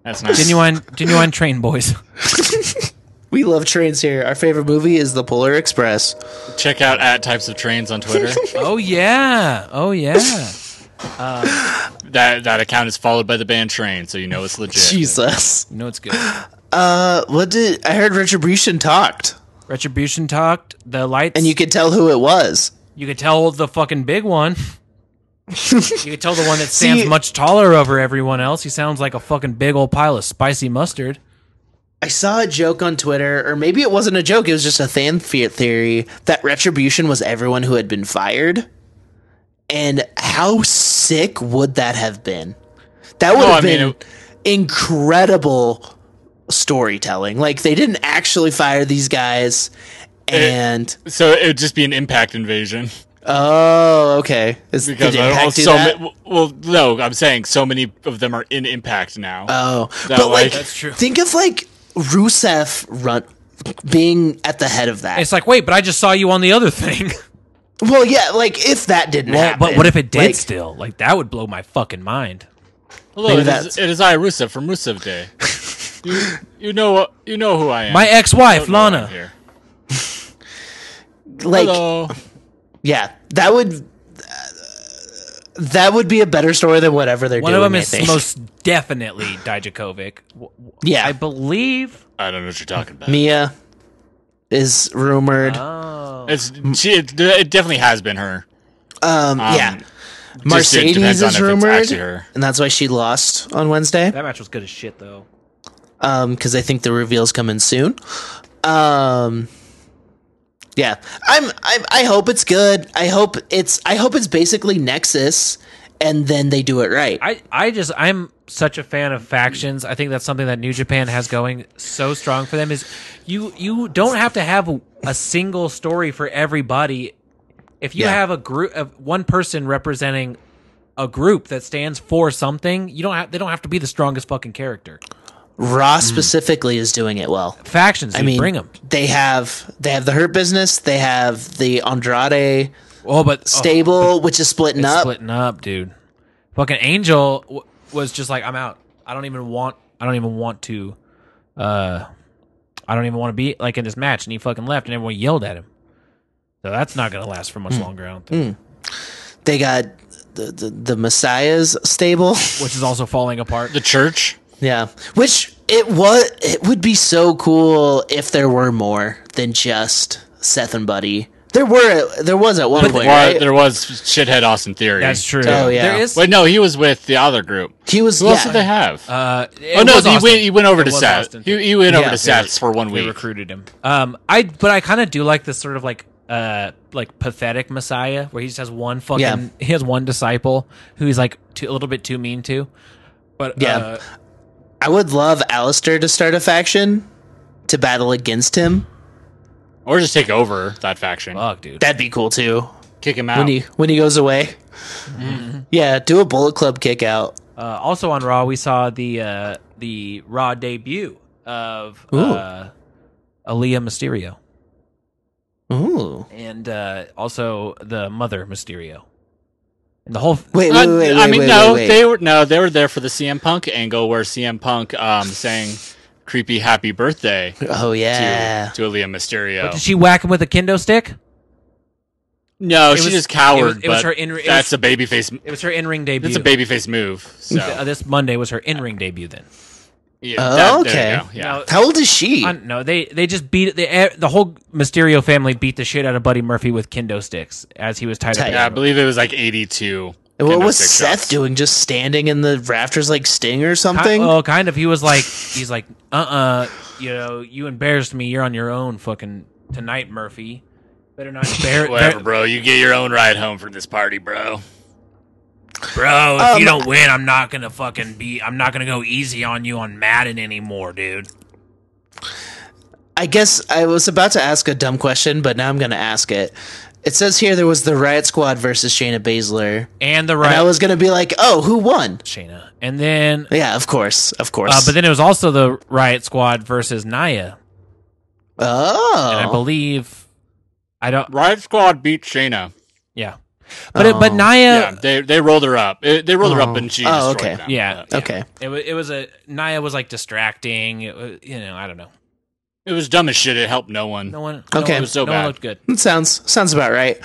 [SPEAKER 4] That's nice.
[SPEAKER 3] Genuine, genuine train boys.
[SPEAKER 2] We love trains here. Our favorite movie is The Polar Express.
[SPEAKER 4] Check out at types of trains
[SPEAKER 2] *laughs*
[SPEAKER 4] on Twitter.
[SPEAKER 3] *laughs* Oh yeah, oh yeah.
[SPEAKER 4] that that account is followed by the band Train, so you know it's legit.
[SPEAKER 2] Jesus.
[SPEAKER 3] You know it's good.
[SPEAKER 2] Uh, what did I heard? Retribution talked,
[SPEAKER 3] Retribution talked. The lights.
[SPEAKER 2] and you could tell who it was.
[SPEAKER 3] You could tell the fucking big one. you could tell the one that stands
[SPEAKER 2] See-
[SPEAKER 3] much taller over everyone else. He sounds like a fucking big old pile of spicy mustard.
[SPEAKER 2] I saw a joke on Twitter, or maybe it wasn't a joke. It was just a fan the- theory that retribution was everyone who had been fired. And how sick would that have been? That would
[SPEAKER 4] Well,
[SPEAKER 2] have
[SPEAKER 4] I mean,
[SPEAKER 2] been
[SPEAKER 4] it-
[SPEAKER 2] incredible storytelling. Like they didn't actually fire these guys, and
[SPEAKER 4] So it would just be an impact invasion
[SPEAKER 2] oh, okay, is did
[SPEAKER 4] because I-
[SPEAKER 2] Impact do
[SPEAKER 4] so
[SPEAKER 2] that?
[SPEAKER 4] ma- well, no, I'm saying so many of them are in impact now.
[SPEAKER 2] Oh,
[SPEAKER 4] That,
[SPEAKER 2] but like,
[SPEAKER 4] like- That's
[SPEAKER 3] true.
[SPEAKER 2] think of like Rusev run being at the head of that.
[SPEAKER 3] It's like, wait, but I just saw you on the other thing.
[SPEAKER 2] well, yeah, like if that didn't
[SPEAKER 3] Well,
[SPEAKER 2] happen,
[SPEAKER 3] *laughs* but what if it did
[SPEAKER 2] Like,
[SPEAKER 3] still? Like that would blow my fucking mind.
[SPEAKER 4] Hello,
[SPEAKER 2] maybe
[SPEAKER 4] it
[SPEAKER 2] that's-
[SPEAKER 4] is, it is I Rusev from Rusev Day. you you know you know who I am.
[SPEAKER 3] My
[SPEAKER 4] You
[SPEAKER 3] ex-wife
[SPEAKER 4] don't know I'm
[SPEAKER 3] Lana.
[SPEAKER 4] here.
[SPEAKER 2] like
[SPEAKER 4] Hello.
[SPEAKER 2] *laughs* yeah, that would uh, that would be a better story than whatever they're
[SPEAKER 3] One
[SPEAKER 2] doing.
[SPEAKER 3] of them
[SPEAKER 2] I
[SPEAKER 3] is
[SPEAKER 2] think.
[SPEAKER 3] most definitely Dijakovic. *laughs* W- w-
[SPEAKER 2] Yeah.
[SPEAKER 3] I believe.
[SPEAKER 4] I don't know what you're talking about.
[SPEAKER 2] Mia is rumored.
[SPEAKER 3] Oh,
[SPEAKER 4] It's she, it, it definitely has been her.
[SPEAKER 2] um,
[SPEAKER 4] Um,
[SPEAKER 2] yeah,
[SPEAKER 4] just it
[SPEAKER 2] Mercedes
[SPEAKER 4] depends on if
[SPEAKER 2] is
[SPEAKER 4] it's
[SPEAKER 2] rumored,
[SPEAKER 4] actually her.
[SPEAKER 2] and that's why she lost on Wednesday.
[SPEAKER 3] that match was good as shit though.
[SPEAKER 2] um because i think the reveal's coming soon um yeah I'm, I'm i hope it's good i hope it's i hope it's basically nexus and then they do it right
[SPEAKER 3] I, I just I'm such a fan of factions. I think that's something that New Japan has going so strong for them is you you don't have to have a, a single story for everybody. If you
[SPEAKER 2] Yeah.
[SPEAKER 3] have a group of one person representing a group that stands for something, you don't have they don't have to be the strongest fucking character.
[SPEAKER 2] raw specifically is doing it well
[SPEAKER 3] Factions,
[SPEAKER 2] i mean
[SPEAKER 3] Mm. bring them.
[SPEAKER 2] they have they have the hurt business they have the andrade
[SPEAKER 3] Oh, but
[SPEAKER 2] stable which is splitting
[SPEAKER 3] It's
[SPEAKER 2] up
[SPEAKER 3] splitting up, dude. Fucking Angel w- was just like, I'm out. I don't even want. I don't even want to. Uh, I don't even want to be like in this match, and he fucking left, and everyone yelled at him. So that's not gonna last for much
[SPEAKER 2] Hmm.
[SPEAKER 3] longer, I don't think.
[SPEAKER 2] they got the, the the messiah's stable *laughs*
[SPEAKER 3] Which is also falling apart.
[SPEAKER 4] The church.
[SPEAKER 2] Yeah, which it was. It would be so cool if there were more than just Seth and Buddy. There were. There was at one point.
[SPEAKER 4] Well,
[SPEAKER 2] right?
[SPEAKER 4] There was shithead Austin Theory.
[SPEAKER 3] That's true.
[SPEAKER 2] Oh, yeah.
[SPEAKER 3] there is.
[SPEAKER 4] Wait, no, he was with the other group.
[SPEAKER 2] he was.
[SPEAKER 4] Who else did they
[SPEAKER 2] Yeah,
[SPEAKER 4] have?
[SPEAKER 3] Uh, it
[SPEAKER 4] oh no,
[SPEAKER 3] was
[SPEAKER 4] he
[SPEAKER 3] Austin.
[SPEAKER 4] went. He went over
[SPEAKER 3] It
[SPEAKER 4] to
[SPEAKER 3] was
[SPEAKER 4] Seth.
[SPEAKER 3] Austin.
[SPEAKER 4] He, he went over
[SPEAKER 2] Yeah.
[SPEAKER 4] to Seth's for one
[SPEAKER 3] we
[SPEAKER 4] week.
[SPEAKER 3] recruited him. Um, I but I kind of do like this sort of like uh like pathetic messiah where he just has one fucking
[SPEAKER 2] Yeah.
[SPEAKER 3] he has one disciple who he's like too, a little bit too mean to. But
[SPEAKER 2] Yeah.
[SPEAKER 3] uh,
[SPEAKER 2] I would love Alistair to start a faction to battle against him.
[SPEAKER 4] or just take over that faction,
[SPEAKER 3] fuck, dude.
[SPEAKER 2] That'd be cool too.
[SPEAKER 4] kick him out.
[SPEAKER 2] When he when he goes away.
[SPEAKER 4] Mm-hmm.
[SPEAKER 2] Yeah, do a Bullet Club kick out.
[SPEAKER 3] Uh, also on Raw, we saw the uh, the Raw debut of uh, Aaliyah Mysterio
[SPEAKER 2] Ooh.
[SPEAKER 3] and uh, also the Mother Mysterio, and the whole
[SPEAKER 2] Wait, wait,
[SPEAKER 4] Uh,
[SPEAKER 2] wait, wait,
[SPEAKER 4] I mean,
[SPEAKER 2] wait, wait,
[SPEAKER 4] no,
[SPEAKER 2] wait.
[SPEAKER 4] they were no, they were there for the CM Punk angle where CM Punk um sang "Creepy Happy Birthday" to
[SPEAKER 2] Oh *laughs* yeah.
[SPEAKER 4] to Aaliyah Mysterio.
[SPEAKER 3] did she whack him with a kendo stick?
[SPEAKER 4] no,
[SPEAKER 3] It
[SPEAKER 4] she
[SPEAKER 3] was-
[SPEAKER 4] just cowered.
[SPEAKER 3] it was- it was
[SPEAKER 4] but
[SPEAKER 3] her in- it
[SPEAKER 4] that's
[SPEAKER 3] was-
[SPEAKER 4] a baby face.
[SPEAKER 3] It was her in ring debut.
[SPEAKER 4] It's a baby face move. So
[SPEAKER 3] Uh, this Monday was her in ring debut. Then
[SPEAKER 4] yeah,
[SPEAKER 2] Oh,
[SPEAKER 4] that-
[SPEAKER 2] okay.
[SPEAKER 4] there you go, Yeah.
[SPEAKER 3] Now-
[SPEAKER 2] How old is she?
[SPEAKER 3] I don't know. They they just beat the eh, the whole Mysterio family beat the shit out of Buddy Murphy with kendo sticks as he was tied up.
[SPEAKER 2] Tight.
[SPEAKER 3] in a
[SPEAKER 4] yeah, I
[SPEAKER 3] rope.
[SPEAKER 4] believe it was like 82.
[SPEAKER 2] And what
[SPEAKER 4] Kendo
[SPEAKER 2] was
[SPEAKER 4] stick
[SPEAKER 2] Seth
[SPEAKER 4] shots.
[SPEAKER 2] doing? Just standing in the rafters like Sting or
[SPEAKER 3] Ki-
[SPEAKER 2] something?
[SPEAKER 4] oh,
[SPEAKER 3] well, oh, kind of. He was like, he's like, uh, uh you know, you embarrassed me. You're on your own, fucking tonight, Murphy. Better
[SPEAKER 4] *laughs*
[SPEAKER 3] not embarrass.
[SPEAKER 4] Whatever, bro. You get your own ride home from this party, bro.
[SPEAKER 3] bro. If you
[SPEAKER 2] Um,
[SPEAKER 3] don't win, I'm not gonna fucking be. I'm not gonna go easy on you on Madden anymore, dude.
[SPEAKER 2] I guess I was about to ask a dumb question, but now I'm going to ask it. It says here there was the Riot Squad versus Shayna Baszler.
[SPEAKER 3] And the
[SPEAKER 2] And I
[SPEAKER 3] right,
[SPEAKER 2] was going to be like, oh, who won?
[SPEAKER 3] Shayna, and then,
[SPEAKER 2] Yeah, of course. Of course.
[SPEAKER 3] uh, but then it was also the Riot Squad versus Naya,
[SPEAKER 2] oh.
[SPEAKER 4] Oh.
[SPEAKER 3] and I believe, I don't.
[SPEAKER 4] Riot Squad beat Shayna.
[SPEAKER 3] Yeah. But it, but
[SPEAKER 2] Oh.
[SPEAKER 3] Naya,
[SPEAKER 4] yeah, they they rolled her up. It- they rolled her
[SPEAKER 1] Oh.
[SPEAKER 4] up, and she.
[SPEAKER 2] Oh,
[SPEAKER 4] destroyed
[SPEAKER 2] okay.
[SPEAKER 4] them.
[SPEAKER 3] Yeah.
[SPEAKER 4] But
[SPEAKER 2] Okay.
[SPEAKER 3] it was it was a Naya was like distracting. It was, you know, I don't know.
[SPEAKER 4] It was dumb as shit. It helped no one.
[SPEAKER 3] No one.
[SPEAKER 2] Okay.
[SPEAKER 3] no
[SPEAKER 2] It
[SPEAKER 3] one,
[SPEAKER 2] was
[SPEAKER 4] so
[SPEAKER 3] no one
[SPEAKER 4] bad.
[SPEAKER 3] looked good.
[SPEAKER 2] That sounds sounds about right.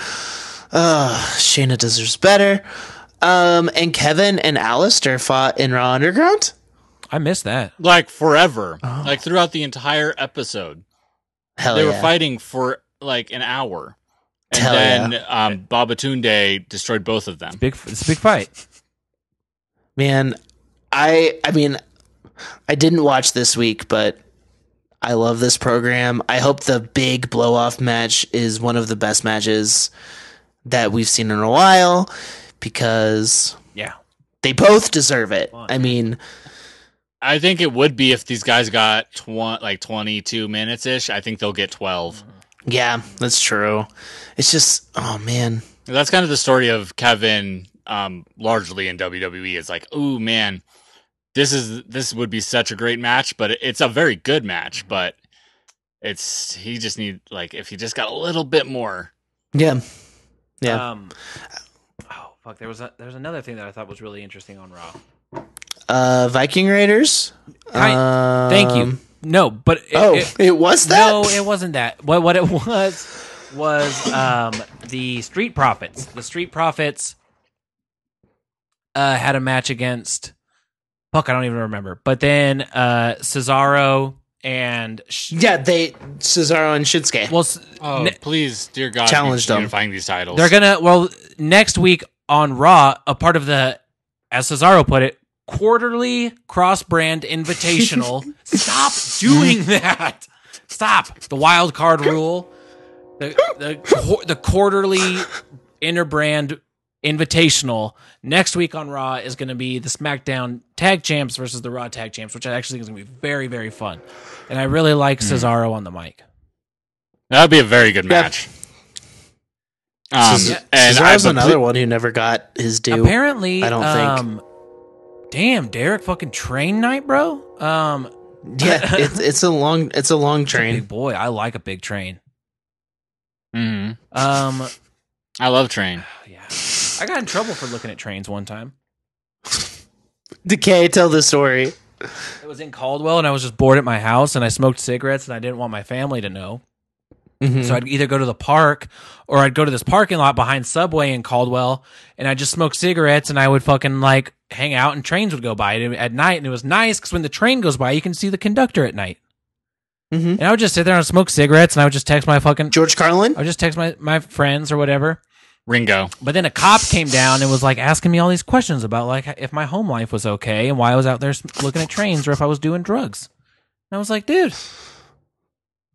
[SPEAKER 2] Uh, Shayna deserves better. Um, and Kevin and Alistair fought in Raw Underground.
[SPEAKER 3] I missed that.
[SPEAKER 4] Like forever, like throughout the entire episode,
[SPEAKER 2] Hell
[SPEAKER 4] they
[SPEAKER 2] yeah!
[SPEAKER 4] were fighting for like an hour, and
[SPEAKER 2] Hell
[SPEAKER 4] then um, Babatunde destroyed both of them.
[SPEAKER 3] Big. It's a big fight.
[SPEAKER 2] Man, I I mean, I didn't watch this week, but I love this program. I hope the big blow off match is one of the best matches that we've seen in a while because
[SPEAKER 3] Yeah.
[SPEAKER 2] they both deserve it. I mean,
[SPEAKER 4] I think it would be if these guys got tw- like twenty two minutes ish. I think they'll get twelve.
[SPEAKER 2] Mm-hmm. yeah, that's true. It's just oh man.
[SPEAKER 4] That's kind of the story of Kevin, um, largely in WWE. It's like, oh man, this is this would be such a great match, but it- it's a very good
[SPEAKER 2] Mm-hmm.
[SPEAKER 4] match, but it's he just need like if he just got a little bit more.
[SPEAKER 2] Yeah. Yeah.
[SPEAKER 3] Um, oh fuck! There was a, there was another thing that I thought was really interesting on Raw.
[SPEAKER 2] Uh Viking Raiders.
[SPEAKER 3] Hi- Thank you.
[SPEAKER 2] Um,
[SPEAKER 3] No, but it,
[SPEAKER 2] Oh,
[SPEAKER 3] it-
[SPEAKER 2] it, was that?
[SPEAKER 3] No, it wasn't that. What what it *laughs* was was um the Street Profits. The Street Profits uh had a match against fuck, I don't even remember. But then uh Cesaro and Sh-
[SPEAKER 2] Yeah, they Cesaro and Shinsuke.
[SPEAKER 3] well s-
[SPEAKER 4] Oh,
[SPEAKER 3] ne-
[SPEAKER 4] please, dear God,
[SPEAKER 2] Challenge
[SPEAKER 4] keep
[SPEAKER 2] them.
[SPEAKER 4] unifying these titles.
[SPEAKER 3] they're going to well next week on Raw, a part of the as Cesaro put it, quarterly cross-brand invitational. Stop doing that. Stop the wild card rule. The the qu- the quarterly interbrand invitational next week on Raw is going to be the SmackDown Tag Champs versus the Raw Tag Champs, which I actually think is going to be very very fun. And I really like Cesaro on the mic.
[SPEAKER 4] That'd be a very good
[SPEAKER 2] Yeah.
[SPEAKER 4] match. Um,
[SPEAKER 2] Ces-
[SPEAKER 4] and I
[SPEAKER 2] Cesaro's
[SPEAKER 4] would
[SPEAKER 2] another one who never got his due.
[SPEAKER 3] Apparently,
[SPEAKER 2] I don't think-
[SPEAKER 3] um, Damn, Derek, fucking train night, bro. Um,
[SPEAKER 2] *laughs* yeah, it's, it's a long it's a long
[SPEAKER 3] big
[SPEAKER 2] train.
[SPEAKER 3] boy, I like a big train.
[SPEAKER 4] Mhm.
[SPEAKER 3] Um, *sighs*
[SPEAKER 4] I love Train.
[SPEAKER 3] yeah, I got in trouble for looking at trains one time.
[SPEAKER 2] Decay, tell the story.
[SPEAKER 3] It was in Caldwell, and I was just bored at my house, and I smoked cigarettes, and I didn't want my family to know.
[SPEAKER 2] Mhm.
[SPEAKER 3] So I'd either go to the park or I'd go to this parking lot behind Subway in Caldwell and I'd just smoke cigarettes and I would fucking like hang out and trains would go by at- at night. And it was nice because when the train goes by, you can see the conductor at night.
[SPEAKER 2] Mhm.
[SPEAKER 3] And I would just sit there and smoke cigarettes and I would just text my fucking,
[SPEAKER 2] George Carlin.
[SPEAKER 3] I would just text my, my friends or whatever.
[SPEAKER 4] Ringo.
[SPEAKER 3] But then a cop came down and was like asking me all these questions about like if my home life was okay and why I was out there sm- looking at trains or if I was doing drugs. And I was like, dude,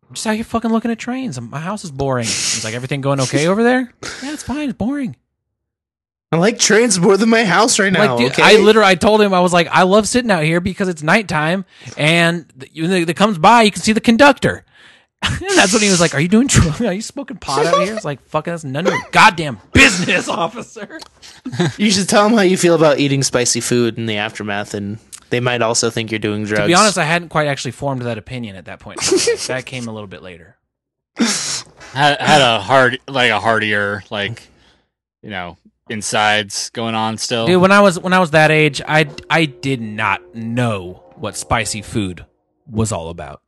[SPEAKER 3] I'm just out here fucking looking at trains. My house is boring. He's like, everything going okay over there? Yeah, it's fine. It's boring.
[SPEAKER 2] I like trains more than my house right
[SPEAKER 3] Like,
[SPEAKER 2] now.
[SPEAKER 3] dude,
[SPEAKER 2] okay?
[SPEAKER 3] I literally, I told him I was like, I love sitting out here because it's nighttime and th- you know, that comes by, you can see the conductor. *laughs* and that's when he was like, "Are you doing drugs? Are you smoking pot out here?" It's like, "Fucking, that's none of your goddamn business, officer."
[SPEAKER 2] you should tell them how you feel about eating spicy food in the aftermath, and they might also think you're doing drugs.
[SPEAKER 3] To be honest, I hadn't quite actually formed that opinion at that point.
[SPEAKER 2] *laughs*
[SPEAKER 3] that came a little bit later.
[SPEAKER 4] had, had a hard like a hardier like you know insides going on
[SPEAKER 2] Oh.
[SPEAKER 4] still
[SPEAKER 3] Dude, when I was when I was that age, I I did not know what spicy food was all about.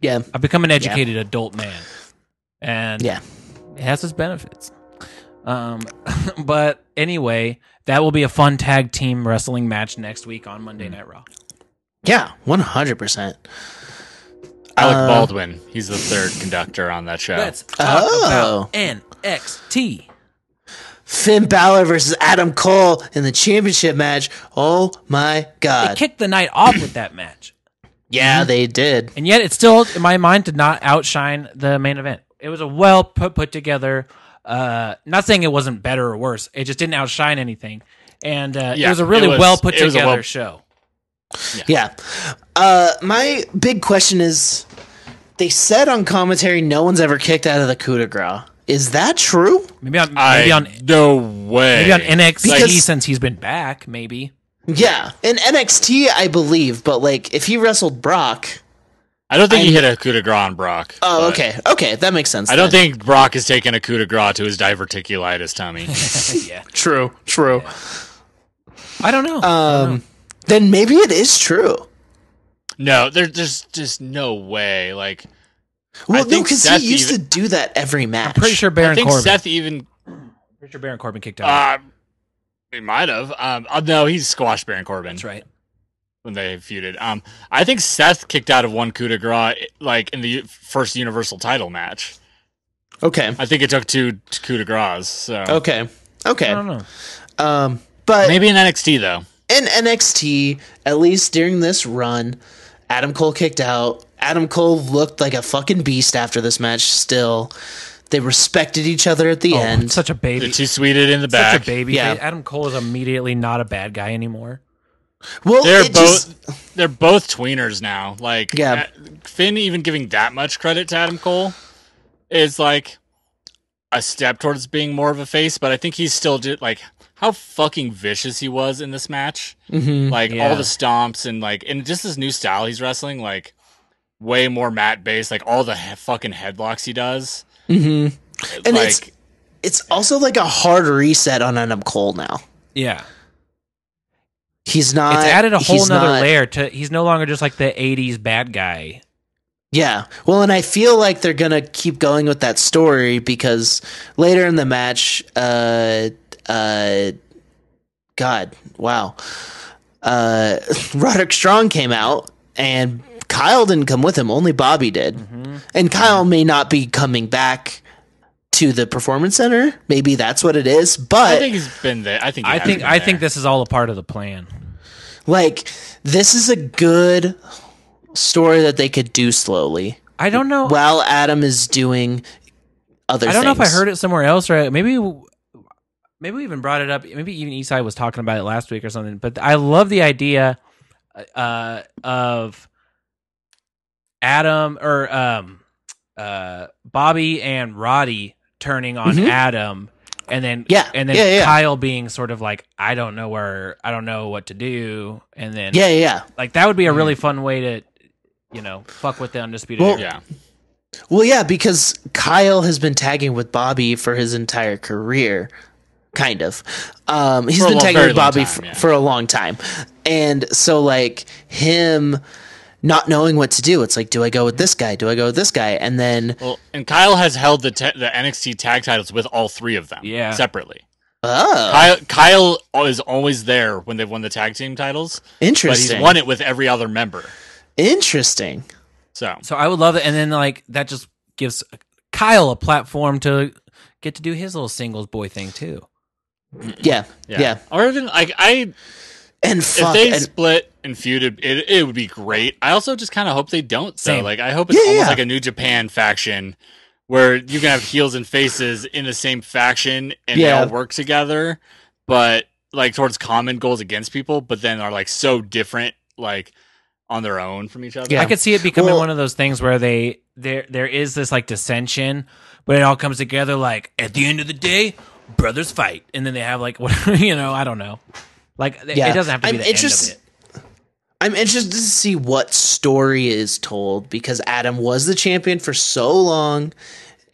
[SPEAKER 2] yeah,
[SPEAKER 3] I've become an educated adult man, and
[SPEAKER 2] yeah.
[SPEAKER 3] it has its benefits. Um, *laughs* but anyway, that will be a fun tag team wrestling match next week on
[SPEAKER 2] Hmm.
[SPEAKER 3] Monday Night Raw.
[SPEAKER 2] Yeah, one hundred percent.
[SPEAKER 4] alec
[SPEAKER 2] uh,
[SPEAKER 4] baldwin he's the third conductor on that show
[SPEAKER 3] Let's talk
[SPEAKER 2] Oh.
[SPEAKER 3] about NXT.
[SPEAKER 2] Finn Balor versus Adam Cole in the championship match. Oh my
[SPEAKER 3] They
[SPEAKER 2] god!
[SPEAKER 3] kicked the night off with that match.
[SPEAKER 2] yeah, they did.
[SPEAKER 3] and yet it still in my mind did not outshine the main event it was a well put put together uh not saying it wasn't better or worse it just didn't outshine anything and uh, it
[SPEAKER 4] Yeah,
[SPEAKER 3] was a really
[SPEAKER 4] it was-
[SPEAKER 3] well put
[SPEAKER 4] it was a
[SPEAKER 3] together
[SPEAKER 4] well-
[SPEAKER 3] show
[SPEAKER 2] Yeah. Uh, my big question is they said on commentary no one's ever kicked out of the coup de grace. Is that true?
[SPEAKER 3] maybe on
[SPEAKER 4] I,
[SPEAKER 3] maybe on
[SPEAKER 4] no way
[SPEAKER 3] maybe on nxt
[SPEAKER 2] Because-
[SPEAKER 3] since he's been back maybe
[SPEAKER 2] Yeah. In NXT, I believe, but like if he wrestled Brock,
[SPEAKER 4] I don't think he
[SPEAKER 2] I'm-
[SPEAKER 4] hit a coup de grace on Brock.
[SPEAKER 2] Oh,
[SPEAKER 4] but
[SPEAKER 2] okay, okay, that makes sense.
[SPEAKER 4] I don't
[SPEAKER 2] then.
[SPEAKER 4] think Brock has taken a coup de grace to his diverticulitis tummy.
[SPEAKER 3] *laughs* yeah.
[SPEAKER 2] true, true.
[SPEAKER 3] I don't know.
[SPEAKER 2] Um, then maybe it is true.
[SPEAKER 4] no, there, there's just no way. Like,
[SPEAKER 2] Well, no,
[SPEAKER 4] think
[SPEAKER 2] because
[SPEAKER 4] Seth
[SPEAKER 2] he used
[SPEAKER 4] even-
[SPEAKER 2] to do that every match.
[SPEAKER 3] Pretty sure
[SPEAKER 4] I
[SPEAKER 3] Baron
[SPEAKER 4] think
[SPEAKER 3] Corbin.
[SPEAKER 4] Seth even
[SPEAKER 3] pretty sure Baron Corbin kicked out.
[SPEAKER 4] Uh, he might have. Um, uh, no, he squashed Baron Corbin
[SPEAKER 3] That's right.
[SPEAKER 4] when they feuded. Um, I think Seth kicked out of one coup de grace like in the first Universal Title match.
[SPEAKER 2] Okay,
[SPEAKER 4] I think it took two coup de graces. So
[SPEAKER 2] okay,
[SPEAKER 3] I
[SPEAKER 2] okay.
[SPEAKER 3] don't know.
[SPEAKER 2] Um, but
[SPEAKER 4] maybe in NXT though.
[SPEAKER 2] in NXT, at least during this run, Adam Cole kicked out. Adam Cole looked like a fucking beast after this match. Still, they respected each other at the
[SPEAKER 3] Oh, And
[SPEAKER 2] end.
[SPEAKER 3] such a
[SPEAKER 4] The
[SPEAKER 3] baby.
[SPEAKER 4] two sweeted in the
[SPEAKER 3] Such
[SPEAKER 4] back.
[SPEAKER 3] a baby.
[SPEAKER 2] Yeah.
[SPEAKER 3] face. Adam Cole is immediately not a bad guy anymore.
[SPEAKER 2] well,
[SPEAKER 4] They're
[SPEAKER 2] it
[SPEAKER 4] both
[SPEAKER 2] just-
[SPEAKER 4] they're both tweeners now. Like
[SPEAKER 2] Yeah.
[SPEAKER 4] uh, Finn even giving that much credit to Adam Cole is like a step towards being more of a face, but I think he's still just like how fucking vicious he was in this match.
[SPEAKER 2] Mm-hmm.
[SPEAKER 4] Like
[SPEAKER 3] Yeah.
[SPEAKER 4] all the stomps and like and just this new style he's wrestling like way more mat based like all the he- fucking headlocks he does. Mm-hmm.
[SPEAKER 2] And
[SPEAKER 4] like
[SPEAKER 2] it's- it's also like a hard reset on Adam Cole now.
[SPEAKER 3] Yeah.
[SPEAKER 2] He's not.
[SPEAKER 3] It's added a whole
[SPEAKER 2] he's
[SPEAKER 3] nother
[SPEAKER 2] not-
[SPEAKER 3] layer to he's no longer just like the 80s bad guy.
[SPEAKER 2] Yeah. Well, and I feel like they're gonna keep going with that story because later in the match, uh, uh, God, wow, uh, *laughs* Roderick Strong came out and Kyle didn't come with him. Only Bobby did,
[SPEAKER 4] Mm-hmm.
[SPEAKER 2] and Kyle may not be coming back to the performance center. Maybe that's what it is. But
[SPEAKER 4] I think he's been there. I think he
[SPEAKER 3] I
[SPEAKER 4] has
[SPEAKER 3] think
[SPEAKER 4] been
[SPEAKER 3] I
[SPEAKER 4] there.
[SPEAKER 3] think this is all a part of the plan.
[SPEAKER 2] like this is a good story that they could do slowly
[SPEAKER 3] I don't know.
[SPEAKER 2] while Adam is doing other.
[SPEAKER 3] I don't know if I
[SPEAKER 2] things.
[SPEAKER 3] heard it somewhere else or maybe maybe we even brought it up. Maybe even Esai was talking about it last week or something. But I love the idea uh, of Adam or um, uh, Bobby and Roddy turning on
[SPEAKER 2] Mhm.
[SPEAKER 3] Adam. And then,
[SPEAKER 2] Yeah,
[SPEAKER 3] and then
[SPEAKER 2] yeah, yeah.
[SPEAKER 3] Kyle being sort of like, I don't know where, I don't know what to do, and then,
[SPEAKER 2] Yeah, yeah, yeah.
[SPEAKER 3] like that would be a really fun way to, you know, fuck with the undisputed.
[SPEAKER 2] Well,
[SPEAKER 3] Era.
[SPEAKER 4] yeah.
[SPEAKER 2] Well, yeah, because Kyle has been tagging with Bobby for his entire career, kind of. Um, he's
[SPEAKER 4] For a
[SPEAKER 2] been
[SPEAKER 4] long-
[SPEAKER 2] tagging
[SPEAKER 4] very
[SPEAKER 2] with
[SPEAKER 4] long
[SPEAKER 2] Bobby
[SPEAKER 4] time,
[SPEAKER 2] f-
[SPEAKER 4] yeah.
[SPEAKER 2] for a long time, and so like him not knowing what to do, it's like, do I go with this guy? Do I go with this guy? And then,
[SPEAKER 4] Well, and Kyle has held the ta- the NXT tag titles with all three of them,
[SPEAKER 3] Yeah.
[SPEAKER 4] separately.
[SPEAKER 2] oh,
[SPEAKER 4] Kyle Kyle is always there when they've won the tag team titles, but he's
[SPEAKER 2] interesting,
[SPEAKER 4] won it with every other member.
[SPEAKER 2] interesting.
[SPEAKER 4] So
[SPEAKER 3] So I would love it, and then like that just gives Kyle a platform to get to do his little singles boy thing too.
[SPEAKER 2] Yeah, yeah,
[SPEAKER 4] or even like I,
[SPEAKER 2] and
[SPEAKER 4] if
[SPEAKER 2] fuck,
[SPEAKER 4] they
[SPEAKER 2] and-
[SPEAKER 4] split and feuded, it it would be great. I also just kind of hope they don't. though.
[SPEAKER 3] Same.
[SPEAKER 4] like I hope it's
[SPEAKER 2] Yeah,
[SPEAKER 4] almost
[SPEAKER 2] yeah.
[SPEAKER 4] like a New Japan faction where you can have heels and faces in the same faction and
[SPEAKER 2] Yeah.
[SPEAKER 4] they all work together, but like towards common goals against people, but then are like so different, like on their own from each other.
[SPEAKER 2] Yeah.
[SPEAKER 3] I could see it becoming
[SPEAKER 2] Well-
[SPEAKER 3] one of those things where they there there is this like dissension, but it all comes together like at the end of the day, brothers fight, and then they have like *laughs* what you know I don't know, like th-
[SPEAKER 2] Yeah.
[SPEAKER 3] it doesn't have to
[SPEAKER 2] I'm
[SPEAKER 3] be the
[SPEAKER 2] interest-
[SPEAKER 3] end of it.
[SPEAKER 2] I'm interested to see what story is told because Adam was the champion for so long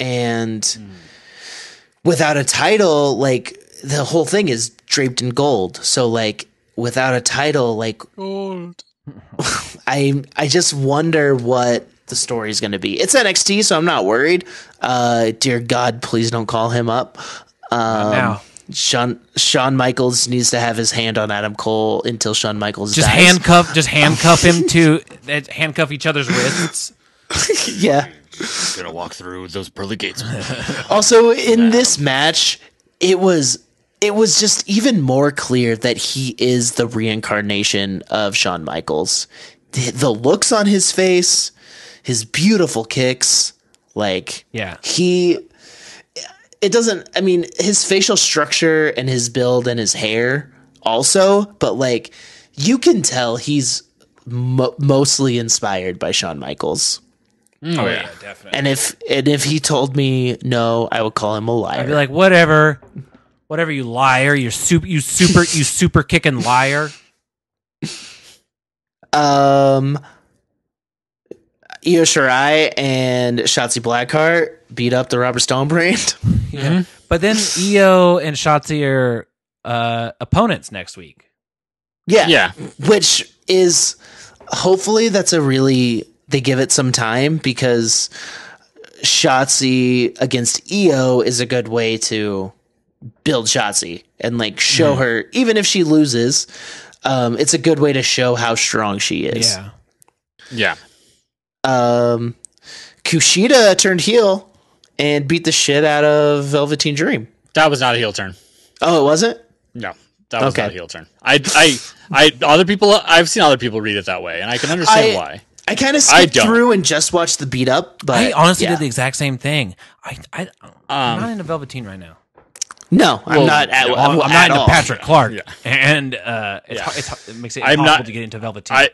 [SPEAKER 2] and without a title, like the whole thing is draped in gold. So like without a title, like *laughs* I I just wonder what the story is going to be. It's NXT, so I'm not worried. Uh, dear God, please don't call him up. Um,
[SPEAKER 3] now.
[SPEAKER 2] Shawn, Shawn Michaels needs to have his hand on Adam Cole until Shawn Michaels
[SPEAKER 3] Just
[SPEAKER 2] dies.
[SPEAKER 3] handcuff, just handcuff him to that- handcuff each other's wrists.
[SPEAKER 2] *laughs* yeah.
[SPEAKER 4] gonna walk through those pearly gates.
[SPEAKER 2] Also, in this match, it was it was just even more clear that he is the reincarnation of Shawn Michaels. The, the looks on his face, his beautiful kicks, like
[SPEAKER 3] Yeah.
[SPEAKER 2] he. It doesn't. I mean, his facial structure and his build and his hair also, but like you can tell he's mo- mostly inspired by Shawn Michaels.
[SPEAKER 4] oh yeah.
[SPEAKER 3] definitely.
[SPEAKER 2] And if and if he told me no, I would call him a liar.
[SPEAKER 3] I'd be like, whatever, whatever, you liar, you super, you super, you super kicking liar.
[SPEAKER 2] Um, Io Shirai and Shotzi Blackheart beat up the Robert Stone brand. *laughs*
[SPEAKER 3] But then Io and Shotzi are uh, opponents next week.
[SPEAKER 2] yeah.
[SPEAKER 4] Yeah.
[SPEAKER 2] Which is hopefully that's a really they give it some time because Shotzi against Io is a good way to build Shotzi and like show her even if she loses, um, it's a good way to show how strong she is.
[SPEAKER 3] Yeah.
[SPEAKER 4] Yeah.
[SPEAKER 2] Um, Kushida turned heel and beat the shit out of Velveteen Dream.
[SPEAKER 4] That was not a heel turn.
[SPEAKER 2] Oh, it wasn't.
[SPEAKER 4] No. That was
[SPEAKER 2] Okay.
[SPEAKER 4] not a heel turn. I, I, I, other people, I've seen other people read it that way, and I can understand
[SPEAKER 2] I-
[SPEAKER 4] why.
[SPEAKER 2] I kind of
[SPEAKER 4] I
[SPEAKER 2] skipped
[SPEAKER 4] don't.
[SPEAKER 2] through and just watched the beat up, but
[SPEAKER 3] I honestly
[SPEAKER 2] yeah. Um,
[SPEAKER 3] did the exact same thing. I, I, I'm
[SPEAKER 4] Um,
[SPEAKER 3] not into Velveteen right now.
[SPEAKER 2] no, I'm
[SPEAKER 4] Well,
[SPEAKER 2] not at,
[SPEAKER 4] no,
[SPEAKER 2] I'm,
[SPEAKER 3] I'm, I'm
[SPEAKER 2] um, at
[SPEAKER 3] not into
[SPEAKER 2] all.
[SPEAKER 3] Patrick Clark, and uh, it's,
[SPEAKER 4] Yeah.
[SPEAKER 3] hard- it's, hard- it makes it
[SPEAKER 4] I'm
[SPEAKER 3] impossible
[SPEAKER 4] not-
[SPEAKER 3] to get into Velveteen.
[SPEAKER 4] I,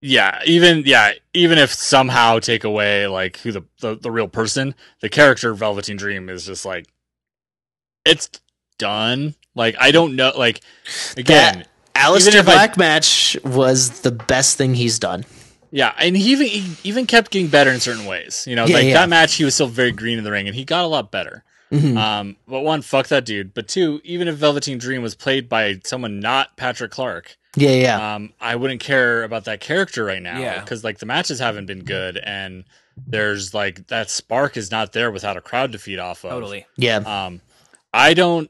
[SPEAKER 4] yeah, even yeah, even if somehow take away like who the, the the real person, the character of Velveteen Dream is just like it's done. Like I don't know. Like again,
[SPEAKER 2] That Alistair
[SPEAKER 4] if I-
[SPEAKER 2] Black match was the best thing he's done.
[SPEAKER 4] yeah, and he even he even kept getting better in certain ways. You know,
[SPEAKER 2] Yeah,
[SPEAKER 4] like
[SPEAKER 2] yeah.
[SPEAKER 4] that match, he was still very green in the ring, and he got a lot better. Um, but one, fuck that dude. But two, even if Velveteen Dream was played by someone not Patrick Clark,
[SPEAKER 2] Yeah, yeah.
[SPEAKER 4] um, I wouldn't care about that character right now
[SPEAKER 3] Yeah.
[SPEAKER 4] because like the matches haven't been good and there's like that spark is not there without a crowd to feed off of.
[SPEAKER 3] totally.
[SPEAKER 2] yeah.
[SPEAKER 4] Um, I don't,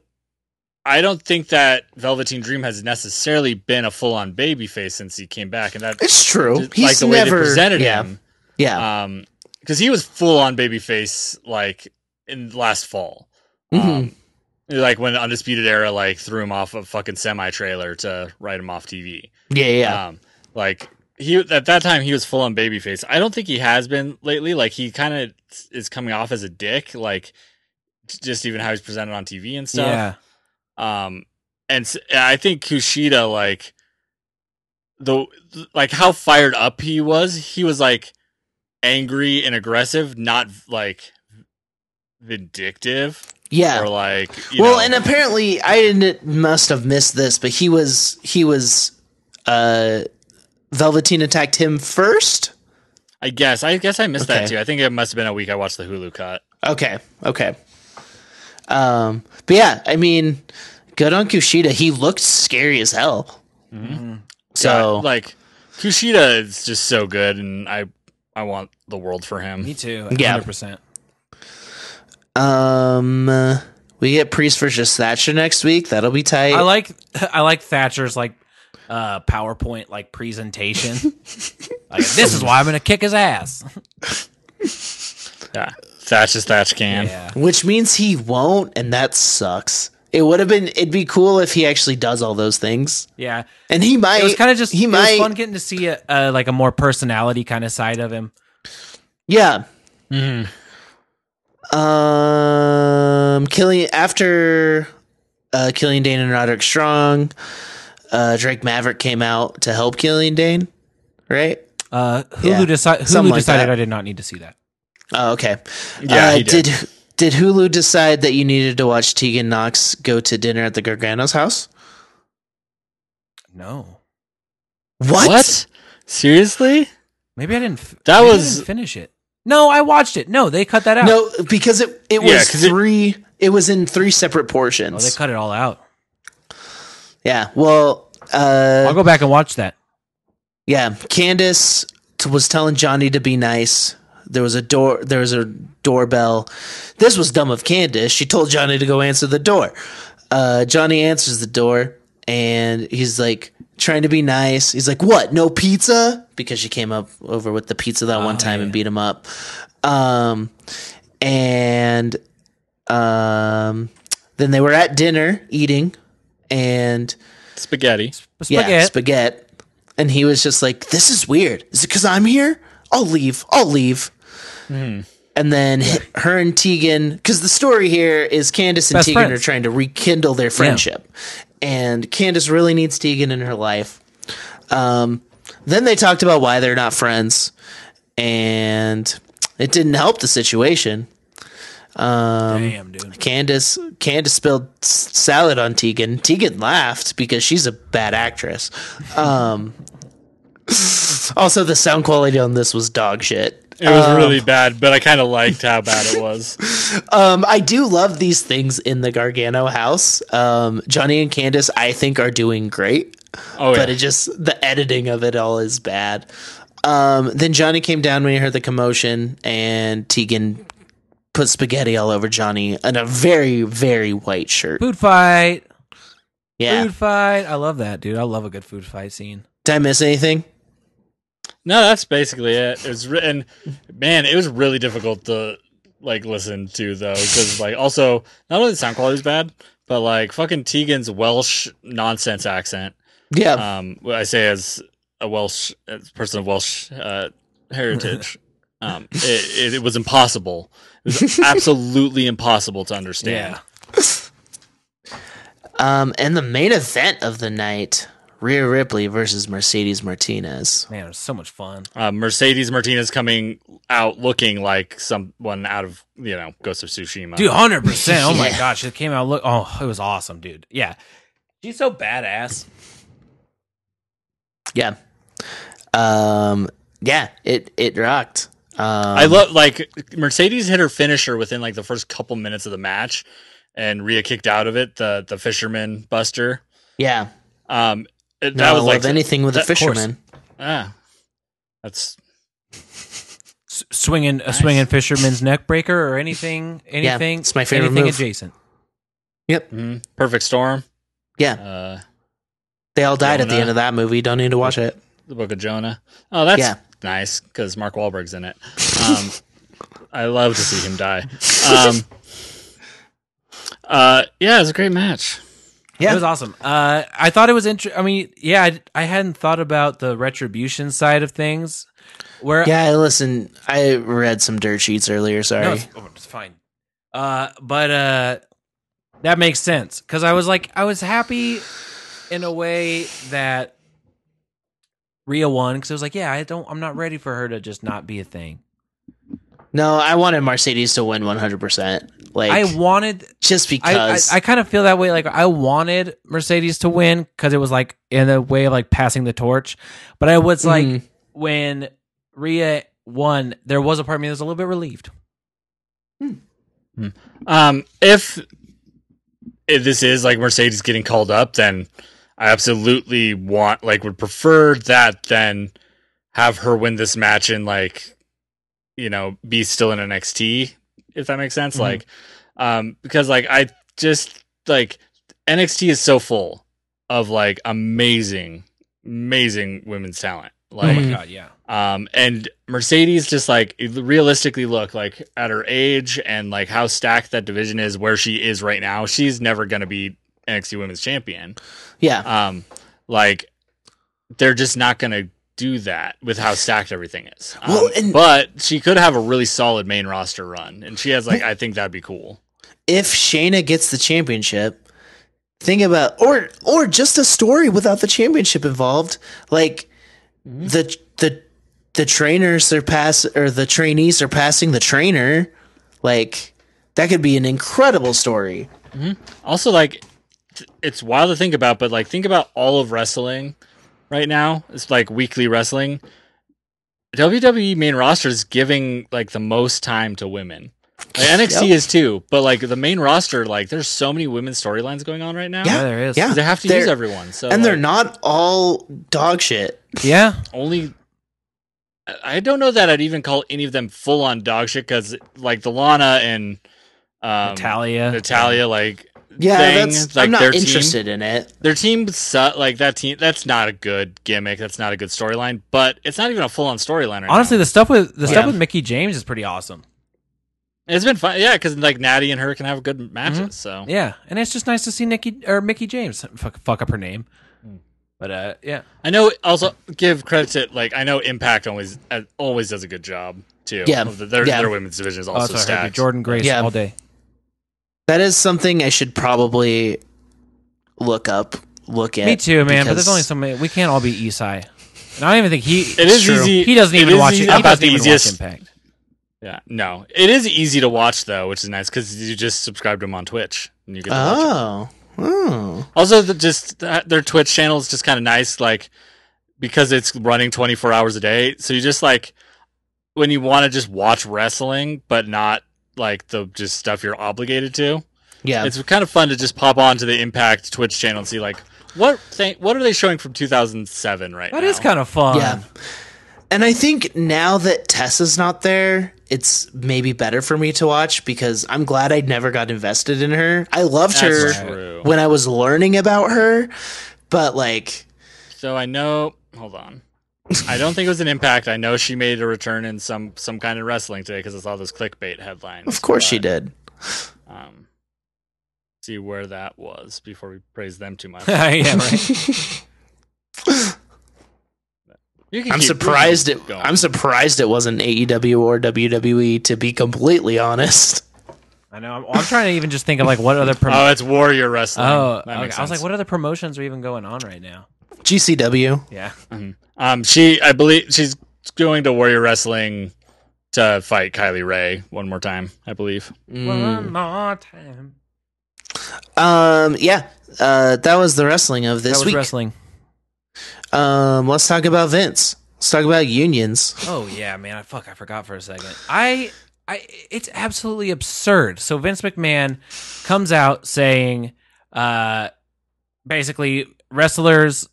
[SPEAKER 4] I don't think that Velveteen Dream has necessarily been a full on baby face since he came back, and that
[SPEAKER 2] it's true.
[SPEAKER 4] just,
[SPEAKER 2] he's
[SPEAKER 4] like the
[SPEAKER 2] never
[SPEAKER 4] way they presented
[SPEAKER 2] yeah,
[SPEAKER 4] him,
[SPEAKER 2] Yeah.
[SPEAKER 4] um, because he was full on baby face like in last fall.
[SPEAKER 2] Mm-hmm.
[SPEAKER 4] Um, like when Undisputed Era like threw him off a fucking semi trailer to write him off TV.
[SPEAKER 2] yeah, yeah.
[SPEAKER 4] Um, like he at that time he was full on babyface. I don't think he has been lately. Like he kind of is coming off as a dick. Like j- just even how he's presented on TV and stuff.
[SPEAKER 3] Yeah,
[SPEAKER 4] Um, and s- I think Kushida like the like how fired up he was. He was like angry and aggressive, not like vindictive
[SPEAKER 2] yeah.
[SPEAKER 4] or like you
[SPEAKER 2] well,
[SPEAKER 4] know-
[SPEAKER 2] and apparently I didn't must have missed this, but he was he was uh Velveteen attacked him first.
[SPEAKER 4] I guess I guess I missed
[SPEAKER 2] Okay.
[SPEAKER 4] that too. I think it must have been a week I watched the Hulu cut.
[SPEAKER 2] Okay. Okay. Um but yeah, I mean good on Kushida. He looked scary as hell. So
[SPEAKER 3] Mm-hmm.
[SPEAKER 4] Yeah, like Kushida is just so good, and I I want the world for
[SPEAKER 3] me
[SPEAKER 4] him.
[SPEAKER 3] too.
[SPEAKER 2] Yeah.
[SPEAKER 3] hundred percent.
[SPEAKER 2] Um, uh, we get Priest versus Thatcher next week. That'll be tight.
[SPEAKER 3] I like, *laughs* I like Thatcher's like uh, PowerPoint like *laughs* presentation. like, this is why I'm gonna kick his ass.
[SPEAKER 4] Yeah, Thatch is Thatch can.
[SPEAKER 3] Yeah,
[SPEAKER 2] which means he won't, and that sucks. It would have been. It'd be cool if he actually does all those things,
[SPEAKER 3] yeah.
[SPEAKER 2] and he might.
[SPEAKER 3] It was kind of just
[SPEAKER 2] he
[SPEAKER 3] it
[SPEAKER 2] might.
[SPEAKER 3] was fun getting to see a, uh, like a more personality kind of side of him.
[SPEAKER 2] yeah. Um, Killian after uh, Killian Dane and Roderick Strong, uh, Drake Maverick came out to help Killian Dane, right?
[SPEAKER 3] Uh, Hulu,
[SPEAKER 2] Yeah,
[SPEAKER 3] deci- Hulu
[SPEAKER 2] something like
[SPEAKER 3] decided
[SPEAKER 2] that.
[SPEAKER 3] I did not need to see that.
[SPEAKER 2] Oh, okay.
[SPEAKER 4] Yeah,
[SPEAKER 2] Uh,
[SPEAKER 4] he
[SPEAKER 2] did.
[SPEAKER 4] did.
[SPEAKER 2] did Hulu decide that you needed to watch Tegan Knox go to dinner at the Gargano's house?
[SPEAKER 3] No,
[SPEAKER 2] What?
[SPEAKER 4] Seriously?
[SPEAKER 3] maybe I didn't. F-
[SPEAKER 4] That
[SPEAKER 3] maybe I
[SPEAKER 4] was-
[SPEAKER 3] didn't finish it. No, I watched it. No, they cut that out.
[SPEAKER 2] No, because it it
[SPEAKER 4] Yeah,
[SPEAKER 2] was
[SPEAKER 4] 'cause it-
[SPEAKER 2] three. It, was in three separate
[SPEAKER 3] Oh, they
[SPEAKER 2] portions.
[SPEAKER 3] cut it all out.
[SPEAKER 2] yeah. Well,
[SPEAKER 3] I'll
[SPEAKER 2] uh,
[SPEAKER 3] go back and watch that.
[SPEAKER 2] yeah. Candace t- was telling Johnny to be nice. There was a door. There was a doorbell. This was dumb of Candace. She told Johnny to go answer the door. Uh, Johnny answers the door, and he's like trying to be nice. He's like, "What? No pizza?" Because she came up over with the pizza that one time and beat him up. Um, and um, then they were at dinner eating, and
[SPEAKER 4] Spaghetti.
[SPEAKER 3] Spaghetti.
[SPEAKER 2] yeah, spaghetti. And he was just like, "This is weird. Is it because I'm here? I'll leave. I'll leave."
[SPEAKER 3] Hmm.
[SPEAKER 2] And then h- her and Tegan, because the story here is Candace and
[SPEAKER 3] Best
[SPEAKER 2] Tegan
[SPEAKER 3] friends.
[SPEAKER 2] are trying to rekindle their friendship, and Candace really needs Tegan in her life. Um, then they talked about why they're not friends, and it didn't help the situation.
[SPEAKER 3] Damn, dude.
[SPEAKER 2] Candace Candace spilled s- salad on Tegan. Tegan laughed because she's a bad actress. Um, *laughs* Also, the sound quality on this was dog shit.
[SPEAKER 4] It was really bad, but I kind of liked how bad it
[SPEAKER 2] *laughs*
[SPEAKER 4] was.
[SPEAKER 2] Um, I do love these things in the Gargano house. Um, Johnny and Candace, I think, are doing great,
[SPEAKER 4] Oh yeah,
[SPEAKER 2] but it just the editing of it all is bad. Um, then Johnny came down when he heard the commotion, and Tegan put spaghetti all over Johnny in a very, very white shirt.
[SPEAKER 3] Food fight.
[SPEAKER 2] Yeah.
[SPEAKER 3] Food fight. I love that, dude. I love a good food fight scene.
[SPEAKER 2] Did I miss anything?
[SPEAKER 4] no, that's basically it. It was written, man. It was really difficult to like listen to though, because like also not only the sound quality was bad, but like fucking Tegan's Welsh nonsense accent.
[SPEAKER 2] Yeah.
[SPEAKER 4] um, what I say as a Welsh as a person of Welsh uh,
[SPEAKER 2] *laughs*
[SPEAKER 4] heritage, um, it, it, it was impossible. It was absolutely impossible to understand. Uh,
[SPEAKER 2] Um, and the main event of the night, Rhea Ripley versus Mercedes Martinez.
[SPEAKER 3] Man, it was so much fun.
[SPEAKER 4] Uh, Mercedes Martinez coming out looking like someone out of you know Ghost of Tsushima.
[SPEAKER 3] Dude, hundred
[SPEAKER 2] *laughs*
[SPEAKER 3] percent. Oh my
[SPEAKER 2] Yeah.
[SPEAKER 3] gosh, it came out. Look, oh, it was awesome, dude. Yeah, she's so badass.
[SPEAKER 2] Yeah. Um, yeah, it, it rocked. Um,
[SPEAKER 4] I love like Mercedes hit her finisher within like the first couple minutes of the match, and Rhea kicked out of it. The the Fisherman Buster.
[SPEAKER 2] yeah.
[SPEAKER 4] Um, it,
[SPEAKER 2] No,
[SPEAKER 4] that
[SPEAKER 2] I
[SPEAKER 4] was
[SPEAKER 2] love
[SPEAKER 4] like
[SPEAKER 2] anything with a
[SPEAKER 4] that- of course.
[SPEAKER 2] fisherman.
[SPEAKER 4] ah, that's
[SPEAKER 3] S- swinging a
[SPEAKER 4] Nice.
[SPEAKER 3] swinging fisherman's neck breaker or anything, anything.
[SPEAKER 2] it's my favorite
[SPEAKER 3] Anything
[SPEAKER 2] move.
[SPEAKER 3] adjacent.
[SPEAKER 4] mhm, perfect storm.
[SPEAKER 2] Yeah.
[SPEAKER 4] Uh,
[SPEAKER 2] They all died at the
[SPEAKER 4] Jonah.
[SPEAKER 2] end of that movie. Don't need to watch it.
[SPEAKER 4] the Book of Jonah. Oh, that's
[SPEAKER 2] Yeah.
[SPEAKER 4] nice because Mark Wahlberg's in it.
[SPEAKER 2] *laughs*
[SPEAKER 4] Um, I love to see him die. Um, uh, yeah, it was a great match.
[SPEAKER 2] Yeah.
[SPEAKER 3] It was awesome. Uh, I thought it was interesting. I mean, yeah, I, I hadn't thought about the retribution side of things. Where
[SPEAKER 2] Yeah, I listen, I read some dirt sheets earlier. Sorry.
[SPEAKER 3] No, it's, oh, it's fine. Uh, but uh, that makes sense because I was like, I was happy in a way that Rhea won because I was like, yeah, I don't, I'm not ready for her to just not be a thing.
[SPEAKER 2] no, I wanted Mercedes to win 100%. Like,
[SPEAKER 3] I wanted,
[SPEAKER 2] just
[SPEAKER 3] I, I,
[SPEAKER 2] because.
[SPEAKER 3] I kind of feel that way. Like I wanted Mercedes to win because it was like in a way of like passing the torch, but I was like
[SPEAKER 2] Mhm.
[SPEAKER 3] when Rhea won, there was a part of me that was a little bit relieved.
[SPEAKER 4] Um, if, if this is like Mercedes getting called up, then I absolutely want, like, would prefer that than have her win this match and, like, you know, be still in NXT, if that makes sense.
[SPEAKER 3] Mhm.
[SPEAKER 4] Like, um, because, like, I just, like, NXT is so full of, like, amazing, amazing women's talent. Like,
[SPEAKER 2] Mhm.
[SPEAKER 3] god, yeah.
[SPEAKER 4] um, and Mercedes just like realistically look like at her age and like how stacked that division is where she is right now, she's never gonna be NXT women's champion.
[SPEAKER 2] yeah.
[SPEAKER 4] Um, like they're just not gonna do that with how stacked everything is. Um,
[SPEAKER 2] Well, and-
[SPEAKER 4] but she could have a really solid main roster run, and she has like I think that'd be cool.
[SPEAKER 2] if Shayna gets the championship, think about or or just a story without the championship involved, like
[SPEAKER 3] Mm-hmm.
[SPEAKER 2] the the the trainer surpass or the trainee surpassing the trainer, like that could be an incredible story.
[SPEAKER 4] Also, like, th- it's wild to think about, but like, think about all of wrestling right now. It's like weekly wrestling. WWE main roster is giving like the most time to women. Like, NXT
[SPEAKER 2] Yep.
[SPEAKER 4] is too, but like the main roster, like, there's so many women's storylines going on right now.
[SPEAKER 3] Yeah, there is.
[SPEAKER 2] Yeah.
[SPEAKER 4] They have to
[SPEAKER 2] They're-
[SPEAKER 4] use everyone. So
[SPEAKER 2] and they're
[SPEAKER 4] like,
[SPEAKER 2] not all dog shit.
[SPEAKER 3] yeah.
[SPEAKER 4] only. I- I don't know that I'd even call any of them full on dog shit because like the Lana and um,
[SPEAKER 3] Natalia,
[SPEAKER 4] Natalia, like
[SPEAKER 2] Yeah,
[SPEAKER 4] thing,
[SPEAKER 2] that's
[SPEAKER 4] like
[SPEAKER 2] I'm not
[SPEAKER 4] their team.
[SPEAKER 2] interested in it.
[SPEAKER 4] their team su- like that team that's not a good gimmick that's not a good storyline but it's not even a full-on storyline right
[SPEAKER 3] Honestly,
[SPEAKER 4] now.
[SPEAKER 3] the stuff with the
[SPEAKER 2] Yeah.
[SPEAKER 3] stuff with Mickey James is pretty awesome.
[SPEAKER 4] it's been fun yeah because like natty and her can have good matches
[SPEAKER 3] Mm-hmm.
[SPEAKER 4] so
[SPEAKER 3] Yeah, and it's just nice to see Nikki or Mickey James fuck, fuck up her name.
[SPEAKER 4] Hmm.
[SPEAKER 3] But uh, yeah,
[SPEAKER 4] i know also give credit to like i know impact always uh, always does a good job too
[SPEAKER 2] Yeah.
[SPEAKER 4] their,
[SPEAKER 2] Yeah.
[SPEAKER 4] their women's division is
[SPEAKER 3] also
[SPEAKER 4] also
[SPEAKER 3] heard you,
[SPEAKER 4] stacked
[SPEAKER 3] Jordan Grace
[SPEAKER 2] Yeah.
[SPEAKER 3] all day.
[SPEAKER 2] That is something I should probably look up, look at.
[SPEAKER 3] Me too, man. But
[SPEAKER 2] because-
[SPEAKER 3] there's only so many. We can't all be Esai. And I don't even think he
[SPEAKER 4] it is
[SPEAKER 2] True.
[SPEAKER 4] easy
[SPEAKER 3] he doesn't
[SPEAKER 4] it
[SPEAKER 3] even
[SPEAKER 4] is
[SPEAKER 3] watch
[SPEAKER 4] easy-
[SPEAKER 3] it. He
[SPEAKER 4] about
[SPEAKER 3] doesn't
[SPEAKER 4] the
[SPEAKER 3] even watch
[SPEAKER 4] easiest
[SPEAKER 3] Impact.
[SPEAKER 4] yeah no it is easy to watch though which is nice because you just subscribe to them on twitch and you get to watch it.
[SPEAKER 2] Oh. Oh.
[SPEAKER 4] Also, the, just uh, their Twitch channel is just kind of nice. Like because it's running 24 hours a day. So you just like when you want to just watch wrestling, but not like the just stuff you're obligated to.
[SPEAKER 2] Yeah.
[SPEAKER 4] It's kind of fun to just pop on to the Impact Twitch channel and see like what thing, what are they showing from 2007 right
[SPEAKER 3] That
[SPEAKER 4] now.
[SPEAKER 3] is kind of fun.
[SPEAKER 2] Yeah. And I think now that Tessa's not there, it's maybe better for me to watch because I'm glad I never got invested in her. I loved
[SPEAKER 4] That's
[SPEAKER 2] her
[SPEAKER 4] true.
[SPEAKER 2] when I was learning about her, but like,
[SPEAKER 4] So I know. Hold on. I don't think it was an impact. I know she made a return in some some kind of wrestling today because I saw those clickbait headlines.
[SPEAKER 2] of course she
[SPEAKER 4] but,
[SPEAKER 2] did.
[SPEAKER 4] Um, see where that was before we praise them too *laughs*
[SPEAKER 3] *laughs*
[SPEAKER 4] much.
[SPEAKER 3] yeah, right.
[SPEAKER 4] You can
[SPEAKER 2] I'm
[SPEAKER 4] keep-
[SPEAKER 2] surprised
[SPEAKER 4] you
[SPEAKER 2] it.
[SPEAKER 4] can keep going.
[SPEAKER 2] I'm surprised it wasn't AEW or WWE. To be completely honest, *laughs*
[SPEAKER 3] I know. I'm, I'm trying to even just think of like what
[SPEAKER 4] *laughs*
[SPEAKER 3] other
[SPEAKER 4] Oh,
[SPEAKER 3] promotions.
[SPEAKER 4] it's Warrior Wrestling.
[SPEAKER 3] Oh,
[SPEAKER 4] That
[SPEAKER 3] okay.
[SPEAKER 4] makes
[SPEAKER 3] I was like,
[SPEAKER 4] sense.
[SPEAKER 3] what other promotions are even going on right now?
[SPEAKER 2] GCW.
[SPEAKER 3] Yeah.
[SPEAKER 4] Um, she, I believe, she's going to Warrior Wrestling to fight Kylie Ray one more time. I believe. Mm.
[SPEAKER 3] One more time.
[SPEAKER 2] Um, yeah, uh, that was the wrestling of
[SPEAKER 3] That
[SPEAKER 2] this
[SPEAKER 3] was
[SPEAKER 2] week.
[SPEAKER 3] wrestling.
[SPEAKER 2] Um, let's talk about Vince. Let's talk about unions.
[SPEAKER 3] Oh yeah, man. I fuck. I forgot for a second. I, I. It's absolutely absurd. So Vince McMahon comes out saying, uh, basically, wrestlers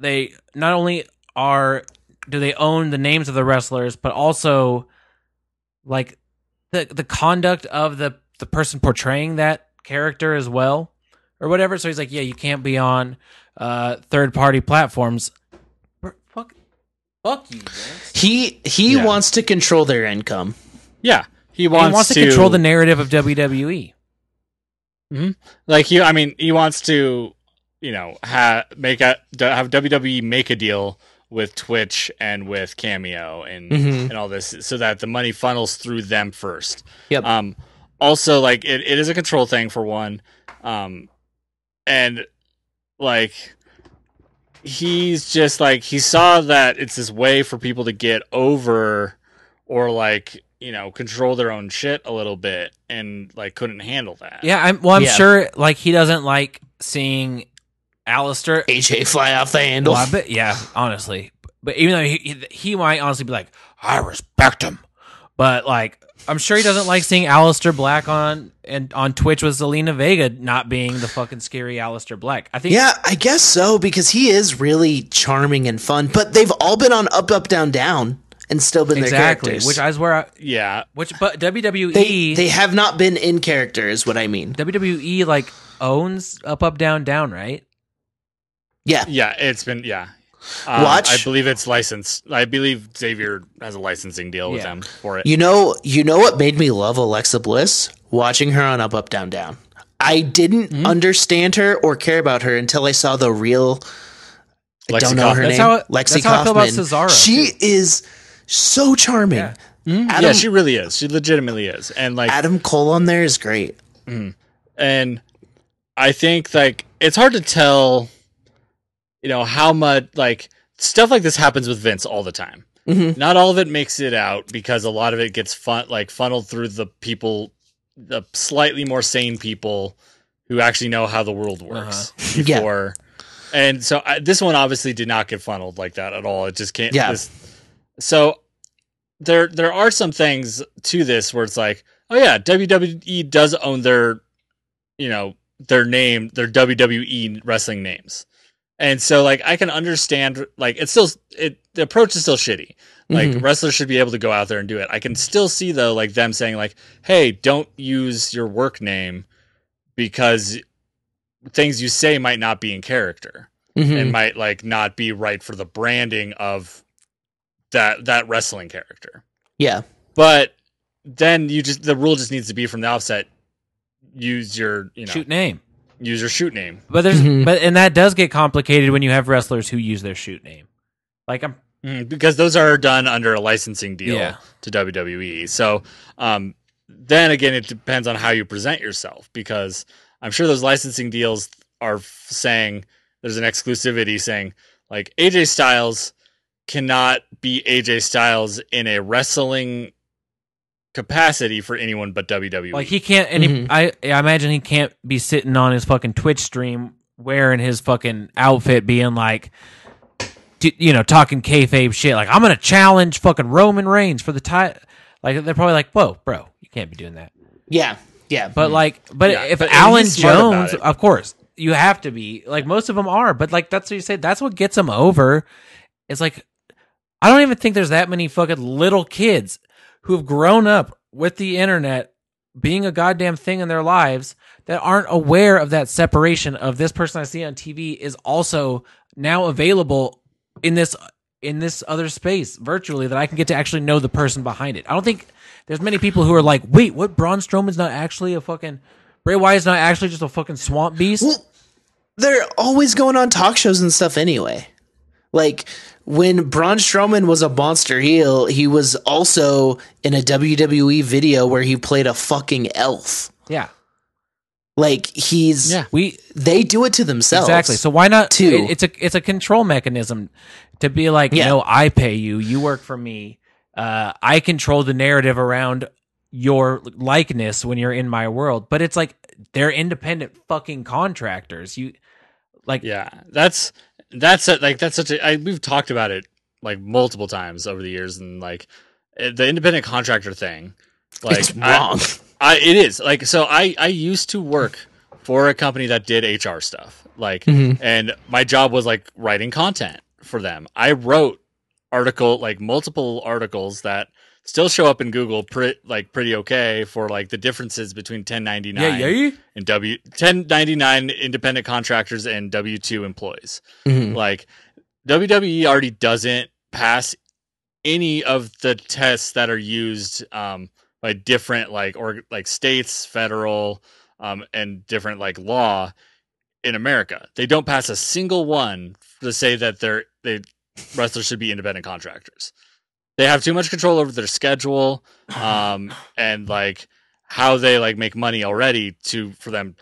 [SPEAKER 3] they not only are do they own the names of the wrestlers, but also like the the conduct of the the person portraying that character as well or whatever. So he's like, yeah, you can't be on uh third party platforms. Br- Fuck, fuck you, Vince.
[SPEAKER 2] He he
[SPEAKER 4] Yeah.
[SPEAKER 2] wants to control their income.
[SPEAKER 4] Yeah, he
[SPEAKER 3] He
[SPEAKER 4] wants,
[SPEAKER 3] wants to, control the narrative of E. WWE.
[SPEAKER 4] like he i mean he wants to you know ha- make a d- have wwe make a deal with twitch and with cameo and
[SPEAKER 2] Mhm.
[SPEAKER 3] Mm-hmm.
[SPEAKER 4] and all this so that the money funnels through them first
[SPEAKER 2] Yep.
[SPEAKER 4] um also like it, it is a control thing for one um and like he's just like he saw that it's this way for people to get over or like you know control their own shit a little bit and like couldn't handle that
[SPEAKER 3] Yeah, I'm well I'm
[SPEAKER 2] Yeah.
[SPEAKER 3] sure like he doesn't like seeing Alistair
[SPEAKER 2] AJ fly off the handle.
[SPEAKER 3] well, I bet, yeah, honestly. But even though he, he he might honestly be like, I respect him. But like I'm sure he doesn't like seeing Alistair Black on and on Twitch with Zelina Vega not being the fucking scary Alistair Black. I think
[SPEAKER 2] Yeah, I guess so because he is really charming and fun. But they've all been on up, up, down, down, and still been
[SPEAKER 3] exactly,
[SPEAKER 2] their characters.
[SPEAKER 3] which I is where I,
[SPEAKER 4] yeah
[SPEAKER 3] which but E, WWE
[SPEAKER 2] they they have not been in character, is what I mean.
[SPEAKER 3] WWE E, like owns up up down down, right?
[SPEAKER 2] Yeah,
[SPEAKER 4] Yeah, it's been yeah. Um,
[SPEAKER 2] Watch.
[SPEAKER 4] I believe it's licensed. I believe Xavier has a licensing deal with
[SPEAKER 3] Yeah.
[SPEAKER 4] them for it.
[SPEAKER 2] you know, you know what made me love Alexa Bliss? Watching her on Up, Up, Down, Down. I didn't understand her or care about her until I saw the real. I don't know
[SPEAKER 4] Lexicon-
[SPEAKER 2] her
[SPEAKER 3] That's
[SPEAKER 2] name.
[SPEAKER 3] how-
[SPEAKER 2] Lexi
[SPEAKER 3] that's how I feel
[SPEAKER 2] Kaufman.
[SPEAKER 3] about Cesaro,
[SPEAKER 2] She is so charming.
[SPEAKER 3] Yeah. Mm-hmm.
[SPEAKER 2] Adam,
[SPEAKER 4] yeah, she really is. She legitimately is. And like
[SPEAKER 2] Adam Cole on there is great.
[SPEAKER 4] and I think like it's hard to tell you know how much like stuff like this happens with Vince all the time.
[SPEAKER 2] Mm-hmm.
[SPEAKER 4] Not all of it makes it out because a lot of it gets fun like funneled through the people the slightly more sane people who actually know how the world works
[SPEAKER 2] Uh-huh. *laughs* Yeah.
[SPEAKER 4] before. And so I, this one obviously did not get funneled like that at all. It just can't.
[SPEAKER 2] Yeah.
[SPEAKER 4] this- so there there are some things to this where it's like, oh yeah, WWE does own their, you know, their name, their WWE wrestling names, and so like I can understand like it's still it the approach is still shitty. Like wrestlers should be able to go out there and do it. I can still see though like them saying like, hey, don't use your work name because things you say might not be in character
[SPEAKER 2] Mm-hmm.
[SPEAKER 4] and might like not be right for the branding of that that wrestling character.
[SPEAKER 2] Yeah.
[SPEAKER 4] But then you just the rule just needs to be from the offset use your you know
[SPEAKER 3] Shoot name.
[SPEAKER 4] use your shoot name.
[SPEAKER 3] But there's
[SPEAKER 2] Mhm.
[SPEAKER 3] but and that does get complicated when you have wrestlers who use their shoot name. Like I'm
[SPEAKER 4] Mm, because those are done under a licensing deal
[SPEAKER 3] Yeah.
[SPEAKER 4] to WWE. So um, then again, it depends on how you present yourself because I'm sure those licensing deals are f- saying there's an exclusivity saying like AJ Styles cannot be AJ Styles in a wrestling capacity for anyone but E. WWE.
[SPEAKER 3] like he can't and he,
[SPEAKER 2] Mhm.
[SPEAKER 3] I I imagine he can't be sitting on his fucking Twitch stream wearing his fucking outfit being like d- you know, talking kayfabe shit. Like, I'm going to challenge fucking Roman Reigns for the title. Like, they're probably like, whoa, bro, you can't be doing that.
[SPEAKER 2] Yeah, yeah.
[SPEAKER 3] But like, but
[SPEAKER 4] Yeah,
[SPEAKER 3] if
[SPEAKER 4] but
[SPEAKER 3] Alan
[SPEAKER 4] he's smart about
[SPEAKER 3] Jones,
[SPEAKER 4] it.
[SPEAKER 3] of course, you have to be like most of them are. But like that's what you say. That's what gets them over. It's like I don't even think there's that many fucking little kids who have grown up with the internet being a goddamn thing in their lives that aren't aware of that separation of this person I see on TV is also now available in this in this other space virtually that I can get to actually know the person behind it. I don't think there's many people who are like, wait, what? Braun Strowman's not actually a fucking Bray Wyatt's not actually just a fucking swamp beast.
[SPEAKER 2] Well, they're always going on talk shows and stuff anyway. Like when Braun Strowman was a monster heel, he was also in a WWE video where he played a fucking elf.
[SPEAKER 3] yeah,
[SPEAKER 2] Like he's
[SPEAKER 4] Yeah.
[SPEAKER 3] we
[SPEAKER 2] they do it to themselves.
[SPEAKER 3] exactly. So why not?
[SPEAKER 2] Two.
[SPEAKER 3] it- it's a it's a control mechanism to be like,
[SPEAKER 2] Yeah.
[SPEAKER 3] no, I pay you, you work for me. Uh, I control the narrative around your likeness when you're in my world. But it's like they're independent fucking contractors. You like
[SPEAKER 4] Yeah, that's that's it. Like that's such a. I, we've talked about it like multiple times over the years, and like eh, the independent contractor thing. Like
[SPEAKER 2] it's
[SPEAKER 4] I-
[SPEAKER 2] wrong.
[SPEAKER 4] I, it is like so. I I used to work for a company that did HR stuff, like, and my job was like writing content for them. I wrote article like multiple articles that still show up in Google, pretty like pretty okay for like the differences between 1099
[SPEAKER 3] yeah, yeah.
[SPEAKER 4] and W 1099 independent contractors and W2 employees.
[SPEAKER 2] Mhm.
[SPEAKER 4] Like WWE already doesn't pass any of the tests that are used um, by different like or like states, federal, um, and different like law in America. They don't pass a single one to say that they're they wrestlers should be independent contractors. They have too much control over their schedule, um, and like how they like make money already to for them,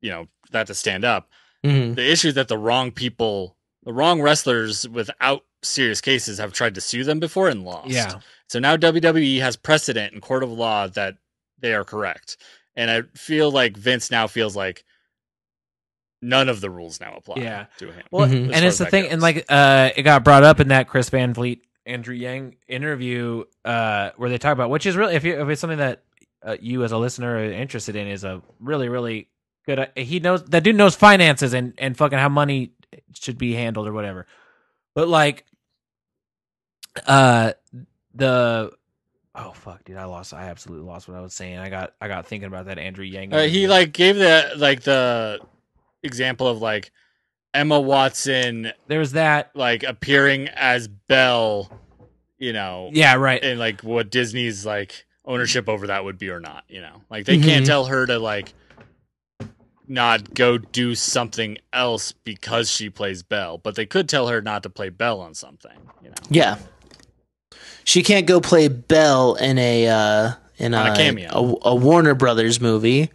[SPEAKER 4] you know, that to stand up
[SPEAKER 2] Mhm.
[SPEAKER 4] the issue is that the wrong people, the wrong wrestlers without serious cases have tried to sue them before and lost.
[SPEAKER 3] Yeah.
[SPEAKER 4] So now WWE has precedent in court of law that they are correct. And I feel like Vince now feels like none of the rules now apply
[SPEAKER 3] Yeah. Mm-hmm.
[SPEAKER 4] to him.
[SPEAKER 3] Well,
[SPEAKER 2] Mhm.
[SPEAKER 4] As
[SPEAKER 3] and
[SPEAKER 4] far
[SPEAKER 3] it's
[SPEAKER 4] as
[SPEAKER 3] the
[SPEAKER 4] that
[SPEAKER 3] thing, and
[SPEAKER 4] goes.
[SPEAKER 3] like uh, it got brought up in that Chris Van Vliet Andrew Yang interview uh, where they talk about, which is really if, you, if it's something that uh, you as a listener are interested in, is a really really good. Uh, he knows that dude knows finances and and fucking how money should be handled or whatever. But like, uh, the oh fuck, dude, I lost. I absolutely lost what I was saying. I got I got thinking about that Andrew Yang.
[SPEAKER 4] Uh, he
[SPEAKER 3] interview.
[SPEAKER 4] like gave the like the example of like Emma Watson
[SPEAKER 3] there was that.
[SPEAKER 4] like appearing as Belle, you know,
[SPEAKER 3] Yeah, right.
[SPEAKER 4] and like what Disney's like ownership over that would be or not, you know. Like they can't
[SPEAKER 3] Mm-hmm.
[SPEAKER 2] Mhm.
[SPEAKER 4] tell her to like not go do something else because she plays Belle, but they could tell her not to play Belle on something, you know.
[SPEAKER 2] Yeah. She can't go play Belle in a uh in
[SPEAKER 4] On
[SPEAKER 2] a,
[SPEAKER 4] a cameo.
[SPEAKER 2] a, a Warner Brothers movie.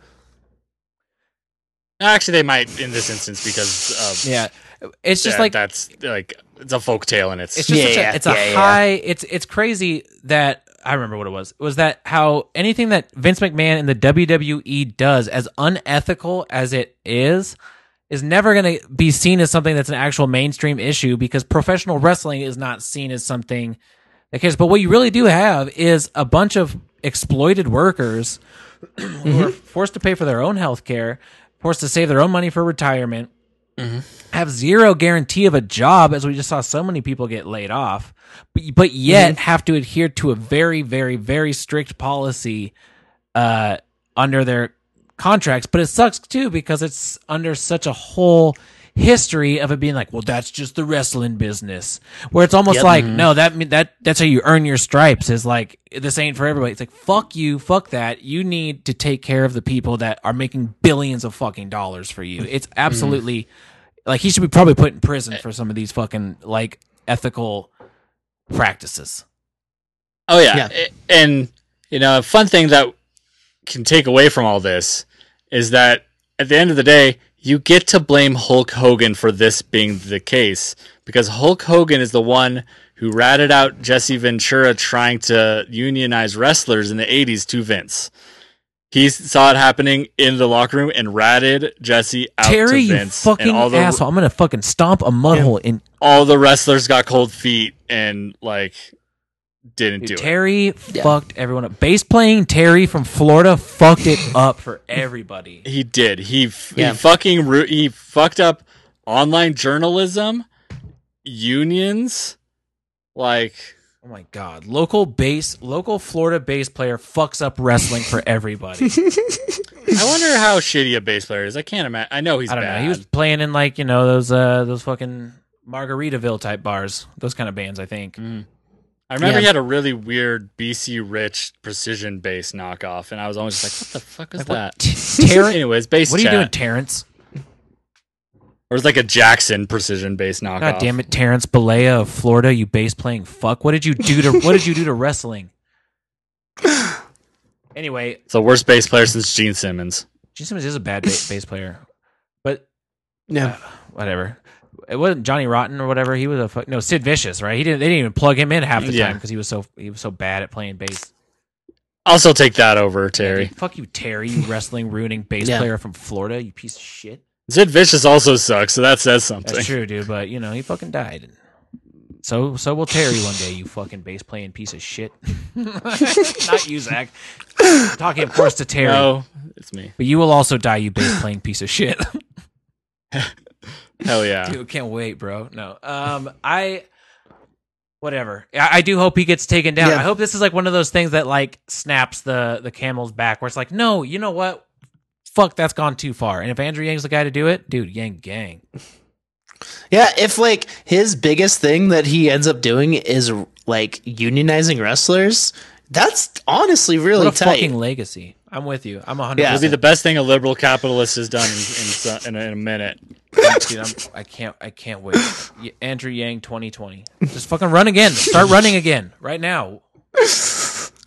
[SPEAKER 4] Actually, they might in this instance because uh,
[SPEAKER 3] Yeah, it's just
[SPEAKER 4] that-
[SPEAKER 3] like
[SPEAKER 4] that's like it's a folk tale and it's,
[SPEAKER 3] it's just
[SPEAKER 2] Yeah,
[SPEAKER 3] such
[SPEAKER 2] yeah,
[SPEAKER 3] a, it's a
[SPEAKER 2] yeah, yeah.
[SPEAKER 3] high it's it's crazy that I remember what it was was that how anything that Vince McMahon and the WWE does as unethical as it is is never going to be seen as something that's an actual mainstream issue because professional wrestling is not seen as something that cares but what you really do have is a bunch of exploited workers *clears throat* who
[SPEAKER 2] Mm-hmm.
[SPEAKER 3] are forced to pay for their own health care forced to save their own money for retirement have zero guarantee of a job as we just saw so many people get laid off but, but yet have to adhere to a very very very strict policy uh, under their contracts but it sucks too because it's under such a whole history of it being like well that's just the wrestling business where it's almost
[SPEAKER 2] Yep.
[SPEAKER 3] like no that me- that that's how you earn your stripes is like this ain't for everybody it's like fuck you fuck that you need to take care of the people that are making billions of fucking dollars for you it's absolutely like he should be probably put in
[SPEAKER 4] Eh.
[SPEAKER 3] prison for some of these fucking like ethical practices.
[SPEAKER 4] Oh yeah.
[SPEAKER 2] Yeah.
[SPEAKER 4] A- And you know, a fun thing that can take away from all this is that at the end of the day, you get to blame Hulk Hogan for this being the case because Hulk Hogan is the one who ratted out Jesse Ventura trying to unionize wrestlers in the 80s to Vince. He saw it happening in the locker room and ratted Jesse out
[SPEAKER 3] Terry,
[SPEAKER 4] to
[SPEAKER 3] you
[SPEAKER 4] Vince. and
[SPEAKER 3] fucking
[SPEAKER 4] all the,
[SPEAKER 3] asshole! I'm gonna fucking stomp a mud hole in
[SPEAKER 4] All the wrestlers got cold feet and like didn't do it.
[SPEAKER 3] Terry.
[SPEAKER 2] Yeah.
[SPEAKER 3] Fucked everyone up. Bass playing Terry from Florida fucked it up for everybody.
[SPEAKER 4] He did. He f-
[SPEAKER 2] Yeah.
[SPEAKER 4] he fucking ru- he fucked up online journalism, unions, like
[SPEAKER 3] Oh my god! Local bass, local Florida bass player fucks up wrestling for
[SPEAKER 4] *laughs*
[SPEAKER 3] everybody. *laughs*
[SPEAKER 4] I wonder how shitty a bass player is. I can't imagine. I know he's
[SPEAKER 3] I don't
[SPEAKER 4] bad.
[SPEAKER 3] know. He was playing in like you know those uh those fucking Margaritaville type bars, those kind of bands. I think.
[SPEAKER 4] Mm. I remember
[SPEAKER 2] Yeah.
[SPEAKER 4] he had a really weird BC Rich precision bass knockoff, and I was always just like, "What the fuck is that?" *laughs*
[SPEAKER 3] Terrence-
[SPEAKER 4] Anyways, bass.
[SPEAKER 3] What are you
[SPEAKER 4] chat.
[SPEAKER 3] doing, Terrence?
[SPEAKER 4] Or it's like a Jackson precision bass knockoff.
[SPEAKER 3] God damn it, Terrence Balea of Florida, you bass playing fuck. What did you do to what did you do to *laughs*
[SPEAKER 4] *laughs*
[SPEAKER 3] wrestling? Anyway,
[SPEAKER 4] It's the worst bass player since Gene Simmons.
[SPEAKER 3] Gene Simmons is a bad ba- bass player, but
[SPEAKER 2] Yeah.
[SPEAKER 3] whatever. It wasn't Johnny Rotten or whatever. He was a fuck. No, Sid Vicious, right? He didn't. They didn't even plug him in half the
[SPEAKER 4] Yeah.
[SPEAKER 3] time because he was so he was so bad at playing bass.
[SPEAKER 4] I'll still take that over Terry.
[SPEAKER 3] Fuck you, Terry.
[SPEAKER 4] *laughs*
[SPEAKER 3] You wrestling ruining bass
[SPEAKER 2] Yeah.
[SPEAKER 3] player from Florida. You piece of shit.
[SPEAKER 4] Zid Vicious also sucks, so that says something.
[SPEAKER 3] That's true, dude. But you know, he fucking died. So so will Terry one day. You fucking bass playing piece of shit. *laughs* Not you, Zach. Talking, of course, to Terry.
[SPEAKER 4] No, Oh, it's me.
[SPEAKER 3] But you will also die. You bass playing piece of shit. *laughs*
[SPEAKER 4] Hell yeah.
[SPEAKER 3] Dude, can't wait, bro. No, um, I. Whatever. I, I do hope he gets taken down.
[SPEAKER 2] Yeah.
[SPEAKER 3] I hope this is like one of those things that like snaps the the camel's back, where it's like, no, you know what? Fuck, that's gone too far. And if Andrew Yang's the guy to do it, dude, Yang Gang.
[SPEAKER 2] Yeah, if like his biggest thing that he ends up doing is like unionizing wrestlers, that's honestly really
[SPEAKER 3] what a
[SPEAKER 2] tight.
[SPEAKER 3] fucking legacy. I'm with you. I'm 100.
[SPEAKER 2] Yeah.
[SPEAKER 4] It'll be the best thing a liberal capitalist has done in, in, so- in, a, in a minute.
[SPEAKER 3] Dude, I'm, I can't. I can't wait. Y- Andrew Yang, 2020. Just fucking run again. Start running again right now.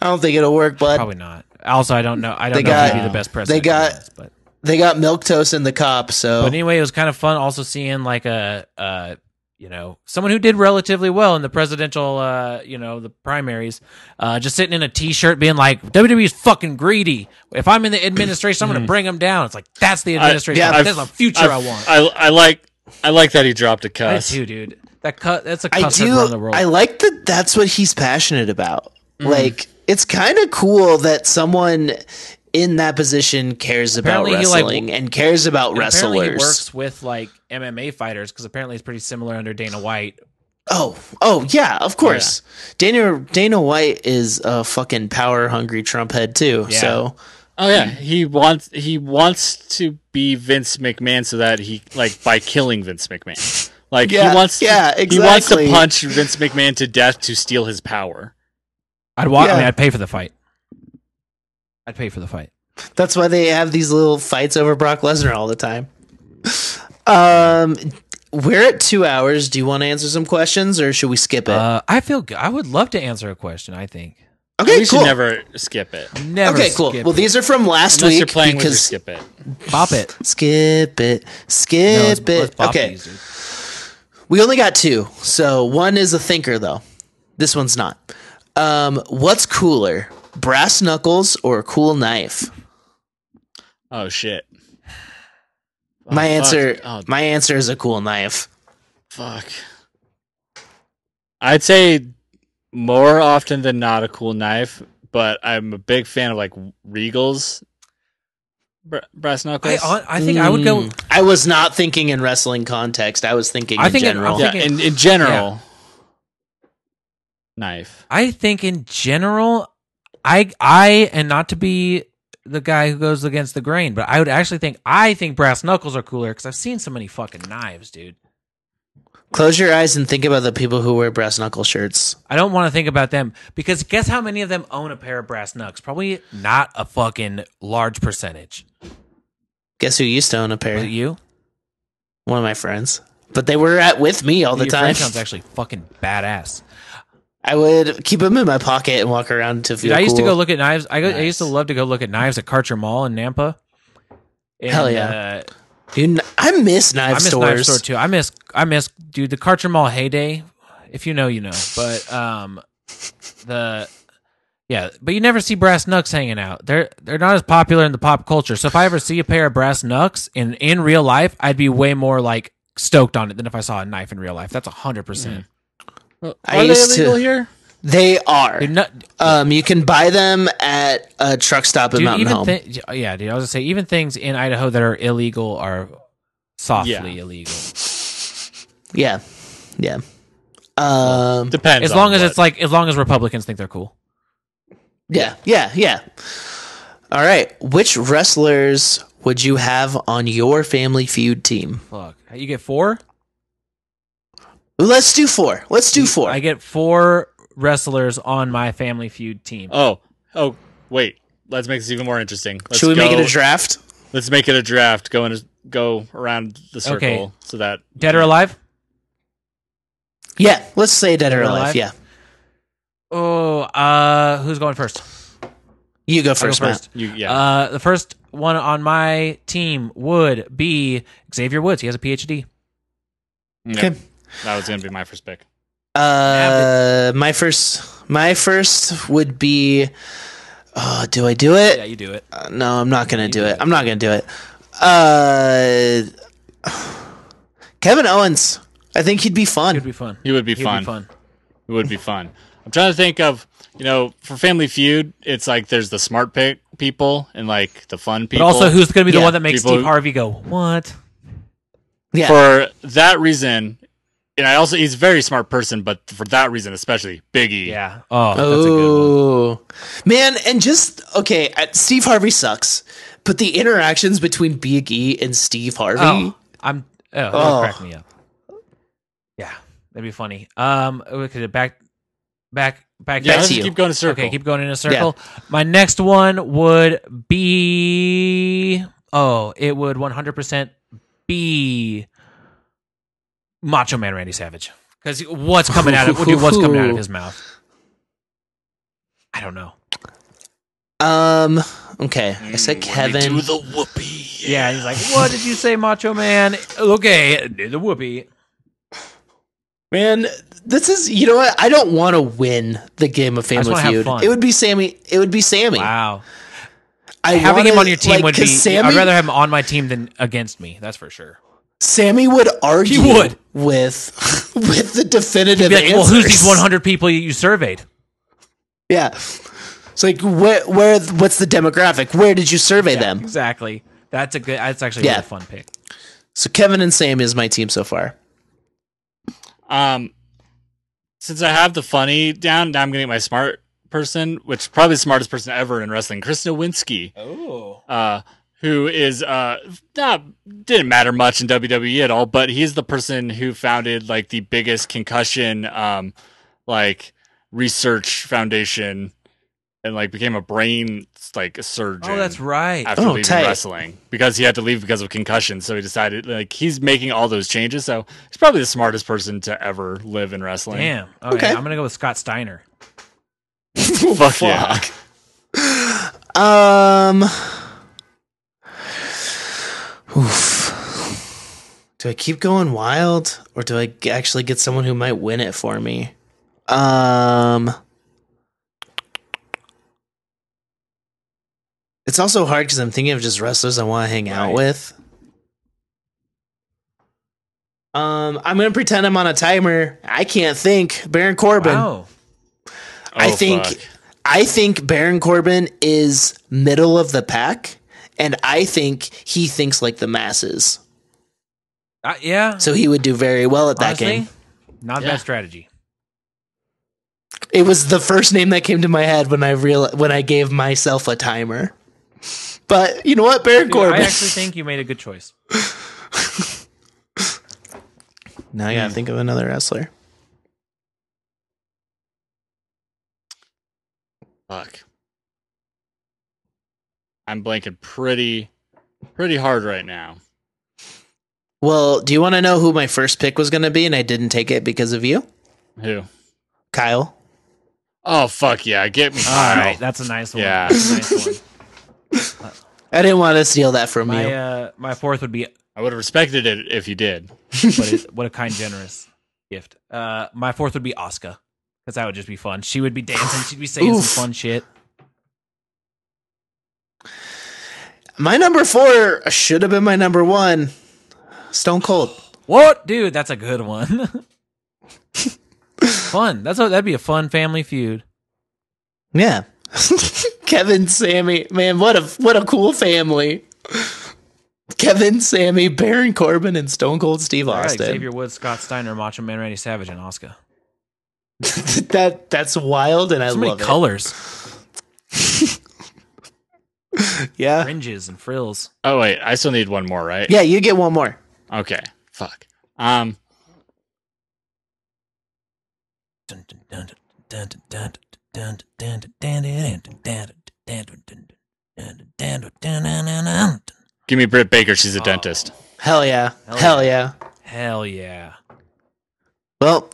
[SPEAKER 2] I don't think it'll work, but
[SPEAKER 3] Probably not. Also, I don't know. I don't
[SPEAKER 2] They
[SPEAKER 3] know if
[SPEAKER 2] got-
[SPEAKER 3] he'd be the best president.
[SPEAKER 2] got-
[SPEAKER 3] for this, but
[SPEAKER 2] they got milk toast in the cop, so
[SPEAKER 3] but anyway, it was kind of fun also seeing like a uh you know someone who did relatively well in the presidential uh you know the primaries uh just sitting in a t-shirt being like WWE's fucking greedy. If I'm in the administration, I'm going to bring them down. It's like that's the administration.
[SPEAKER 2] yeah,
[SPEAKER 3] I,
[SPEAKER 4] I've-
[SPEAKER 3] that's the future I
[SPEAKER 4] Mm-hmm. I've-
[SPEAKER 3] want. I,
[SPEAKER 4] I, I like I like that he dropped a
[SPEAKER 3] I
[SPEAKER 4] cuss.
[SPEAKER 3] do, dude. That cut. That's a
[SPEAKER 2] I
[SPEAKER 3] cuss word
[SPEAKER 2] do.
[SPEAKER 3] around the world.
[SPEAKER 2] I like that. That's what he's passionate about. Like, it's kind of cool that someone in that position cares
[SPEAKER 3] Apparently
[SPEAKER 2] about
[SPEAKER 3] he, like,
[SPEAKER 2] wrestling and cares about
[SPEAKER 3] And Apparently he
[SPEAKER 2] wrestlers.
[SPEAKER 3] works with like MMA fighters because apparently it's pretty similar under Dana White.
[SPEAKER 2] Oh, oh yeah, of course. Dana Dana White is a fucking power hungry Trump head too.
[SPEAKER 3] Yeah.
[SPEAKER 2] So
[SPEAKER 4] Oh yeah, he wants he wants to be Vince McMahon so that he like by killing Vince McMahon. Like
[SPEAKER 2] Yeah,
[SPEAKER 4] he wants
[SPEAKER 2] yeah,
[SPEAKER 4] he wants to
[SPEAKER 2] exactly.
[SPEAKER 4] punch Vince McMahon to death to steal his power.
[SPEAKER 3] I'd walk. I
[SPEAKER 2] Yeah.
[SPEAKER 3] mean, I'd pay for the fight. I'd pay for the fight.
[SPEAKER 2] that's why they have these little fights over Brock Lesnar all the time. Um, we're at two hours. Do you want to answer some questions or should we skip it?
[SPEAKER 3] Uh, I feel. G- I would love to answer a question. I think
[SPEAKER 2] okay,
[SPEAKER 4] we
[SPEAKER 2] cool.
[SPEAKER 4] should never skip it.
[SPEAKER 3] never.
[SPEAKER 2] okay, cool.
[SPEAKER 3] skip
[SPEAKER 2] Well,
[SPEAKER 3] it.
[SPEAKER 2] these are from last
[SPEAKER 4] Unless
[SPEAKER 2] week
[SPEAKER 4] you're playing with your
[SPEAKER 2] because
[SPEAKER 4] skip it.
[SPEAKER 3] bop it.
[SPEAKER 2] skip it, skip
[SPEAKER 3] No, let's-
[SPEAKER 2] it.
[SPEAKER 3] let's bop
[SPEAKER 2] Eh, okay,
[SPEAKER 3] these, dude.
[SPEAKER 2] we only got two, so one is a thinker though. This one's not. Um, what's cooler, brass knuckles or a cool knife?
[SPEAKER 4] Oh shit.
[SPEAKER 2] my
[SPEAKER 4] fuck.
[SPEAKER 2] answer
[SPEAKER 4] Oh.
[SPEAKER 2] my answer is a cool knife
[SPEAKER 4] Fuck. I'd say more often than not a cool knife, but I'm a big fan of like Regals br- brass
[SPEAKER 3] I,
[SPEAKER 4] knuckles.
[SPEAKER 3] on, I think I would go.
[SPEAKER 2] i was not thinking in wrestling context i was thinking
[SPEAKER 3] I
[SPEAKER 2] in
[SPEAKER 3] think it-
[SPEAKER 2] general
[SPEAKER 3] I'm
[SPEAKER 4] yeah,
[SPEAKER 3] thinking-
[SPEAKER 4] in, in general, knife.
[SPEAKER 3] I think in general, I I and not to be the guy who goes against the grain, but I would actually think I think brass knuckles are cooler because I've seen so many fucking knives, dude.
[SPEAKER 2] close your eyes and think about the people who wear brass knuckle shirts
[SPEAKER 3] I don't want to think about them because guess how many of them own a pair of brass knucks? Probably not a fucking large percentage.
[SPEAKER 2] guess who used to own a
[SPEAKER 3] Was
[SPEAKER 2] pair
[SPEAKER 3] it you?
[SPEAKER 2] one of my friends but they were at with me all the
[SPEAKER 3] Your
[SPEAKER 2] time
[SPEAKER 3] friend sounds actually fucking badass.
[SPEAKER 2] i would keep them in my pocket and walk around to feel
[SPEAKER 3] Dude, I used to
[SPEAKER 2] cool.
[SPEAKER 3] go look at knives. I, go, I used to
[SPEAKER 4] Nice.
[SPEAKER 3] love to go look at knives at Karcher Mall in Nampa. And,
[SPEAKER 2] Hell yeah.
[SPEAKER 3] uh,
[SPEAKER 2] Dude, i miss
[SPEAKER 3] I
[SPEAKER 2] knife
[SPEAKER 3] miss
[SPEAKER 2] stores
[SPEAKER 3] knife store too. I miss I miss dude the Karcher Mall heyday. If you know, you know. But um, the Yeah, but you never see brass knucks hanging out. They're they're not as popular in the pop culture. So if I ever see a pair of brass knucks in in real life, I'd be way more like stoked on it than if I saw a knife in real life. That's hundred percent.
[SPEAKER 2] I used to-
[SPEAKER 4] here?
[SPEAKER 2] They are.
[SPEAKER 4] Mm.
[SPEAKER 3] They're not,
[SPEAKER 2] Um, you can buy them at a truck stop in
[SPEAKER 3] dude,
[SPEAKER 2] Mountain
[SPEAKER 3] even
[SPEAKER 2] Home.
[SPEAKER 3] thi- yeah, dude. I was gonna say even things in Idaho that are illegal are softly
[SPEAKER 4] Yeah.
[SPEAKER 3] illegal.
[SPEAKER 2] yeah, yeah. Um,
[SPEAKER 4] Depends.
[SPEAKER 3] As long
[SPEAKER 4] on
[SPEAKER 3] as
[SPEAKER 4] what.
[SPEAKER 3] it's like as long as Republicans think they're cool.
[SPEAKER 2] yeah, yeah, yeah. All right. Which wrestlers would you have on your Family Feud team?
[SPEAKER 3] Fuck, you get four.
[SPEAKER 2] Let's do four. Let's do four.
[SPEAKER 3] I get four wrestlers on my Family Feud team.
[SPEAKER 4] Oh, oh, wait. Let's make this even more interesting. Let's
[SPEAKER 2] Should we make it
[SPEAKER 4] go-
[SPEAKER 2] a draft?
[SPEAKER 4] Let's make it a draft. Go and go around the circle
[SPEAKER 3] Okay.
[SPEAKER 4] so that
[SPEAKER 3] Dead or alive?
[SPEAKER 2] Yeah. Let's say dead or
[SPEAKER 3] Dead or
[SPEAKER 2] alive.
[SPEAKER 3] alive?
[SPEAKER 2] Yeah.
[SPEAKER 3] Oh, uh, who's going first?
[SPEAKER 2] You go
[SPEAKER 3] I'll go
[SPEAKER 2] first, Matt.
[SPEAKER 4] you yeah.
[SPEAKER 3] Uh, the first one on my team would be Xavier Woods. He has a PhD.
[SPEAKER 4] Yeah.
[SPEAKER 2] okay.
[SPEAKER 4] That was gonna be my first pick.
[SPEAKER 2] Uh, my first, my first would be. Oh, do I do it?
[SPEAKER 3] you do it.
[SPEAKER 2] Uh, no, I'm not gonna do it. I'm not gonna do it. Uh, *sighs* Kevin Owens. I think he'd be
[SPEAKER 3] It'd
[SPEAKER 2] fun.
[SPEAKER 3] be fun.
[SPEAKER 4] He would be
[SPEAKER 3] It'd
[SPEAKER 4] fun.
[SPEAKER 3] Be fun.
[SPEAKER 4] It would be fun. I'm trying to think of you know for Family Feud, it's like there's the smart pick people and like the fun
[SPEAKER 3] But
[SPEAKER 4] people.
[SPEAKER 3] also, who's going to be the
[SPEAKER 2] Yeah,
[SPEAKER 3] one that makes
[SPEAKER 4] people-
[SPEAKER 3] Steve Harvey go what?
[SPEAKER 2] Yeah,
[SPEAKER 4] for that reason, and I also he's a very smart person, but for that reason especially, Biggie.
[SPEAKER 3] Yeah. Oh, that's a good one.
[SPEAKER 2] Oh man, and just okay. uh, Steve Harvey sucks, but the interactions between Big E and Steve Harvey.
[SPEAKER 3] Oh, I'm. Oh, that would
[SPEAKER 2] Oh.
[SPEAKER 3] crack me up. Yeah, that'd be funny. Um, okay, back, back, back.
[SPEAKER 4] Yeah,
[SPEAKER 2] Back
[SPEAKER 4] let's
[SPEAKER 2] to
[SPEAKER 4] just
[SPEAKER 2] you.
[SPEAKER 4] keep going in a circle.
[SPEAKER 3] Okay, keep going in a circle. My next one would be oh, it would 100% be Macho Man Randy Savage. Cuz what's coming out of dude, what's coming out of his mouth? I don't know. Oh.
[SPEAKER 2] Um. Okay, I
[SPEAKER 3] Mm,
[SPEAKER 2] said Kevin.
[SPEAKER 4] Do the whoopee.
[SPEAKER 3] Yeah, he's like, "What did you say, Macho Man?" Okay, the whoopee.
[SPEAKER 2] Man, this is you know what? I don't want to win the game of
[SPEAKER 3] just
[SPEAKER 2] Family
[SPEAKER 3] wanna have
[SPEAKER 2] Feud.
[SPEAKER 3] fun.
[SPEAKER 2] It would be Sammy. It would be Sammy.
[SPEAKER 3] Wow.
[SPEAKER 2] I
[SPEAKER 3] Having him
[SPEAKER 2] wanna,
[SPEAKER 3] on your team
[SPEAKER 2] like,
[SPEAKER 3] would be
[SPEAKER 2] 'cause Sammy,
[SPEAKER 3] I'd rather have him on my team than against me. That's for sure.
[SPEAKER 2] Sammy
[SPEAKER 3] *laughs*
[SPEAKER 2] would argue
[SPEAKER 3] would.
[SPEAKER 2] with *laughs* with the definitive
[SPEAKER 3] Be like,
[SPEAKER 2] answers.
[SPEAKER 3] "Well, who's these 100 people you surveyed?"
[SPEAKER 2] *laughs* Yeah. It's like where where what's the demographic? Where did you survey them?
[SPEAKER 3] Exactly. That's a good that's actually a
[SPEAKER 2] Yeah.
[SPEAKER 3] really fun pick.
[SPEAKER 2] So Kevin and Sammy is my team so far.
[SPEAKER 4] Um, since I have the funny down, now I'm gonna get my smart person, which is probably the smartest person ever in wrestling, Chris Nowinski. Oh. Uh, who is uh not didn't matter much in WWE at all, but he's the person who founded like the biggest concussion um like research foundation and like became a brain like surgeon
[SPEAKER 3] Oh, that's right.
[SPEAKER 4] after
[SPEAKER 2] Oh,
[SPEAKER 4] leaving
[SPEAKER 2] tight.
[SPEAKER 4] wrestling because he had to leave because of concussion. So he decided like he's making all those changes. So he's probably the smartest person to ever live in wrestling.
[SPEAKER 3] Damn. All right,
[SPEAKER 2] Okay.
[SPEAKER 3] I'm gonna go with Scott Steiner.
[SPEAKER 4] Fuck, yeah.
[SPEAKER 2] Um Oof. Do I keep going wild or do I g- actually get someone who might win it for me? Um It's also hard cuz I'm thinking of just wrestlers I want to hang out
[SPEAKER 3] Right.
[SPEAKER 2] with. Um I'm going to pretend I'm on a timer. I can't think. Baron Corbin.
[SPEAKER 3] Wow.
[SPEAKER 2] I
[SPEAKER 4] Oh,
[SPEAKER 2] think
[SPEAKER 4] fuck.
[SPEAKER 2] I think Baron Corbin is middle of the pack, and I think he thinks like the masses.
[SPEAKER 3] Uh, yeah.
[SPEAKER 2] So he would do very well at that
[SPEAKER 3] honestly,
[SPEAKER 2] game.
[SPEAKER 3] Not a
[SPEAKER 4] Yeah.
[SPEAKER 3] bad strategy.
[SPEAKER 2] It was the first name that came to my head when I real when I gave myself a timer. But you know what, Baron
[SPEAKER 3] Dude, I
[SPEAKER 2] Corbin.
[SPEAKER 3] actually think you made a good choice.
[SPEAKER 2] now I gotta think of another wrestler.
[SPEAKER 4] Fuck. I'm blanking pretty, pretty hard right now.
[SPEAKER 2] Well, do you want to know who my first pick was going to be, and I didn't take it because of you,
[SPEAKER 4] Who?
[SPEAKER 2] Kyle?
[SPEAKER 4] Oh fuck yeah! Get me.
[SPEAKER 3] All
[SPEAKER 4] Kyle.
[SPEAKER 3] right, that's a nice one.
[SPEAKER 4] Yeah.
[SPEAKER 3] That's a nice
[SPEAKER 4] *laughs*
[SPEAKER 3] one.
[SPEAKER 2] I didn't want to steal that from
[SPEAKER 3] My
[SPEAKER 2] you.
[SPEAKER 3] uh, my fourth would be
[SPEAKER 4] I would have respected it if you did.
[SPEAKER 3] what, is, what a kind, generous gift. Uh, my fourth would be Oscar because that would just be fun. She would be dancing. She'd be saying
[SPEAKER 2] Oof.
[SPEAKER 3] some fun shit.
[SPEAKER 2] My number four should have been my number one. Stone Cold.
[SPEAKER 3] What, dude? That's a good one. *laughs* fun. That's a, that'd be a fun family feud. *laughs*
[SPEAKER 2] Yeah. Kevin, Sammy, man, what a what a cool family. Kevin, Sammy, Baron Corbin, and Stone Cold Steve
[SPEAKER 3] All right,
[SPEAKER 2] Austin.
[SPEAKER 3] Xavier Woods, Scott Steiner, Macho Man Randy Savage, and Oscar.
[SPEAKER 2] *laughs* that that's wild, and I
[SPEAKER 3] So many
[SPEAKER 2] love
[SPEAKER 3] colors,
[SPEAKER 2] it. Yeah,
[SPEAKER 3] fringes, and frills.
[SPEAKER 4] Oh wait, I still need one more, right?
[SPEAKER 2] yeah, you get one more.
[SPEAKER 4] Okay. Fuck. Um.
[SPEAKER 3] Dun, dun, dun, dun, dun, dun, dun, dun, dun, dun, dun, dun, dun, dun, dun, dun, dun, dun, dun, dun, dun, dun, dun.
[SPEAKER 4] Give me Britt Baker. She's a dentist.
[SPEAKER 2] Hell yeah,
[SPEAKER 3] Hell
[SPEAKER 2] hell,
[SPEAKER 3] yeah.
[SPEAKER 2] yeah.
[SPEAKER 3] Hell yeah!
[SPEAKER 2] Well,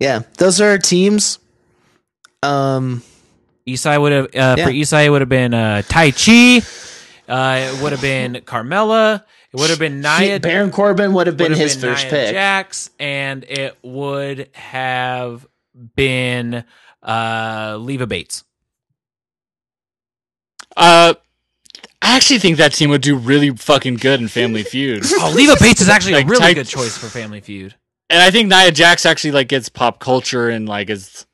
[SPEAKER 2] yeah, those are our teams. Um,
[SPEAKER 3] Isai would have uh, for
[SPEAKER 2] Yeah.
[SPEAKER 3] Isai it would have been uh, Tai Chi. Uh, it would have been Carmella. It would have been
[SPEAKER 2] he-
[SPEAKER 3] Nia.
[SPEAKER 2] Baron Corbin would have been
[SPEAKER 3] would've
[SPEAKER 2] his first
[SPEAKER 3] Nia
[SPEAKER 2] pick.
[SPEAKER 3] Jax, and it would have been uh, Leva Bates.
[SPEAKER 4] Uh, I actually think that team would do really fucking good
[SPEAKER 3] *laughs*
[SPEAKER 4] in Family Feud,
[SPEAKER 3] Oh, Leva Bates is actually
[SPEAKER 4] Like,
[SPEAKER 3] a really
[SPEAKER 4] type-
[SPEAKER 3] good choice for Family Feud.
[SPEAKER 4] and I think Nia Jax actually like gets pop culture and like is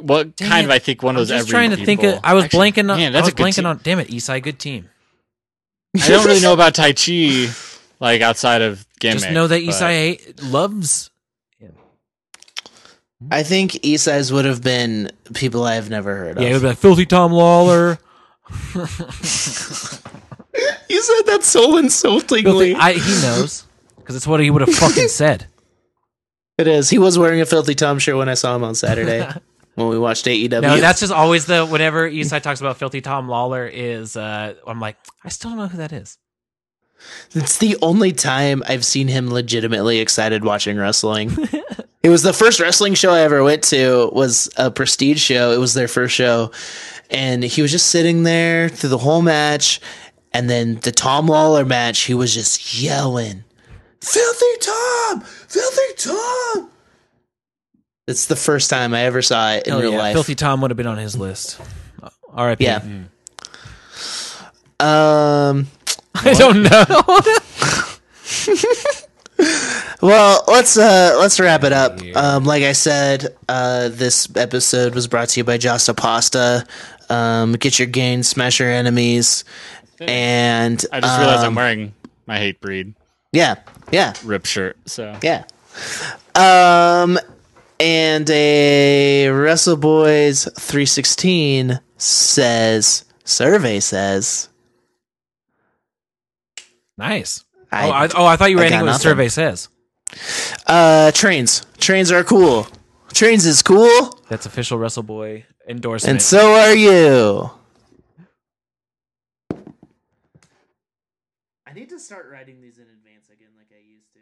[SPEAKER 4] what
[SPEAKER 3] Dang
[SPEAKER 4] kind
[SPEAKER 3] it.
[SPEAKER 4] of I think one
[SPEAKER 3] I
[SPEAKER 4] of
[SPEAKER 3] was
[SPEAKER 4] those.
[SPEAKER 3] just
[SPEAKER 4] every
[SPEAKER 3] trying to think. Of,
[SPEAKER 4] people.
[SPEAKER 3] I was
[SPEAKER 4] Actually,
[SPEAKER 3] blanking on.
[SPEAKER 4] man,
[SPEAKER 3] I
[SPEAKER 4] that's
[SPEAKER 3] was
[SPEAKER 4] a good
[SPEAKER 3] blanking
[SPEAKER 4] team.
[SPEAKER 3] on. Damn it, Isai, good team.
[SPEAKER 4] I don't really know about Tai Chi, like outside of gimmick.
[SPEAKER 3] just know that
[SPEAKER 4] but-
[SPEAKER 3] Isai loves.
[SPEAKER 2] I think Isai's would have been people I have never heard of.
[SPEAKER 3] Yeah, it would be like filthy
[SPEAKER 2] *laughs*
[SPEAKER 3] Tom Lawler.
[SPEAKER 2] you said that so insultingly.
[SPEAKER 3] Filthy, I, he knows because it's what he would have
[SPEAKER 2] *laughs*
[SPEAKER 3] fucking said.
[SPEAKER 2] It is. He was wearing a filthy Tom shirt when I saw him on
[SPEAKER 3] *laughs*
[SPEAKER 2] Saturday when we watched E AEW.
[SPEAKER 3] No, that's just always the whenever Isai talks about filthy Tom Lawler is. Uh, I'm like, I still don't know who that is.
[SPEAKER 2] it's the only time I've seen him legitimately excited watching wrestling.
[SPEAKER 3] *laughs*
[SPEAKER 2] it was the first wrestling show I ever went to was a prestige show. It was their first show, and he was just sitting there through the whole match, and then the Tom Lawler match. He was just yelling, "Filthy Tom! Filthy Tom!" It's the first time I ever saw it in
[SPEAKER 3] Hell
[SPEAKER 2] real
[SPEAKER 3] yeah,
[SPEAKER 2] life.
[SPEAKER 3] Filthy Tom would have been on his list. Uh, R.I.P.
[SPEAKER 2] yeah.
[SPEAKER 4] Mm-hmm.
[SPEAKER 2] Um.
[SPEAKER 3] *laughs* I
[SPEAKER 2] *laughs*
[SPEAKER 3] don't know.
[SPEAKER 2] Well, let's uh let's wrap it up. Um, like I said, uh, this episode was brought to you by Josta Pasta. Um, get your gains, smash your enemies, and
[SPEAKER 4] I just realized I'm
[SPEAKER 2] um,
[SPEAKER 4] wearing my hate breed
[SPEAKER 2] yeah, yeah,
[SPEAKER 4] rip shirt. So
[SPEAKER 2] yeah. Um, and a Wrestle Boys three sixteen says survey says
[SPEAKER 3] nice.
[SPEAKER 2] I-
[SPEAKER 3] oh, I, oh, I thought you were
[SPEAKER 2] I
[SPEAKER 3] ending
[SPEAKER 2] got
[SPEAKER 3] with
[SPEAKER 2] nothing.
[SPEAKER 3] survey says.
[SPEAKER 2] uh trains trains are cool trains is cool
[SPEAKER 3] That's official Wrestle Boy endorsement.
[SPEAKER 2] and so are you. I need to start writing these in advance again, like I used to.